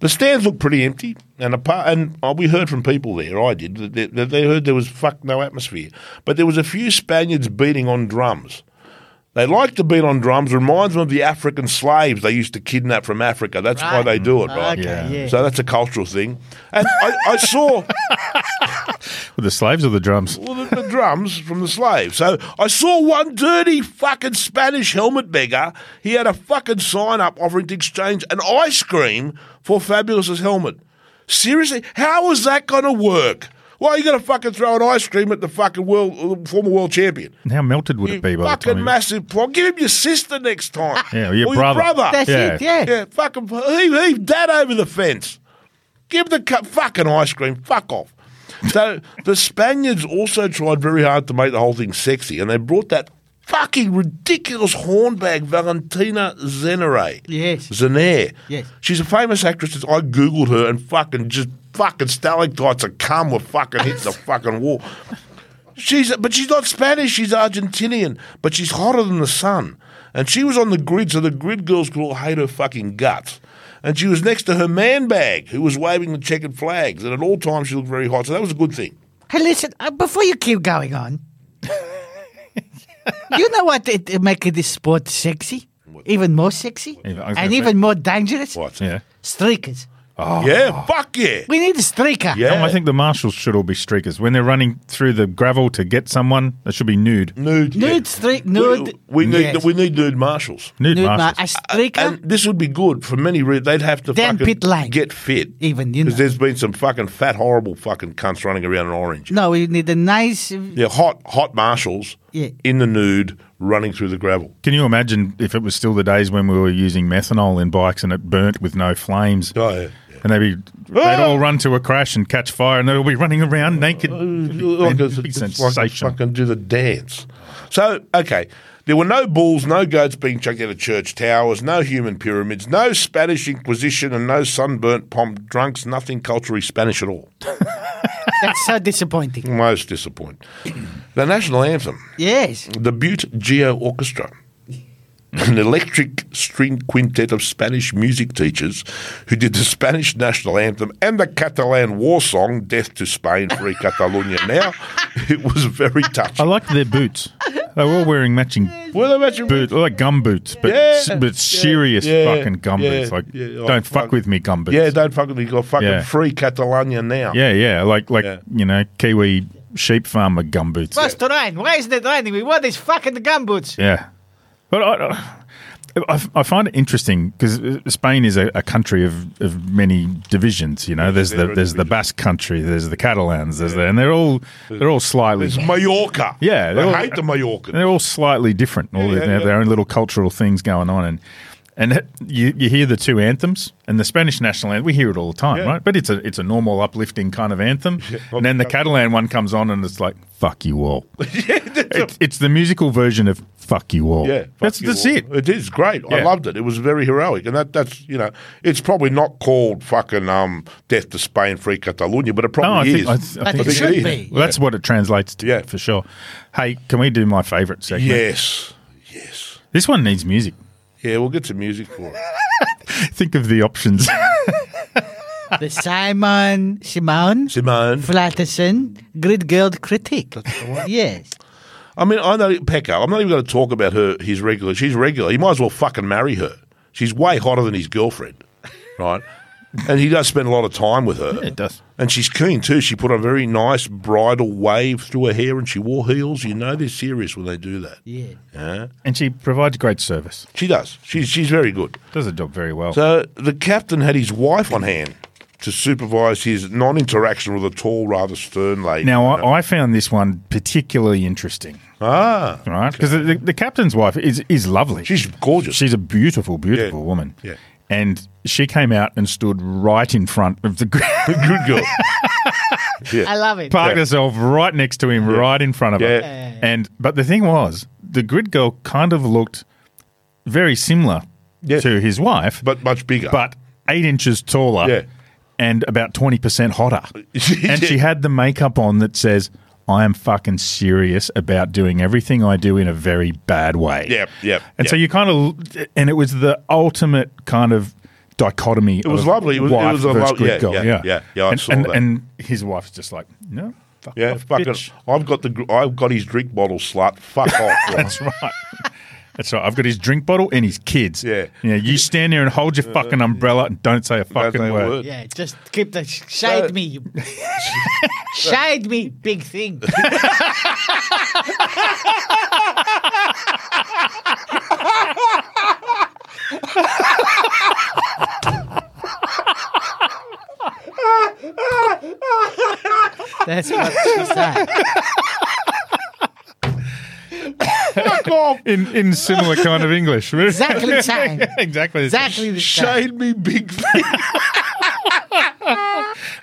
S3: The stands look pretty empty, and apart, and uh, we heard from people there. I did. that They, that they heard there was fuck no atmosphere, but there was a few Spaniards beating on drums. They like to beat on drums. Reminds them of the African slaves they used to kidnap from Africa. That's why
S4: Right. Mm.
S3: they do it, right?
S4: Okay,
S2: Yeah.
S4: yeah.
S3: So that's a cultural thing. And I, I saw
S2: With the slaves or the drums?
S3: well, the, the drums from the slaves. So I saw one dirty fucking Spanish helmet beggar. He had a fucking sign up offering to exchange an ice cream for Fabulous's helmet. Seriously, how is that going to work? Why are you going to fucking throw an ice cream at the fucking world, uh, former world champion?
S2: And How melted would
S3: You
S2: it be by the
S3: fucking
S2: time? you-
S3: massive plot. Give him your sister next time.
S2: Yeah, or your brother.
S4: That's
S2: Yeah.
S4: it, yeah.
S3: Yeah, fucking heave, heave that over the fence. Give the cu- fucking ice cream. Fuck off. So the Spaniards also tried very hard to make the whole thing sexy, and they brought that fucking ridiculous hornbag Valentina Zenere.
S4: Yes.
S3: Zenair.
S4: Yes.
S3: She's a famous actress. I googled her and fucking just fucking stalactites of cum were fucking hitting the fucking wall. She's but she's not Spanish. She's Argentinian, but she's hotter than the sun. And she was on the grid, so the grid girls could all hate her fucking guts. And she was next to her man bag, who was waving the checkered flags. And at all times, she looked very hot. So that was a good thing.
S4: Hey, listen, uh, before you keep going on, you know what it, it make this sport sexy?
S3: What?
S4: even more sexy
S2: Even- I was
S4: and
S2: gonna
S4: even more dangerous.
S3: What?
S2: Yeah.
S4: Streakers.
S3: Yeah, fuck yeah.
S4: We need a streaker.
S3: Yeah.
S2: No, I think the marshals should all be streakers. When they're running through the gravel to get someone, they should be nude.
S3: Nude.
S4: Nude
S3: yeah.
S4: streak. Nude.
S3: We, we need
S4: yes.
S3: we need nude marshals.
S2: Nude,
S4: nude ma-
S2: marshals.
S4: a streaker.
S3: Uh, And this would be good for many reasons. They'd have to
S4: Then
S3: fucking
S4: pit lane.
S3: get fit.
S4: Even, you
S3: Because
S4: know.
S3: there's been some fucking fat, horrible fucking cunts running around in orange.
S4: No, we need a nice.
S3: Yeah, hot, hot marshals
S4: Yeah.
S3: in the nude running through the gravel.
S2: Can you imagine if it was still the days when we were using methanol in bikes and it burnt with no flames?
S3: Oh, yeah.
S2: And they'd, be, they'd
S3: Ah!
S2: all run to a crash and catch fire and they'd all be running around naked.
S3: Uh, Like it's,
S2: It'd be
S3: it's like
S2: sensational.
S3: fucking do the dance. So, okay. There were no bulls, no goats being chucked out of church towers, no human pyramids, no Spanish Inquisition, and no sunburnt pomp drunks, nothing culturally Spanish at all.
S4: That's
S3: <laughs>
S4: so disappointing.
S3: Most disappointing. the national anthem.
S4: Yes.
S3: the Butte Geo Orchestra, an electric string quintet of Spanish music teachers who did the Spanish national anthem and the Catalan war song "Death to Spain,
S2: <laughs>
S3: Free Catalunya." Now, it was very
S2: I
S3: touching.
S2: liked their boots. They were all wearing matching
S3: <laughs> Well, imagine
S2: boots, like gum boots, but,
S3: Yeah,
S2: s- but
S3: yeah,
S2: serious
S3: yeah,
S2: fucking gum
S3: yeah,
S2: boots. Like,
S3: yeah, like,
S2: don't fuck,
S3: fuck-
S2: with me, gum boots.
S3: Yeah, don't fucking. You got fucking
S2: Yeah.
S3: free Catalunya now.
S2: yeah, yeah. Like, like
S3: Yeah.
S2: you know, Kiwi sheep farmer gum boots.
S4: What's to rain? Why isn't it raining? We want these fucking gumboots.
S2: Yeah, but I, I, I find it interesting because Spain is a, a country of, of many divisions. You know, there's the
S3: there are
S2: there's the Basque country, there's the Catalans, there's the, and they're all they're all slightly
S3: It's Mallorca.
S2: Yeah,
S3: they
S2: they're all-
S3: hate the Mallorcans.
S2: they're all slightly different. All
S3: Yeah,
S2: they have
S3: yeah.
S2: their own little cultural things going on, and and it- you, you hear the two anthems and the Spanish national anthem. We hear it all the time,
S3: Yeah.
S2: right? But it's a it's a normal, uplifting kind of
S3: <laughs>
S2: anthem. and then the Catalan one comes on, and it's like "fuck you
S3: <laughs>
S2: all." it's, it's the musical version of "fuck you all."
S3: Yeah, fuck
S2: that's
S3: you
S2: that's
S3: all.
S2: it.
S3: It is great. I
S2: Yeah.
S3: loved it. It was very heroic, and that that's you know, it's probably not called fucking um, death to Spain, free Catalunya, but it
S2: No, Oh, I
S3: probably
S2: think,
S3: is.
S2: I, th- I
S4: But
S2: think
S4: it
S3: think it
S4: should
S3: is.
S4: be.
S2: well, that's what it translates to,
S3: Yeah.
S2: for sure. Hey, can we do my favourite segment?
S3: yes, yes.
S2: This one needs
S3: <laughs>
S2: music.
S3: Yeah, we'll get some music for it.
S2: Think of the options.
S4: The Simon Simon
S3: Simone.
S4: Flatterson Grid Girl Critique. Yes.
S3: I mean, I know Pekka. I'm not even going to talk about her. His regular. She's regular. He might as well fucking marry her. She's way hotter than his girlfriend,
S2: <laughs>
S3: right? And he does spend a lot of time with her.
S2: it does.
S3: And she's keen too. She put a very nice bridal wave through her hair, and she wore heels. You know they're serious when they do that.
S4: Yeah.
S3: Yeah.
S2: and she provides great service.
S3: She does. She's she's very good.
S2: Does the job very well.
S3: So the captain had his wife on hand to supervise his non-interaction with a tall, rather stern lady.
S2: Now, I, I found this one particularly interesting,
S3: ah,
S2: right? Because the, the captain's wife is, is lovely.
S3: she's gorgeous.
S2: She's a beautiful, beautiful woman.
S3: Yeah.
S2: And she came out and stood right in front of
S3: <laughs>
S2: the
S3: a
S2: group,
S3: good girl.
S4: I love it.
S2: parked herself right next to him, right in front of
S3: Yeah.
S2: her.
S3: Yeah.
S2: And but the thing was, the grid girl kind of looked very similar
S3: Yes.
S2: to his wife,
S3: but much bigger. <laughs>
S2: but eight inches taller
S3: Yeah.
S2: and about 20% hotter. and she had the makeup on that says, I am fucking serious about doing everything I do in a very bad way.
S3: Yep, yep,
S2: And so
S3: yep.
S2: you kind of, and it was the ultimate kind of dichotomy. It
S3: was lovely. It was- it was a lo- yeah, yeah, yeah, yeah, I
S2: and,
S3: saw
S2: and,
S3: that.
S2: and his wife's just like, no, fuck
S3: yeah,
S2: off,
S3: fucking.
S2: bitch.
S3: I've got the gr- I've got his drink bottle slut. Fuck off.
S2: <laughs> That's right. That's right. I've got his drink bottle and his kids.
S3: Yeah. Uh,
S2: You, know, you stand there and hold your fucking umbrella and don't say a fucking
S3: say a
S2: word.
S3: word.
S4: Yeah, just keep the shade
S3: <laughs>
S4: me. you- shade me, big thing. That's what she said.
S3: Fuck off.
S2: In, in similar kind of English.
S4: Exactly the same.
S2: <laughs> exactly. the same.
S4: Exactly the same.
S3: Shade me, big. <laughs> thing.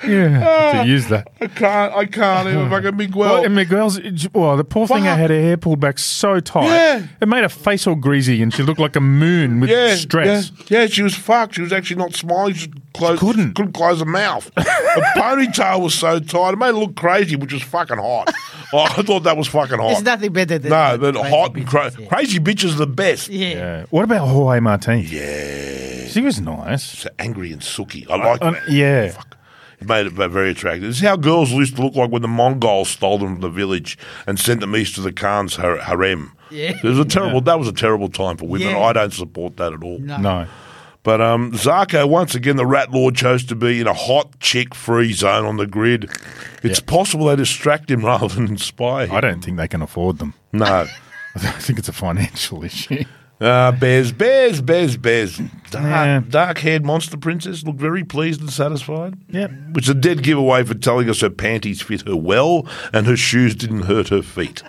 S2: Yeah. to use that.
S3: I can't. I can't
S2: Oh.
S3: even fucking big well.
S2: Well, and Miguel's, well, the poor thing
S3: Fuck.
S2: had her hair pulled back so tight.
S3: Yeah.
S2: It made her face all greasy and she looked like a moon with
S3: yeah,
S2: stress.
S3: Yeah, yeah, she was fucked. She was actually not smiling. She, closed,
S2: She couldn't.
S3: couldn't close her mouth.
S2: <laughs>
S3: her ponytail was so tight. It made her look crazy, which was fucking hot. oh, I thought that was fucking hot.
S4: There's nothing better than
S3: no, but
S4: crazy
S3: hot and cra-
S4: bitches, yeah.
S3: crazy bitch is the best.
S4: Yeah.
S2: Yeah. What about Jorge Martin? Yeah. She was nice.
S3: So angry and sooky. I like
S2: Um,
S3: that.
S2: yeah.
S3: It made it very attractive. This is how girls used to look like when the Mongols stole them from the village and sent them east to the Khan's har- harem.
S4: Yeah.
S3: It was a terrible. That was a terrible time for women.
S4: Yeah.
S3: I don't support that at all.
S4: No.
S2: No.
S3: But um, Zarko, once again, the Rat Lord chose to be in a hot chick free zone on the grid. It's possible they distract him <laughs> rather than inspire him.
S2: I don't think they can afford them. <laughs>
S3: No.
S2: I think it's a financial
S3: <laughs>
S2: issue.
S3: Uh, bears, bears, bears, bears. Dark,
S2: Yeah.
S3: dark-haired monster princess looked very pleased and satisfied.
S2: Yep.
S3: Which is a dead giveaway for telling us her panties fit her well and her shoes didn't hurt her feet.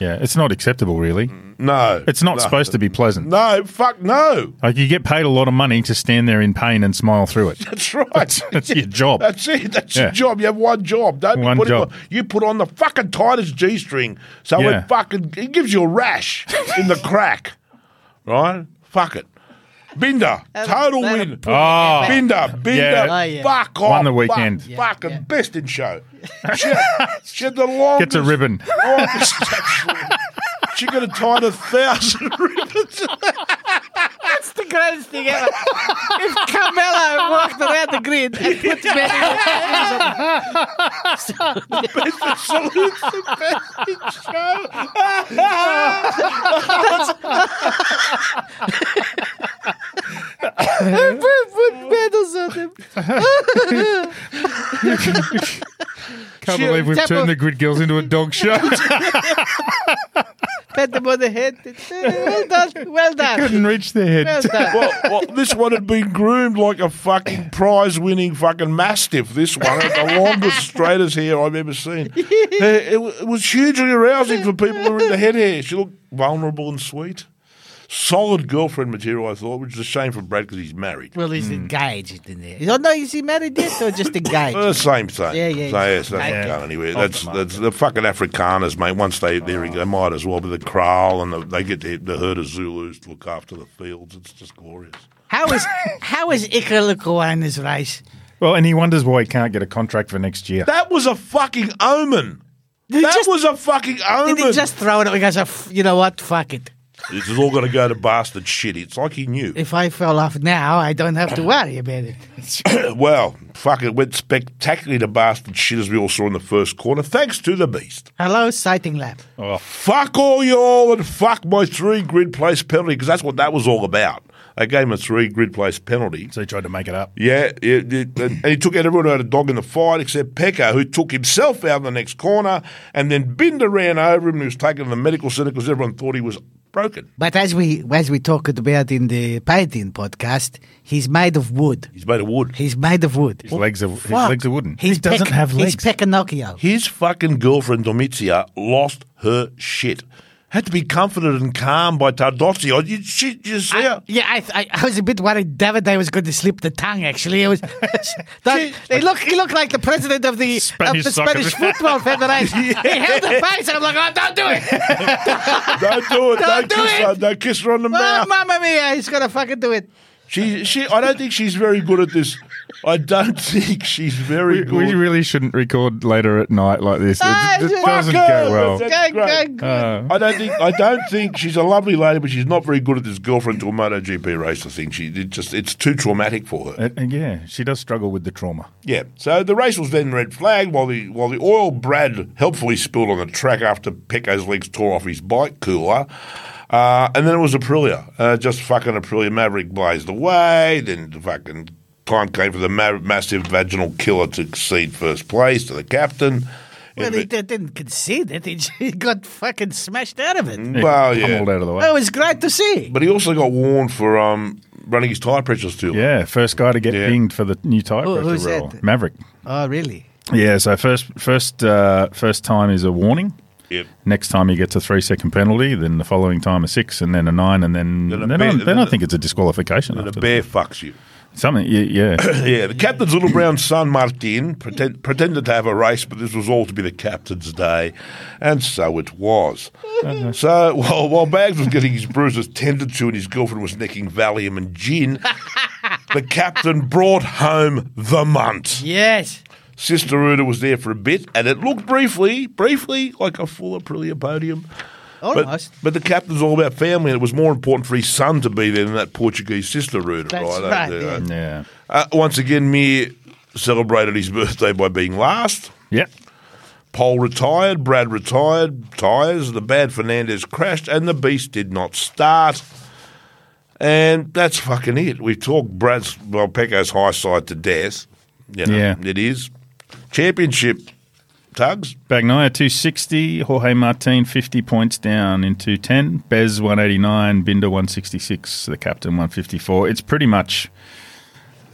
S2: Yeah, it's not acceptable, really.
S3: No.
S2: It's not
S3: Mm. No.
S2: supposed to be pleasant.
S3: No, fuck no.
S2: Like you get paid a lot of money to stand there in pain and smile through
S3: <laughs>
S2: it. <laughs>
S3: That's right.
S2: That's, that's your job.
S3: That's it. That's
S2: Yeah.
S3: your job. You have one job. Don't
S2: One
S3: be putting
S2: job.
S3: On, you put on the fucking tightest G string, so
S2: Yeah.
S3: it fucking it gives you a rash in the crack. Right? Fuck it. Binder, total
S4: that'll
S3: win.
S4: put
S2: Oh. it back.
S3: Binder, Binder,
S2: Yeah.
S4: Oh, yeah.
S3: fuck off.
S2: Won the
S3: fuck,
S2: weekend.
S4: Yeah,
S3: Fucking
S4: yeah.
S3: best in show. She, she had the
S2: <laughs>
S3: longest.
S2: Gets a ribbon.
S3: longest- Oh, she could have tied a thousand ribbons.
S4: That's the greatest thing ever. if Carmella walked around the grid and put men in the
S3: Salutes the best in show.
S4: and put, put medals on them.
S2: Can't believe we've
S4: Temple.
S2: turned the grid girls into a dog show. <laughs>
S4: Pat them on the head. Well done. Well done.
S2: Couldn't reach their
S4: Well
S2: head.
S4: done.
S3: well, well, this one had been groomed like a fucking prize-winning fucking mastiff. This one had the longest, straightest hair I've ever seen. Uh, It, wa- it was hugely arousing for people who were into head hair. She looked vulnerable and sweet. Solid girlfriend material, I thought, which is a shame for Brad because he's married.
S4: Well, he's engaged in there. Oh, no, is he married yet or just engaged?
S3: Uh, same thing.
S4: Yeah, yeah,
S3: So,
S4: yeah.
S3: yes, that's
S4: Yeah.
S3: not going anywhere. That's, that's the fucking Afrikaners, mate. Once they there,
S4: Oh.
S3: they might as well be the kraal and the, they get the, the herd of Zulus to look after the fields. It's just glorious.
S4: How is how is Iker Lukowana's race?
S2: Well, and he wonders why he can't get a contract for next year.
S3: That was a fucking omen.
S4: Did he
S3: that
S4: just-
S3: was a fucking omen.
S4: Did he just throw it away? Because "F- you know what? Fuck it.
S3: This is all going to go to bastard shit. It's like he knew.
S4: If I fell off now, I don't have to worry about
S2: <laughs>
S4: it.
S3: well, fuck, it went spectacularly to bastard shit as we all saw in the first quarter, thanks to the beast.
S4: Hello, sighting lab.
S3: Fuck all y'all and fuck my three grid place penalty because that's what that was all about. They gave him a three grid place penalty.
S2: So he tried to make it up.
S3: Yeah, it, it, and he took out everyone who had a dog in the fight except Pekka, who took himself out in the next corner, and then Binder ran over him and he was taken to the medical centre because everyone thought he was broken.
S4: But as we as we talked about in the Python podcast, he's made of wood.
S3: He's made of wood.
S4: He's made of wood.
S2: His legs are his
S4: Fuck.
S2: legs are wooden.
S4: He's
S2: he doesn't
S4: Pec-
S2: have legs.
S4: He's Pecanocchio.
S3: His fucking girlfriend Domitia lost her shit. Had to be comforted and calmed by Tardozzi. Oh, you, she, you see
S4: I, <laughs>
S3: her?
S4: yeah, I, I, I was a bit worried David I was going to slip the tongue. Actually,
S2: <laughs>
S4: it was. that, they look. He looked like the president of the
S2: Spanish
S4: of the
S2: soccer.
S4: Spanish
S2: <laughs>
S4: football federation. He held the face. I'm like, oh, don't do it.
S2: <laughs>
S3: Don't do it.
S4: Don't
S3: Don't,
S4: do
S3: kiss
S4: it.
S3: her. Don't kiss her on the
S4: Oh,
S3: mouth.
S4: Mamma mia! He's gonna fucking do it.
S3: She, she, I don't think she's very good at this. I don't <laughs> think she's very
S2: we,
S3: good.
S2: we really shouldn't record later at night like this. It,
S4: Ah,
S2: it
S4: just-
S2: doesn't
S3: Fuck
S2: go
S3: her.
S2: well.
S3: That's
S4: Go,
S3: great.
S4: go,
S2: Uh,
S3: I don't think I don't think she's a lovely lady, but she's not very good at this girlfriend to a MotoGP race. I think she it just it's too traumatic for her.
S2: and- and Uh, yeah, she does struggle with the trauma.
S3: Yeah. So the race was then red flagged while the while the oil Brad helpfully spilled on the track after Pecco's legs tore off his bike cooler. Uh, and then it was Aprilia. Uh, just fucking Aprilia Maverick blazed away. Then the fucking time came for the ma- massive vaginal killer to concede first place to the captain.
S4: Well,
S3: And
S4: he
S3: it-
S4: did- didn't concede it. He <laughs> just got fucking smashed out of it.
S2: Mm. Oh,
S3: well, yeah.
S2: Tumbled out of the
S4: Well,
S2: way.
S4: it was great to see.
S3: But he also got warned for um, running his tyre pressures too low.
S2: Yeah, first guy to get
S3: Yeah.
S2: dinged for the new tyre
S4: Who-
S2: pressure
S4: who's
S2: rule.
S4: that?
S2: Maverick.
S4: Oh, really?
S2: Yeah, so first first uh, first time is a warning.
S3: Yep.
S2: Next time you get a three second penalty, then the following time a six, and then a nine, and then
S3: Then
S2: then,
S3: a
S2: I,
S3: bear-
S2: then
S3: then
S2: I
S3: a-
S2: think it's a disqualification.
S3: And
S2: After that.
S3: the bear fucks you.
S2: Something, yeah, yeah.
S3: Yeah, the captain's little brown son, Martin, pretend, pretended to have a race, but this was all to be the captain's day, and so it was. so, while, while Bags was getting his bruises tended to and his girlfriend was necking Valium and gin, the captain brought home the munt.
S4: Yes.
S3: Sister Uda was there for a bit, and it looked briefly, briefly, like a full Aprilia podium. But,
S4: Almost.
S3: but the captain's all about family, and it was more important for his son to be there than that Portuguese sister Ruda,
S4: That's
S3: right?
S4: right,
S3: Uh,
S4: yeah.
S2: yeah.
S3: uh, once again, Mir celebrated his birthday by being last.
S2: Yep.
S3: Paul retired, Brad retired, tyres, the bad Fernandez crashed, and the beast did not start. And that's fucking it. We've talked Brad's, well, Pecco's high side to death. You know,
S2: Yeah.
S3: It is. Championship, Tugs.
S2: Bagnaia 260, Jorge Martin 50 points down in 210, Bez 189, Binder 166, the captain 154. It's pretty much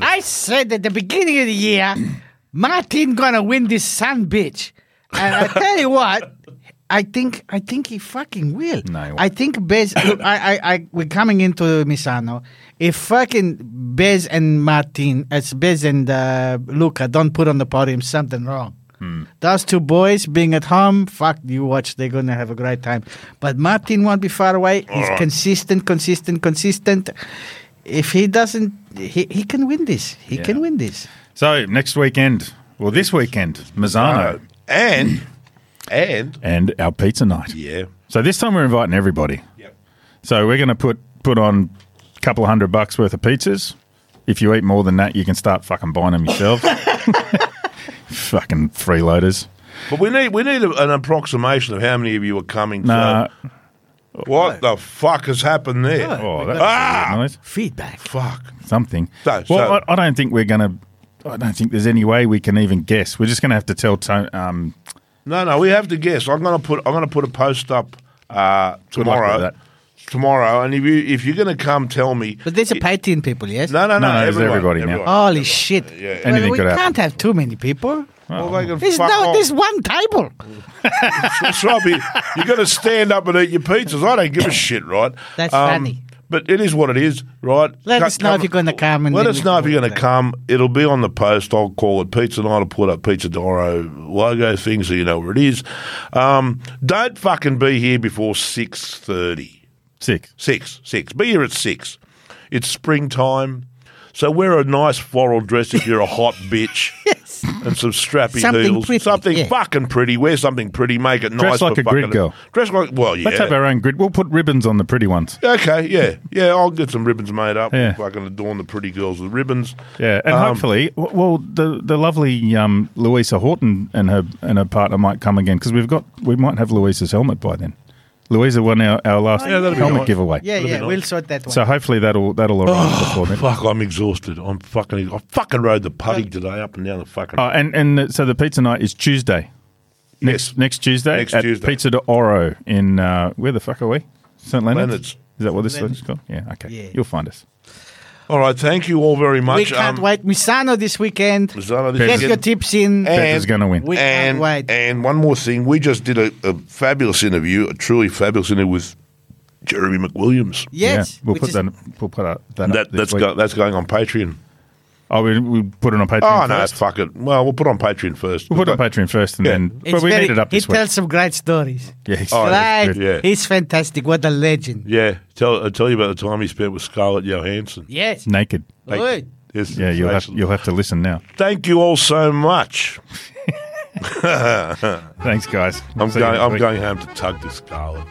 S4: I said at the beginning of the year, <clears throat> Martin gonna win this son bitch, and I tell you what, I think I think he fucking will.
S2: No, he won't.
S4: I think Bez. <coughs> Look, I, I, I, we're coming into Misano. If fucking Bez and Martin, as Bez and uh, Luca, don't put on the podium, something wrong.
S3: Hmm.
S4: Those two boys being at home, fuck you watch, they're gonna have a great time. But Martin won't be far away. He's
S3: Alright.
S4: consistent, consistent, consistent. If he doesn't, he, he can win this. He can win this.
S2: so next weekend, well, this weekend, Mazzano
S3: And, and,
S2: and our pizza night.
S3: yeah.
S2: So this time we're inviting everybody.
S3: Yep.
S2: So we're going to put put on a couple of hundred bucks worth of pizzas. If you eat more than that, you can start fucking buying them
S3: <laughs>
S2: yourself. <laughs> fucking freeloaders.
S3: But we need we need a, an approximation of how many of you are coming.
S2: Nah.
S3: So what the fuck has happened there?
S2: Oh, that's
S3: Ah!
S2: a weird noise.
S4: Feedback.
S3: Fuck.
S2: Something.
S3: So-
S2: well,
S3: so-
S2: I, I don't think we're going to. I don't think there's any way we can even guess. We're just going to have to tell. To, um,
S3: No, no, we have to guess. I'm gonna put I'm gonna put a post up uh,
S2: Good luck with
S3: tomorrow.
S2: that.
S3: Tomorrow, and if you if you're gonna come, tell me.
S4: But there's a Patreon people, yes?
S3: No, no, no,
S2: No, no, it's
S3: everyone,
S2: everybody now. Ah.
S3: everyone.
S4: Holy shit.
S3: yeah.
S4: Well,
S2: Anything
S4: we
S2: could happen.
S4: can't have too many people.
S3: Well, they can
S4: There's
S3: fuck
S4: no,
S3: off.
S4: there's one table.
S3: That's right. but You got to stand up and eat your pizzas. I don't
S4: <coughs>
S3: give a shit, right? Um,
S4: That's funny.
S3: But it is what it is, right?
S4: Let
S3: Co-
S4: us know if you're gonna come and
S3: let
S4: then
S3: us
S4: we
S3: know
S4: can
S3: if you're going
S4: work
S3: to
S4: it
S3: come. It'll be on the post. I'll call it Pizza Night. I'll put up Pizza Doro logo thing so you know where it is. Um, don't fucking be here before six thirty.
S2: sick.
S3: Six, six. Be here at six. It's springtime, so wear a nice floral dress if you're a
S4: <laughs>
S3: hot bitch.
S4: Yes.
S3: And some strappy
S4: Something
S3: heels,
S4: pretty,
S3: something
S4: yeah.
S3: fucking pretty. Wear something pretty. Make it nice.
S2: like
S3: for
S2: a grid
S3: fucking-
S2: girl.
S3: Dress like well, yeah.
S2: Let's have our own grid. We'll put ribbons on the pretty ones.
S3: okay, yeah, yeah. I'll get some ribbons made up.
S2: Yeah.
S3: Fucking adorn the pretty girls with ribbons.
S2: Yeah, and
S3: Um,
S2: hopefully, w- well, the the lovely um, Louisa Horton and her and her partner might come again because we've got we might have Louisa's helmet by then. Louisa won our, our last
S3: yeah, that'd be
S2: helmet
S3: nice. Oh,
S2: giveaway.
S4: Yeah, yeah, we'll sort that one.
S2: So hopefully that'll that'll arrive before then.
S3: Fuck, I'm exhausted. I'm fucking. I fucking rode the putty today, up and down the fucking.
S2: Oh, and and the- so the pizza night is Tuesday. Next
S3: Yes.
S2: next Tuesday
S3: Next
S2: at
S3: Tuesday.
S2: Pizza de Oro in uh, where the fuck are we? St Leonard's.
S3: Leonard's.
S2: Is that what this is called? Yeah. Okay.
S4: Yeah.
S2: You'll find us.
S3: All right, thank you all very much.
S4: we can't
S3: Um,
S4: wait. Misano this weekend.
S3: Zana, this
S4: Get
S3: is
S4: your
S3: getting-
S4: tips in.
S3: And-
S2: Who's going to win?
S4: we
S3: and
S4: can't wait.
S3: and one more thing, we just did a, a fabulous interview, a truly fabulous interview with Jeremy McWilliams.
S4: yes.
S2: yeah, we'll
S4: which
S2: put
S4: is-
S2: that. We'll put that. that, up
S3: That
S2: this
S3: that's
S2: week.
S3: go, that's going on Patreon.
S2: Oh, we, we put it on Patreon.
S3: Oh no,
S2: first?
S3: fuck it. Well, we'll put it on Patreon first.
S2: We'll put it on Patreon first, and
S3: Yeah.
S2: then
S4: It's
S2: but we
S4: very-
S2: need it up
S4: He
S2: this week.
S4: tells some great stories.
S2: yeah, he's-
S3: Oh,
S4: right.
S3: good. Yeah.
S4: He's fantastic. What a legend.
S3: Yeah, tell I'll tell you about the time he spent with Scarlett Johansson.
S4: Yes.
S2: naked.
S3: Thank-
S4: Oi.
S3: Yes,
S2: Yeah, you'll have,
S3: excellent.
S2: you'll have to listen now.
S3: Thank you all so much.
S2: Thanks, guys.
S3: I'm
S2: See you
S3: going.
S2: next
S3: I'm
S2: week.
S3: going home to tug this Scarlett.